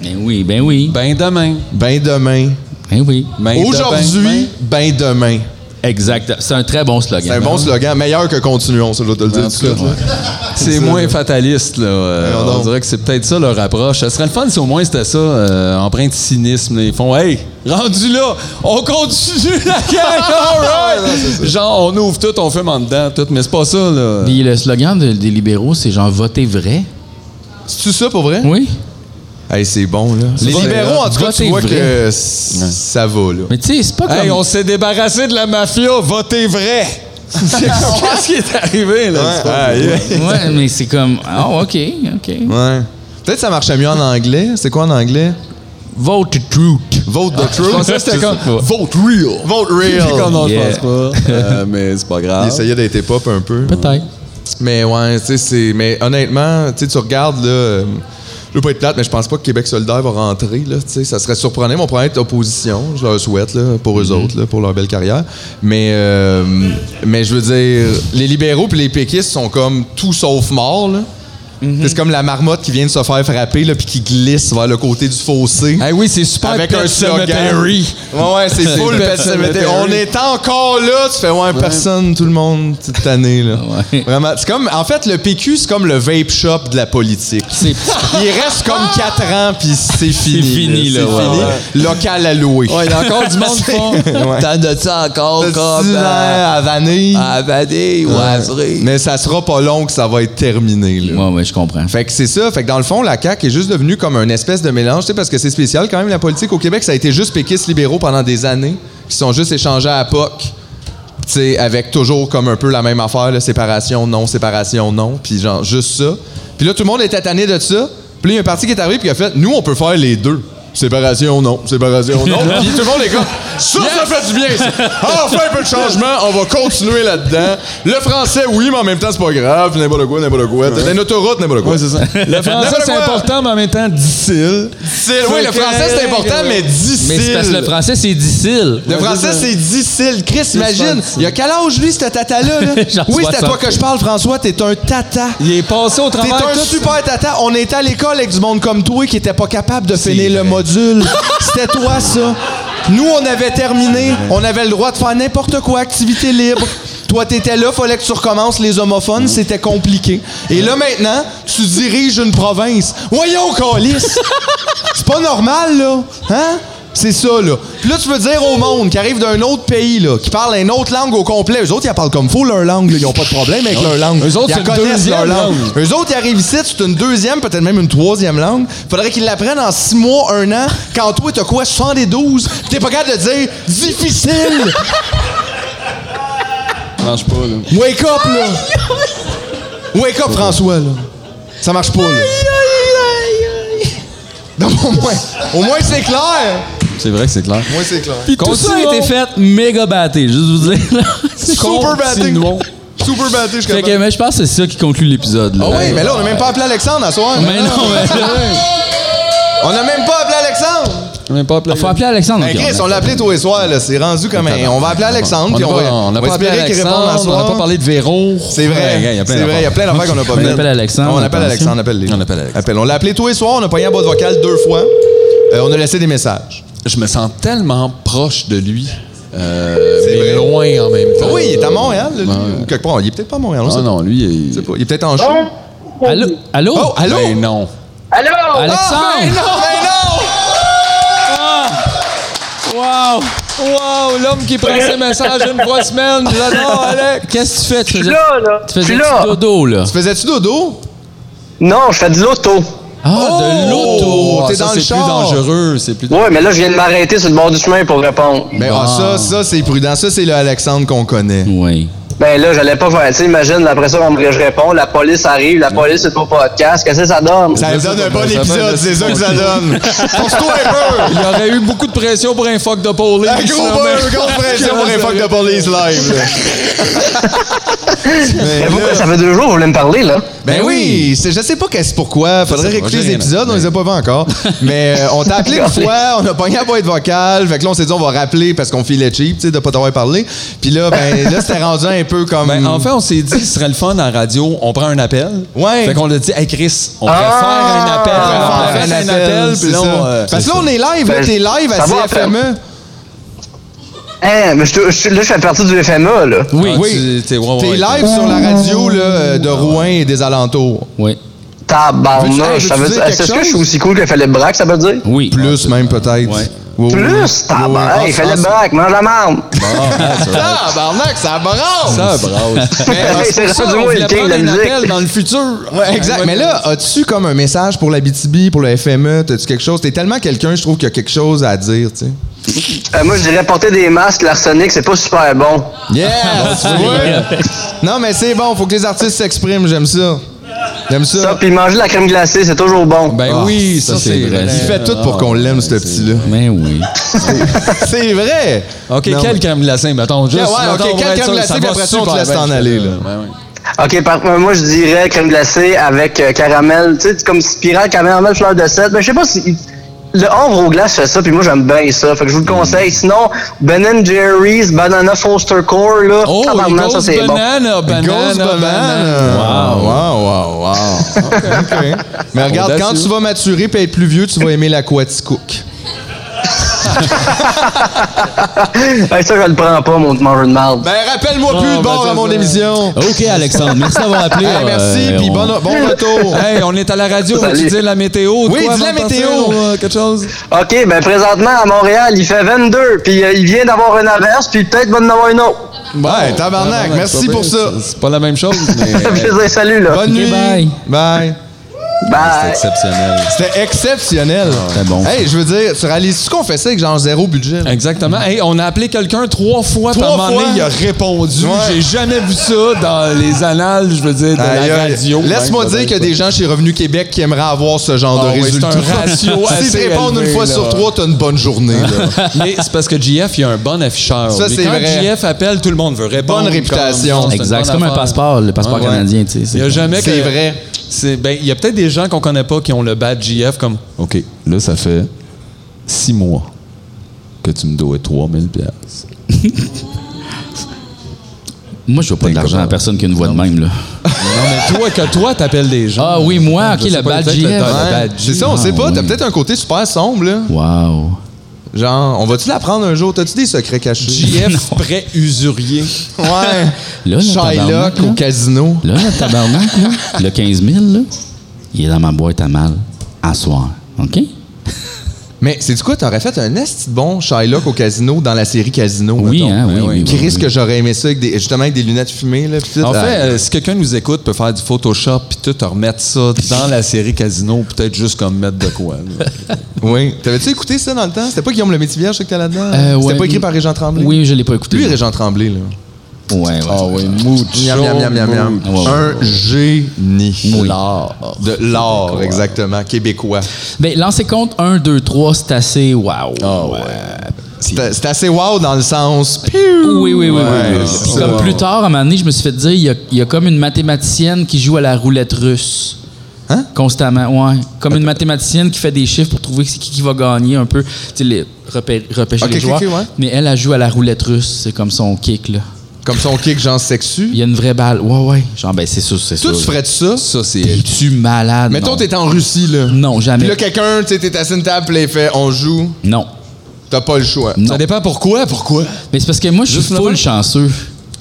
Speaker 1: Ben oui, ben oui.
Speaker 3: Bain de main.
Speaker 2: Bain demain.
Speaker 1: Ben oui.
Speaker 3: Bain de
Speaker 2: Aujourd'hui,
Speaker 3: bain.
Speaker 2: bain demain.
Speaker 1: Exact. C'est un très bon slogan.
Speaker 2: C'est un bon slogan, meilleur que continuons, ça, je dois te le dire
Speaker 3: En
Speaker 2: tout de suite.
Speaker 3: tout cas,
Speaker 2: là.
Speaker 3: ouais. c'est
Speaker 2: ça,
Speaker 3: moins
Speaker 2: là.
Speaker 3: fataliste. Là. Euh,
Speaker 2: Voyons
Speaker 3: on
Speaker 2: donc.
Speaker 3: dirait que c'est peut-être ça leur approche. Ça serait le fun si au moins c'était ça, euh, empreinte de cynisme. là. Ils font Hey, rendu là, on continue
Speaker 2: *laughs*
Speaker 3: la guerre, all right!
Speaker 2: Ouais, non, c'est ça.
Speaker 3: Genre, on ouvre tout, on fume en dedans, tout, mais c'est pas ça. Là.
Speaker 1: Puis le slogan de- des libéraux, c'est genre voter vrai.
Speaker 2: C'est-tu ça pour vrai?
Speaker 1: Oui.
Speaker 2: Hey, c'est bon, là. Les
Speaker 1: Votez-
Speaker 2: libéraux, en tout cas,
Speaker 1: votez
Speaker 2: tu vois
Speaker 1: vrai.
Speaker 2: que s- ça va, là.
Speaker 1: Mais tu sais, c'est pas
Speaker 3: Hey,
Speaker 1: comme.
Speaker 3: on s'est débarrassé de la mafia,
Speaker 2: *laughs*
Speaker 3: votez vrai! *laughs* Qu'est-ce qui est arrivé, là? Ah, C'est pas-
Speaker 2: Ouais,
Speaker 1: Ouais, mais c'est comme. Oh, OK, OK.
Speaker 2: ouais. Peut-être que ça marchait mieux en anglais. C'est quoi en anglais?
Speaker 1: Vote truth.
Speaker 2: Vote the
Speaker 3: Ah, Je
Speaker 2: truth.
Speaker 3: pensais que c'était comme vote real.
Speaker 2: Vote
Speaker 3: *laughs* Puis comme,
Speaker 2: real.
Speaker 3: non, je
Speaker 1: Yeah.
Speaker 3: pense pas. Euh, mais c'est pas
Speaker 2: Il
Speaker 3: grave.
Speaker 2: essayait d'être hip-hop un peu.
Speaker 1: Peut-être.
Speaker 2: Mais ouais, tu sais, c'est. Mais honnêtement, tu sais, tu regardes, là. euh, Je veux pas être plate, mais je pense pas que Québec solidaire va rentrer, là. Tu sais, ça serait surprenant. Ils vont probablement être opposition, je leur souhaite, là, pour eux autres, là, pour leur belle carrière. Mais, euh, mais je veux dire, les libéraux puis les péquistes sont comme tout sauf morts, là. C'est comme la marmotte qui vient de se faire frapper, là, puis qui glisse vers le côté du fossé.
Speaker 3: Ah oui, c'est super
Speaker 2: Avec
Speaker 3: Pet
Speaker 2: un slogan.
Speaker 3: Sematary.
Speaker 2: Ouais, ouais,
Speaker 3: *laughs*
Speaker 2: c'est full
Speaker 3: Pet
Speaker 2: Pet Sematary.
Speaker 3: Sematary.
Speaker 2: On est encore là. Tu fais, ouais, personne, tout le monde, toute année, là.
Speaker 1: Ouais.
Speaker 2: Vraiment. C'est comme, en fait, le PQ, c'est comme le vape shop de la politique.
Speaker 1: C'est
Speaker 2: Il reste comme 4 ans, puis c'est fini.
Speaker 1: fini, là,
Speaker 2: C'est
Speaker 1: ouais,
Speaker 2: fini. Local à louer.
Speaker 3: Ouais, il y a encore
Speaker 2: *laughs*
Speaker 3: du monde qui font.
Speaker 2: Ouais.
Speaker 3: T'en as-tu encore
Speaker 2: Le
Speaker 3: comme
Speaker 2: silence
Speaker 3: euh,
Speaker 2: à vanille.
Speaker 3: à Vadé ou à Azré?
Speaker 2: Mais ça sera pas long que ça va être terminé, là.
Speaker 1: Ouais, ouais, je comprends.
Speaker 2: Fait que c'est ça. Fait que dans le fond, la CAQ est juste devenue comme un espèce de mélange, tu sais, parce que c'est spécial quand même, la politique au Québec. Ça a été juste péquistes libéraux pendant des années, qui sont juste échangés à POC. Tu sais, avec toujours comme un peu la même affaire, là, séparation, non, séparation, non, puis genre juste ça. Puis là, tout le monde était tanné de ça. Puis là, il y a un parti qui est arrivé, puis qui a fait Nous, on peut faire les deux. Séparation, non, séparation,
Speaker 3: *laughs*
Speaker 2: non. puis tout le monde est comme Ça, ça fait du bien, ça. Enfin, un peu de changement, on va continuer là-dedans. Le français, oui, mais en même temps, c'est pas grave, n'importe quoi, n'importe quoi. T'as une autoroute, n'importe quoi.
Speaker 3: Ouais, c'est ça. Le français,
Speaker 2: N'importe
Speaker 3: c'est
Speaker 2: quoi.
Speaker 3: important, mais en même temps, difficile.
Speaker 2: Difficile. Oui, le
Speaker 3: Faut
Speaker 2: français, c'est
Speaker 3: que-
Speaker 2: important, mais difficile.
Speaker 1: Mais c'est parce que le français, c'est difficile.
Speaker 2: Le français, c'est difficile. Chris, imagine.
Speaker 3: difficile.
Speaker 2: Il a quel âge, lui,
Speaker 1: *laughs*
Speaker 2: ce tata-là? là?
Speaker 1: Genre
Speaker 2: oui, c'est à toi
Speaker 1: 60.
Speaker 2: que je parle, François. T'es un tata.
Speaker 3: Il est passé au
Speaker 2: T'es
Speaker 3: travers
Speaker 2: un
Speaker 3: tout-
Speaker 2: super tata. On était à l'école avec du monde comme toi qui était pas capable de finir le module. C'était toi, ça. Nous, on avait terminé. On avait le droit de faire n'importe quoi, activité libre. Toi, t'étais là, fallait que tu recommences les homophones, c'était compliqué. Et là, maintenant, tu diriges une province. Voyons, Calice! C'est pas normal, là. Hein? C'est ça, là. Puis là, tu veux dire au monde qui arrive d'un autre pays, là, qui parle une autre langue au complet. Eux autres, ils la parlent comme faux leur langue, là. Ils ont pas de problème avec leur langue.
Speaker 3: Eux autres,
Speaker 2: Ils la
Speaker 3: c'est une
Speaker 2: connaissent, leur
Speaker 3: deuxième
Speaker 2: langue. Eux autres, ils arrivent ici, c'est une deuxième, peut-être même une troisième langue. Faudrait qu'ils l'apprennent en six mois, un an, quand toi, t'as quoi, 72? Puis t'es pas capable de dire difficile!
Speaker 3: Ça marche pas, là.
Speaker 2: Wake up, là! Wake up, François, là! Ça marche pas, là! Donc, au moins, au moins c'est clair!
Speaker 3: C'est vrai que c'est clair.
Speaker 2: Au moins, c'est clair.
Speaker 1: Puis tout ça a été fait méga batté, juste vous dire. *laughs* Là.
Speaker 2: Super batté!
Speaker 3: Continuons.
Speaker 2: Super batté, je suis
Speaker 1: Fait que,
Speaker 2: capable.
Speaker 1: mais je pense que c'est ça qui conclut l'épisode. là.
Speaker 2: Ah oui, mais là, on n'a même pas appelé Alexandre à soir.
Speaker 1: Mais non, *laughs*
Speaker 2: On n'a même pas appelé Alexandre!
Speaker 3: On n'est pas appelé.
Speaker 1: Faut appeler Alexandre.
Speaker 2: Hey,
Speaker 1: ok,
Speaker 2: Chris,
Speaker 1: Ben, on
Speaker 2: on l'a appelé tous les soirs, là. C'est rendu comme un. On va appeler Alexandre,
Speaker 3: On
Speaker 2: puis
Speaker 3: n'a
Speaker 2: on va.
Speaker 3: pas, on n'a
Speaker 2: va
Speaker 3: pas appelé
Speaker 2: espérer qu'il réponde à
Speaker 3: Alexandre, on
Speaker 2: soir.
Speaker 3: n'a pas parlé de Véro.
Speaker 2: C'est vrai.
Speaker 3: Ouais, gars, il y a plein
Speaker 2: c'est
Speaker 3: d'affaires.
Speaker 2: vrai, il y a plein d'affaires qu'on n'a pas
Speaker 1: On
Speaker 2: vues.
Speaker 1: appelle Alexandre,
Speaker 2: On appelle
Speaker 1: attention.
Speaker 2: Alexandre, appelle-les.
Speaker 3: On appelle Alexandre.
Speaker 2: Appelle. On l'a appelé tous les soirs, on a pogné en boîte vocale deux fois. Euh, on a laissé des messages.
Speaker 3: Je me sens tellement proche de lui. euh,
Speaker 2: C'est vrai.
Speaker 3: mais loin en même temps.
Speaker 2: oui, il est à Montréal, là, lui.
Speaker 3: Euh, Ouais.
Speaker 2: Ou quelque part. Il est peut-être pas à Montréal, on
Speaker 3: Ah
Speaker 2: sait
Speaker 3: non, lui,
Speaker 2: pas.
Speaker 3: il...
Speaker 2: Je sais pas. Il est peut-être en show.
Speaker 1: Allô? Allô?
Speaker 2: Oh, allô?
Speaker 3: Ben non.
Speaker 4: Allô?
Speaker 2: Ah, ben
Speaker 1: Alexandre!
Speaker 2: non, ben non!
Speaker 1: Wow!
Speaker 3: Wow, l'homme qui prend ses messages une fois semaine. J'adore, Alex.
Speaker 1: Qu'est-ce que tu fais? Tu
Speaker 4: Je suis
Speaker 1: faisais,
Speaker 4: là, là.
Speaker 1: tu
Speaker 4: Je
Speaker 1: faisais
Speaker 4: suis
Speaker 1: du
Speaker 4: là.
Speaker 1: dodo, là.
Speaker 2: Faisais-tu dodo?
Speaker 4: Non, je fais de l'auto.
Speaker 1: Ah, de l'auto!
Speaker 2: Oh, t'es
Speaker 3: ça,
Speaker 2: dans le
Speaker 3: C'est
Speaker 2: char.
Speaker 3: plus dangereux. C'est plus
Speaker 4: Ouais, mais là, je viens de m'arrêter sur le bord du chemin pour répondre.
Speaker 2: Ben ah, ça, ça, c'est prudent. Ça, c'est le Alexandre qu'on connaît.
Speaker 1: Oui.
Speaker 4: Ben là, j'allais pas faire. Tu sais, imagine, après ça, on me- je réponds, la police arrive, la police, c'est pas podcast. Qu'est-ce que ça donne?
Speaker 2: Ça
Speaker 3: ça,
Speaker 2: donne un
Speaker 3: ça,
Speaker 2: bon
Speaker 3: ça, ça,
Speaker 2: épisode,
Speaker 3: ça,
Speaker 2: c'est ça
Speaker 3: ça,
Speaker 2: que
Speaker 3: ça,
Speaker 2: ça donne.
Speaker 3: *laughs*
Speaker 2: Pense-toi un peu!
Speaker 3: Il y aurait eu beaucoup de pression pour un fuck de police.
Speaker 2: La grosse
Speaker 3: mais-
Speaker 2: *laughs* grosse pression pour un fuck de police live. Mais
Speaker 4: Mais vous,
Speaker 2: là-
Speaker 4: ça fait deux jours que vous voulez me parler, là.
Speaker 2: Ben
Speaker 1: Ben
Speaker 2: oui, c'est- je sais pas qu'est-ce pourquoi.
Speaker 3: sais
Speaker 2: Faudrait
Speaker 3: pas,
Speaker 2: réécouter
Speaker 3: j'ai
Speaker 2: les
Speaker 3: rien à-
Speaker 2: épisodes, on les a pas vus
Speaker 3: *laughs*
Speaker 2: encore. Mais euh, on t'a appelé une fois, on a pogné à boîte vocale. Fait que là, on s'est dit, on va rappeler parce qu'on filait cheap, tu sais, de pas t'avoir parlé. Puis là, ben là, c'était rendu un peu comme.
Speaker 3: Ben, en fait, on s'est dit que ce serait le fun en radio. On prend un appel.
Speaker 2: Ouais.
Speaker 3: Fait qu'on l'a dit, hey Chris, on pourrait
Speaker 4: Ah!
Speaker 3: faire un appel.
Speaker 2: on va
Speaker 3: On pourrait
Speaker 2: faire
Speaker 3: faire un appel.
Speaker 2: c'est
Speaker 3: Puis là,
Speaker 2: ça.
Speaker 3: on, euh,
Speaker 2: parce que là, on est live, là,
Speaker 4: Ben,
Speaker 2: t'es live à
Speaker 4: ça va,
Speaker 2: CFME.
Speaker 4: Hein, mais je, te- je- là, je fais partie du FMA, là.
Speaker 1: Oui.
Speaker 3: Ah,
Speaker 2: Oui.
Speaker 3: tu- t'es- ouais, ouais,
Speaker 2: T'es
Speaker 3: ouais,
Speaker 2: live sur la radio là, euh, de Rouen et des alentours.
Speaker 1: Oui.
Speaker 2: Veux-tu- hey,
Speaker 4: Tabarnouche.
Speaker 2: veux-tu
Speaker 4: ça
Speaker 2: dire
Speaker 4: veut dire- Est-ce
Speaker 2: quelque
Speaker 4: que je suis
Speaker 2: chose?
Speaker 4: aussi cool que Philippe Braque, ça veut dire?
Speaker 1: Oui.
Speaker 2: Plus même peut-être.
Speaker 1: Ouais.
Speaker 2: Oui, oui.
Speaker 4: Plus, tabarnak,
Speaker 2: Ouais, Ah, ouais.
Speaker 4: Philippe Braque, mange la marde.
Speaker 2: Tabarnak, ça brasse!
Speaker 3: Ça, Eh, bravo.
Speaker 2: Mais, euh,
Speaker 4: Ben, C'est ça, du
Speaker 3: on
Speaker 4: moins,
Speaker 3: voulait
Speaker 4: le king de
Speaker 3: prendre
Speaker 4: la
Speaker 3: un appel
Speaker 4: musique.
Speaker 3: dans le futur.
Speaker 2: Ouais, exact. Mais là, as-tu comme un message pour la BTB, pour le FME? T'as-tu quelque chose? T'es tellement quelqu'un, je trouve, qu'il y a quelque chose à dire, tu sais.
Speaker 4: Euh, moi, je dirais porter des masques, l'arsenic, c'est pas super bon.
Speaker 2: Yeah! Non, mais c'est bon, faut que les artistes s'expriment, j'aime ça. J'aime
Speaker 4: Ça,
Speaker 2: ça.
Speaker 4: puis manger de la crème glacée, c'est toujours bon.
Speaker 3: Ben
Speaker 2: Ah,
Speaker 3: oui, ça, c'est vrai.
Speaker 2: Il fait tout pour qu'on l'aime, ce petit-là.
Speaker 1: Mais oui.
Speaker 2: C'est vrai!
Speaker 3: OK,
Speaker 2: Non,
Speaker 3: quel crème glacée, mettons. Juste,
Speaker 2: Ouais, ouais,
Speaker 3: mettons,
Speaker 2: OK,
Speaker 3: on
Speaker 2: quel
Speaker 3: va être
Speaker 2: crème
Speaker 3: sûr,
Speaker 2: glacée,
Speaker 3: ça
Speaker 2: puis
Speaker 3: va
Speaker 2: après ça, on te
Speaker 3: super
Speaker 2: laisse
Speaker 3: bien,
Speaker 2: t'en
Speaker 3: je
Speaker 2: aller,
Speaker 3: te-
Speaker 2: là.
Speaker 3: ouais, ouais.
Speaker 4: OK, par, euh, moi, je dirais crème glacée avec euh, caramel, tu sais, comme spiral, caramel, fleur de sel. Mais je sais pas si... Le Havre au glace fait ça, puis moi, j'aime bien ça. Fait que je vous le conseille. Sinon, Ben Jerry's Banana Foster Core, là,
Speaker 3: Oh,
Speaker 4: tabarnak,
Speaker 3: Ghost
Speaker 4: ça, c'est bon.
Speaker 3: Banana,
Speaker 2: Ghost
Speaker 3: Banana,
Speaker 2: Banana! Wow, wow, wow, wow. OK. Mais regarde, quand
Speaker 3: Audacieux.
Speaker 2: tu vas maturer et être plus vieux, tu vas aimer l'Aquaticook.
Speaker 4: Hey, Ben, ça, je le prends pas, mon mangeur de marde.
Speaker 2: Ben, rappelle-moi
Speaker 3: Non,
Speaker 2: plus de
Speaker 3: ben,
Speaker 2: bord
Speaker 3: c'est
Speaker 2: à mon
Speaker 3: ça.
Speaker 2: émission.
Speaker 1: OK, Alexandre, merci d'avoir appelé.
Speaker 2: Hey, merci,
Speaker 1: Euh,
Speaker 2: puis
Speaker 1: on-
Speaker 2: bon, bon
Speaker 3: *laughs*
Speaker 2: retour.
Speaker 3: Hey, on est à la radio,
Speaker 4: Salut.
Speaker 3: tu dis la météo.
Speaker 2: Oui,
Speaker 3: toi,
Speaker 2: dis la
Speaker 3: avant de
Speaker 2: météo.
Speaker 3: partir, ou, euh, quelque chose.
Speaker 4: OK, ben présentement, à Montréal, il fait 22, puis euh, il vient d'avoir une averse, puis peut-être va en avoir une autre. *laughs*
Speaker 2: Ouais, tabarnak, merci pour ça.
Speaker 3: C'est pas la même chose, mais
Speaker 4: Ça fait plaisir, salut, là.
Speaker 2: Bonne
Speaker 1: Ok,
Speaker 2: nuit.
Speaker 1: bye.
Speaker 2: Bye.
Speaker 4: Bye.
Speaker 3: exceptionnel.
Speaker 2: C'était exceptionnel.
Speaker 3: Ah,
Speaker 1: C'était bon.
Speaker 2: Hey, je veux dire, tu réalises-tu qu'on fait ça avec genre zéro budget?
Speaker 3: Exactement. Hey, on a appelé quelqu'un trois fois par
Speaker 2: Trois
Speaker 3: moment donné,
Speaker 2: fois?
Speaker 3: il a répondu.
Speaker 2: Ouais.
Speaker 3: J'ai jamais vu ça dans les annales, je veux dire, de
Speaker 2: Aïe,
Speaker 3: la
Speaker 2: aïe.
Speaker 3: radio.
Speaker 2: Laisse-moi
Speaker 3: Ben,
Speaker 2: dire
Speaker 3: ça
Speaker 2: qu'il y a
Speaker 3: doit
Speaker 2: des
Speaker 3: être
Speaker 2: gens chez Revenu Québec qui aimeraient avoir ce genre
Speaker 3: Ah
Speaker 2: de
Speaker 3: oui, c'est
Speaker 2: résultat.
Speaker 3: un ratio
Speaker 2: *laughs* si tu
Speaker 3: assez
Speaker 2: réponds une
Speaker 3: élevé,
Speaker 2: fois
Speaker 3: là.
Speaker 2: sur trois, t'as une bonne journée.
Speaker 3: *laughs*
Speaker 2: là.
Speaker 3: pas. Mais c'est parce que GF, il a un bon afficheur.
Speaker 2: Ça,
Speaker 3: Mais
Speaker 2: c'est
Speaker 3: quand
Speaker 2: vrai.
Speaker 3: GF appelle, tout le monde veut répondre.
Speaker 2: Bonne
Speaker 3: comme,
Speaker 2: réputation.
Speaker 3: non, c'est une
Speaker 1: Exact.
Speaker 3: bonne
Speaker 1: C'est comme un
Speaker 3: affaire.
Speaker 1: passeport, le passeport
Speaker 3: Ouais, ouais.
Speaker 1: canadien, tu sais.
Speaker 3: Il y a
Speaker 1: comme-
Speaker 3: jamais
Speaker 2: C'est
Speaker 3: que-
Speaker 2: vrai.
Speaker 3: C'est ben il y a peut-être des gens qu'on connaît pas qui ont le badge GF comme OK, là ça fait six mois que tu me dois 3000 pièces.
Speaker 1: Moi, je veux pas de l'argent à personne qui a une voix de même, là.
Speaker 3: Non mais toi que toi t'appelles des gens.
Speaker 1: Ah oui, moi,
Speaker 3: Je
Speaker 1: OK,
Speaker 3: sais
Speaker 1: le
Speaker 3: pas,
Speaker 1: badge
Speaker 3: peut-être le
Speaker 1: JF.
Speaker 3: temps-
Speaker 2: Ouais.
Speaker 3: badge.
Speaker 2: C'est ça, on
Speaker 1: Ah,
Speaker 2: sait pas. T'as
Speaker 1: oui.
Speaker 2: peut-être un côté super sombre, là.
Speaker 1: Wow.
Speaker 2: Genre, on va-tu l'apprendre un jour? T'as-tu des secrets
Speaker 1: *laughs*
Speaker 2: cachés?
Speaker 3: GF prêt usurier.
Speaker 2: Ouais.
Speaker 1: Là, le tabarnak,
Speaker 2: Shylock
Speaker 1: là.
Speaker 2: au casino.
Speaker 1: Là, le tabarnak, là, le 15 000, là, il est dans ma boîte à mal à soir. OK?
Speaker 2: Mais c'est du quoi, t'aurais fait un esti de bon Shylock au casino dans la série Casino.
Speaker 1: Oui,
Speaker 2: mettons.
Speaker 1: hein, oui,
Speaker 2: Ouais,
Speaker 1: oui,
Speaker 2: ouais.
Speaker 1: oui,
Speaker 2: Qui
Speaker 1: oui,
Speaker 2: risque
Speaker 1: oui.
Speaker 2: que j'aurais aimé ça avec des, justement avec des lunettes fumées, là. pis tout.
Speaker 3: En
Speaker 2: Ah.
Speaker 3: fait, euh, si quelqu'un nous écoute, peut faire du Photoshop puis tout remettre ça dans la série Casino, peut-être juste comme mettre de quoi.
Speaker 2: *laughs*
Speaker 3: là.
Speaker 2: Oui. T'avais-tu écouté ça dans le temps? C'était pas Guillaume le Métivier, je sais que t'es là-dedans.
Speaker 1: Euh,
Speaker 2: C'était
Speaker 1: ouais.
Speaker 2: pas écrit par Régent Tremblay.
Speaker 1: Oui, je l'ai pas écouté. Ah,
Speaker 2: Lui, Régent Tremblay, là.
Speaker 1: Ouais, ouais.
Speaker 2: Miam, miam, miam, miam, miam.
Speaker 1: Ouais, ouais.
Speaker 2: Un génie.
Speaker 1: Oui.
Speaker 2: L'art. De l'art, exactement. Québécois.
Speaker 1: Ben, lancer compte 1, 2, 3, c'est assez wow.
Speaker 2: C'est c'est assez wow dans le sens.
Speaker 1: Oui, oui, oui. oui,
Speaker 2: Ouais,
Speaker 1: oui.
Speaker 2: c'est
Speaker 1: Puis
Speaker 2: ça.
Speaker 1: comme plus tard, à un moment donné, je me suis fait dire, il y a, il y a comme une mathématicienne qui joue à la roulette russe.
Speaker 2: Hein?
Speaker 1: Constamment, ouais. Comme une mathématicienne qui fait des chiffres pour trouver c'est qui, qui va gagner un peu. Tu sais, les, repê- repêcher
Speaker 2: Ok,
Speaker 1: les
Speaker 2: ok,
Speaker 1: joueurs.
Speaker 2: ok, ouais.
Speaker 1: Mais elle, elle joue à la roulette russe. C'est comme son kick, là.
Speaker 2: Comme son kick, genre sexu.
Speaker 1: Il y a une vraie balle. Ouais, ouais. Genre, ben, c'est sûr, c'est
Speaker 2: Toi,
Speaker 1: sûr.
Speaker 2: tu ferais ça?
Speaker 3: Ça c'est
Speaker 1: T'es-tu malade?
Speaker 2: Mettons,
Speaker 1: non.
Speaker 2: t'es en Russie, là.
Speaker 1: Non, jamais.
Speaker 2: Puis là, quelqu'un, tu sais, t'es assis à une table, puis là, il fait on joue,
Speaker 1: Non.
Speaker 2: t'as pas le choix.
Speaker 1: Non.
Speaker 3: ça dépend pourquoi, pourquoi.
Speaker 1: Mais c'est parce que moi, je suis
Speaker 3: Juste le
Speaker 1: full
Speaker 3: vent?
Speaker 1: chanceux.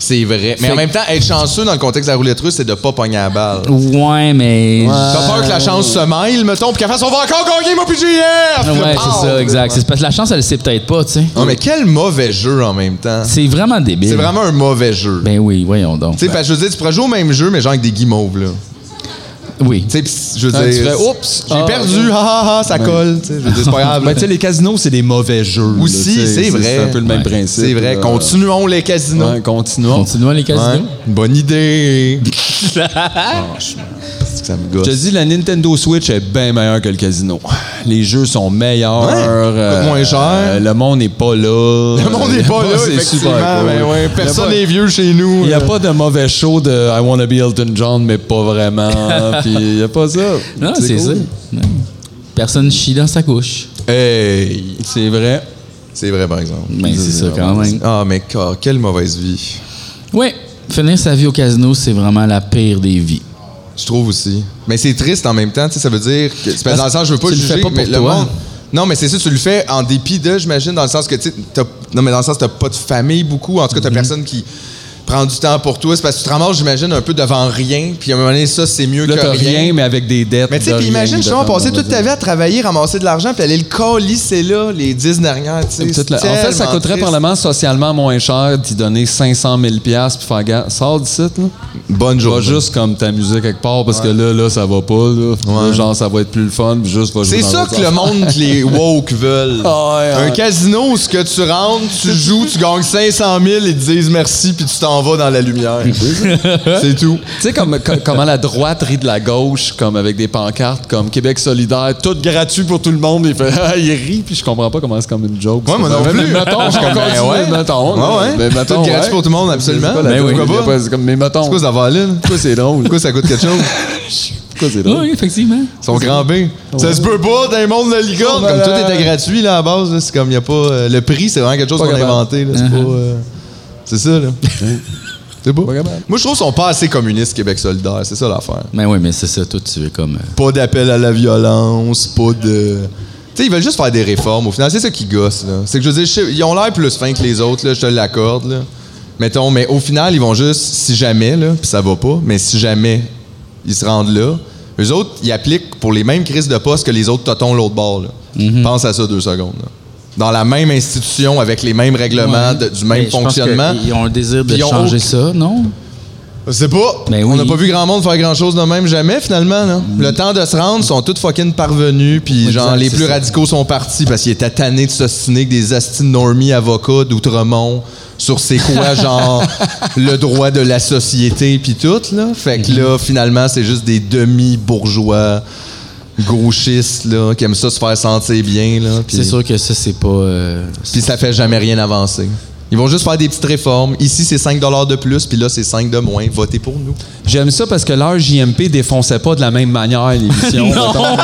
Speaker 2: C'est vrai. Mais en même temps, être chanceux dans le contexte de la roulette russe, c'est de pas pogner la balle.
Speaker 1: Ouais, mais.
Speaker 2: T'as peur que la chance se mêle, mettons, puis qu'elle fasse on va encore gagner, moi, puis JF! Puis là,
Speaker 1: Ouais,
Speaker 2: pow!
Speaker 1: c'est ça, exact. C'est parce que la chance, elle le sait peut-être pas, tu sais.
Speaker 2: Non, mais quel mauvais jeu en même temps.
Speaker 1: C'est vraiment débile.
Speaker 2: C'est vraiment un mauvais jeu.
Speaker 1: Ben oui, voyons donc.
Speaker 2: Tu sais, parce que je veux dire, tu pourrais jouer au même jeu, mais genre avec des guimauves, là.
Speaker 1: Ben Oui.
Speaker 2: Tu sais, pis je veux
Speaker 1: Hein,
Speaker 3: Ah,
Speaker 2: dire.
Speaker 3: tu fais, oups,
Speaker 2: J'ai
Speaker 3: ah,
Speaker 2: perdu, ha ha ha, ça colle, tu sais. Je veux dire, c'est pas grave.
Speaker 3: Ben,
Speaker 2: là.
Speaker 3: tu sais, les casinos, c'est des mauvais jeux. là,
Speaker 2: Aussi,
Speaker 3: tu sais,
Speaker 2: c'est vrai.
Speaker 3: C'est un peu le même
Speaker 1: Ouais.
Speaker 3: principe.
Speaker 2: c'est vrai.
Speaker 3: là.
Speaker 2: Continuons les casinos.
Speaker 3: Ouais, continuons.
Speaker 1: Continuons les
Speaker 2: Ouais.
Speaker 1: casinos.
Speaker 2: Bonne idée.
Speaker 3: Je te dis, la Nintendo Switch est bien meilleure que le casino. Les jeux sont meilleurs. euh,
Speaker 2: Ouais, coûte moins cher.
Speaker 3: le monde n'est pas là.
Speaker 2: *laughs* Le monde n'est pas là, effectivement. ben ouais, personne n'est vieux chez nous.
Speaker 3: Il n'y a
Speaker 2: là.
Speaker 3: pas de mauvais show de I Wanna Be Elton John, mais pas
Speaker 2: *laughs*
Speaker 3: vraiment. Puis il n'y a pas ça.
Speaker 1: Non, c'est ça.
Speaker 3: cool.
Speaker 1: Ouais. Personne chie dans sa couche.
Speaker 2: Hey,
Speaker 3: C'est vrai.
Speaker 2: c'est vrai, par exemple.
Speaker 1: Ben, c'est ça quand même.
Speaker 2: Ah, mais car- quelle mauvaise vie.
Speaker 1: Oui, finir sa vie au casino, c'est vraiment la pire des vies.
Speaker 2: Je trouve aussi. Mais c'est triste en même temps, tu sais, ça veut dire que. c'est parce que Dans le sens, je veux pas
Speaker 3: tu le
Speaker 2: juger,
Speaker 3: fais pas pour
Speaker 2: mais le
Speaker 3: toi.
Speaker 2: monde. Non, mais c'est ça, tu le fais en dépit de, j'imagine, dans le sens que, tu sais, t'as- non, mais dans le sens, que t'as pas de famille beaucoup. En tout cas,
Speaker 3: Mhm.
Speaker 2: t'as personne qui prend du temps pour toi. C'est parce que tu te ramasses, j'imagine, un peu devant rien. Puis à un moment donné, ça, c'est mieux
Speaker 3: Là,
Speaker 2: que
Speaker 3: t'as
Speaker 2: rien.
Speaker 3: rien, mais avec des dettes.
Speaker 2: Mais tu sais,
Speaker 3: de
Speaker 2: puis
Speaker 3: rien,
Speaker 2: imagine,
Speaker 3: de
Speaker 2: justement,
Speaker 3: temps,
Speaker 2: passer
Speaker 3: de
Speaker 2: toute ta
Speaker 3: dire.
Speaker 2: vie à travailler, ramasser de l'argent, puis aller le colisser là, les 10 dernières, tu sais.
Speaker 3: Toute la-
Speaker 2: c'est
Speaker 3: En fait, ça
Speaker 2: tellement
Speaker 3: coûterait
Speaker 2: triste.
Speaker 3: probablement socialement moins cher d'y donner 500 000 piastres puis faire gars, sors d'ici, là.
Speaker 2: Bonne
Speaker 3: Va
Speaker 2: journée.
Speaker 3: juste comme t'amuser quelque part parce que là, là, ça va pas, là. Là, genre, ça va être plus le fun, puis juste va jouer
Speaker 2: C'est
Speaker 3: dans
Speaker 2: ça
Speaker 3: l'autre
Speaker 2: que le
Speaker 3: affaire.
Speaker 2: monde, que les *laughs* woke veulent.
Speaker 3: Ah ouais,
Speaker 2: un
Speaker 3: ouais.
Speaker 2: casino où ce que tu rentres, tu joues, tu gagnes 500 000, ils te disent merci, puis tu t'en vas dans la lumière. *laughs* c'est tout.
Speaker 3: Tu sais, comme, co- comment la droite rit de la gauche, comme avec des pancartes, comme Québec solidaire, tout gratuit pour tout le monde. Il fait, ah, il rit, puis je comprends pas comment c'est comme une joke.
Speaker 2: Ouais, moi non
Speaker 3: Mais-
Speaker 2: plus.
Speaker 3: mais Mettons,
Speaker 2: *laughs* Je
Speaker 3: je
Speaker 2: suis comme, ben ouais.
Speaker 3: mettons.
Speaker 2: Ouais, ouais.
Speaker 3: Mais mettons,
Speaker 2: Tout gratuit pour tout le monde, absolument.
Speaker 3: C'est pas la
Speaker 2: Ben
Speaker 3: joke,
Speaker 2: oui.
Speaker 3: il y a pas- c'est comme, mais mettons.
Speaker 2: C'est quoi ça va là?
Speaker 3: Pourquoi c'est drôle?
Speaker 2: Pourquoi ça coûte quelque chose?
Speaker 3: Pourquoi c'est drôle?
Speaker 1: Oui, effectivement.
Speaker 2: Son grand B. Ça se peut pas dans le monde de la licorne. Comme tout était gratuit là, à base, là, c'est comme il a pas. euh, le prix, c'est vraiment quelque chose
Speaker 3: Pas
Speaker 2: qu'on a
Speaker 3: capable.
Speaker 2: inventé. là, C'est pas. euh, c'est ça, là. c'est beau.
Speaker 3: Pas capable.
Speaker 2: Moi, je trouve qu'ils sont pas assez communistes, Québec solidaire. C'est ça l'affaire.
Speaker 1: Mais Ben oui, mais c'est ça, toi, tu es comme. euh,
Speaker 2: Pas d'appel à la violence, pas de. Tu sais, ils veulent juste faire des réformes. Au final, c'est ça qui gosse, là. C'est que je veux dire, je sais- ils ont l'air plus fins que les autres, là, je te l'accorde, là. Mettons, mais au final, ils vont juste, si jamais, là, puis ça va pas, mais si jamais ils se rendent là, eux autres, ils appliquent pour les mêmes crises de poste que les autres totons l'autre bord, là.
Speaker 1: Mhm.
Speaker 2: Pense à ça deux secondes, là. Dans la même institution, avec les mêmes règlements, de- du même
Speaker 1: mais je pense
Speaker 2: fonctionnement.
Speaker 1: que Ils ont un désir de
Speaker 2: Puis ils ont
Speaker 1: changer
Speaker 2: aucun-
Speaker 1: ça, non?
Speaker 2: Je sais pas.
Speaker 1: Ben oui.
Speaker 2: On n'a pas vu grand monde faire grand chose de même jamais finalement. là. Le temps de se rendre, sont tous fucking parvenus. Puis
Speaker 1: Exact,
Speaker 2: genre les
Speaker 1: c'est
Speaker 2: plus
Speaker 1: ça.
Speaker 2: radicaux sont partis parce qu'ils étaient tannés de s'ostiner avec des astis normies avocats d'Outremont sur c'est
Speaker 1: *laughs*
Speaker 2: quoi genre le droit de la société puis tout là. Fait que là finalement c'est juste des demi bourgeois gauchistes là qui aiment ça se faire sentir bien là. puis-
Speaker 1: C'est sûr que ça, c'est pas. euh,
Speaker 2: puis ça fait jamais rien avancer. Ils vont juste faire des petites réformes. Ici, c'est 5 de plus, puis là, c'est 5 de moins. Votez pour nous.
Speaker 3: J'aime ça parce que l'heure JMP défonçait pas de la même manière l'émission. mettons.
Speaker 1: *laughs*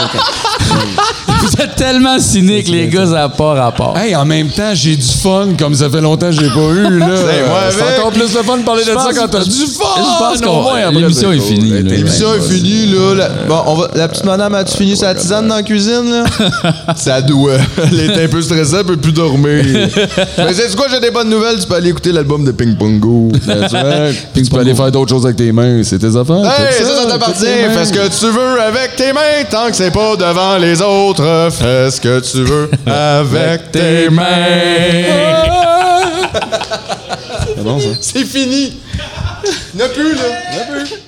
Speaker 1: Vous êtes tellement cyniques, les gars, ça n'a pas rapport.
Speaker 3: *laughs* Hey, en même temps, j'ai du fun comme ça fait longtemps que j'ai pas eu. là.
Speaker 2: C'est moi avec.
Speaker 3: C'est encore plus de fun de parler de ça quand t'as du fun.
Speaker 1: je pense
Speaker 3: au
Speaker 1: qu'on-
Speaker 3: moins, après,
Speaker 1: l'émission
Speaker 3: c'est
Speaker 1: est
Speaker 3: cool. Ben,
Speaker 1: finie,
Speaker 3: Hey,
Speaker 1: là.
Speaker 3: t'es
Speaker 2: L'émission
Speaker 3: bien
Speaker 2: est finie, là. La, bon, on Euh, va- la petite madame, as-tu fini sa tisane dans la cuisine, là? *laughs* Ça doit. Elle est un peu stressée, elle peut plus dormir. *laughs* Mais c'est quoi, j'ai des bonnes nouvelles. Tu peux aller écouter l'album de Ping *laughs* Pongo.
Speaker 3: That's right. *laughs* Puis tu peux aller faire d'autres choses avec tes mains. C'est tes affaires.
Speaker 2: Hey,
Speaker 3: Fais
Speaker 2: ça, ça t'appartient.
Speaker 3: Fais tes mains.
Speaker 2: Fais ce que tu veux avec tes mains, tant que c'est pas devant les autres. Fais ce que tu veux *laughs* avec tes mains. *laughs*
Speaker 3: C'est bon, ça.
Speaker 2: C'est fini. Il n'y en a plus, là. Il n'y en a plus.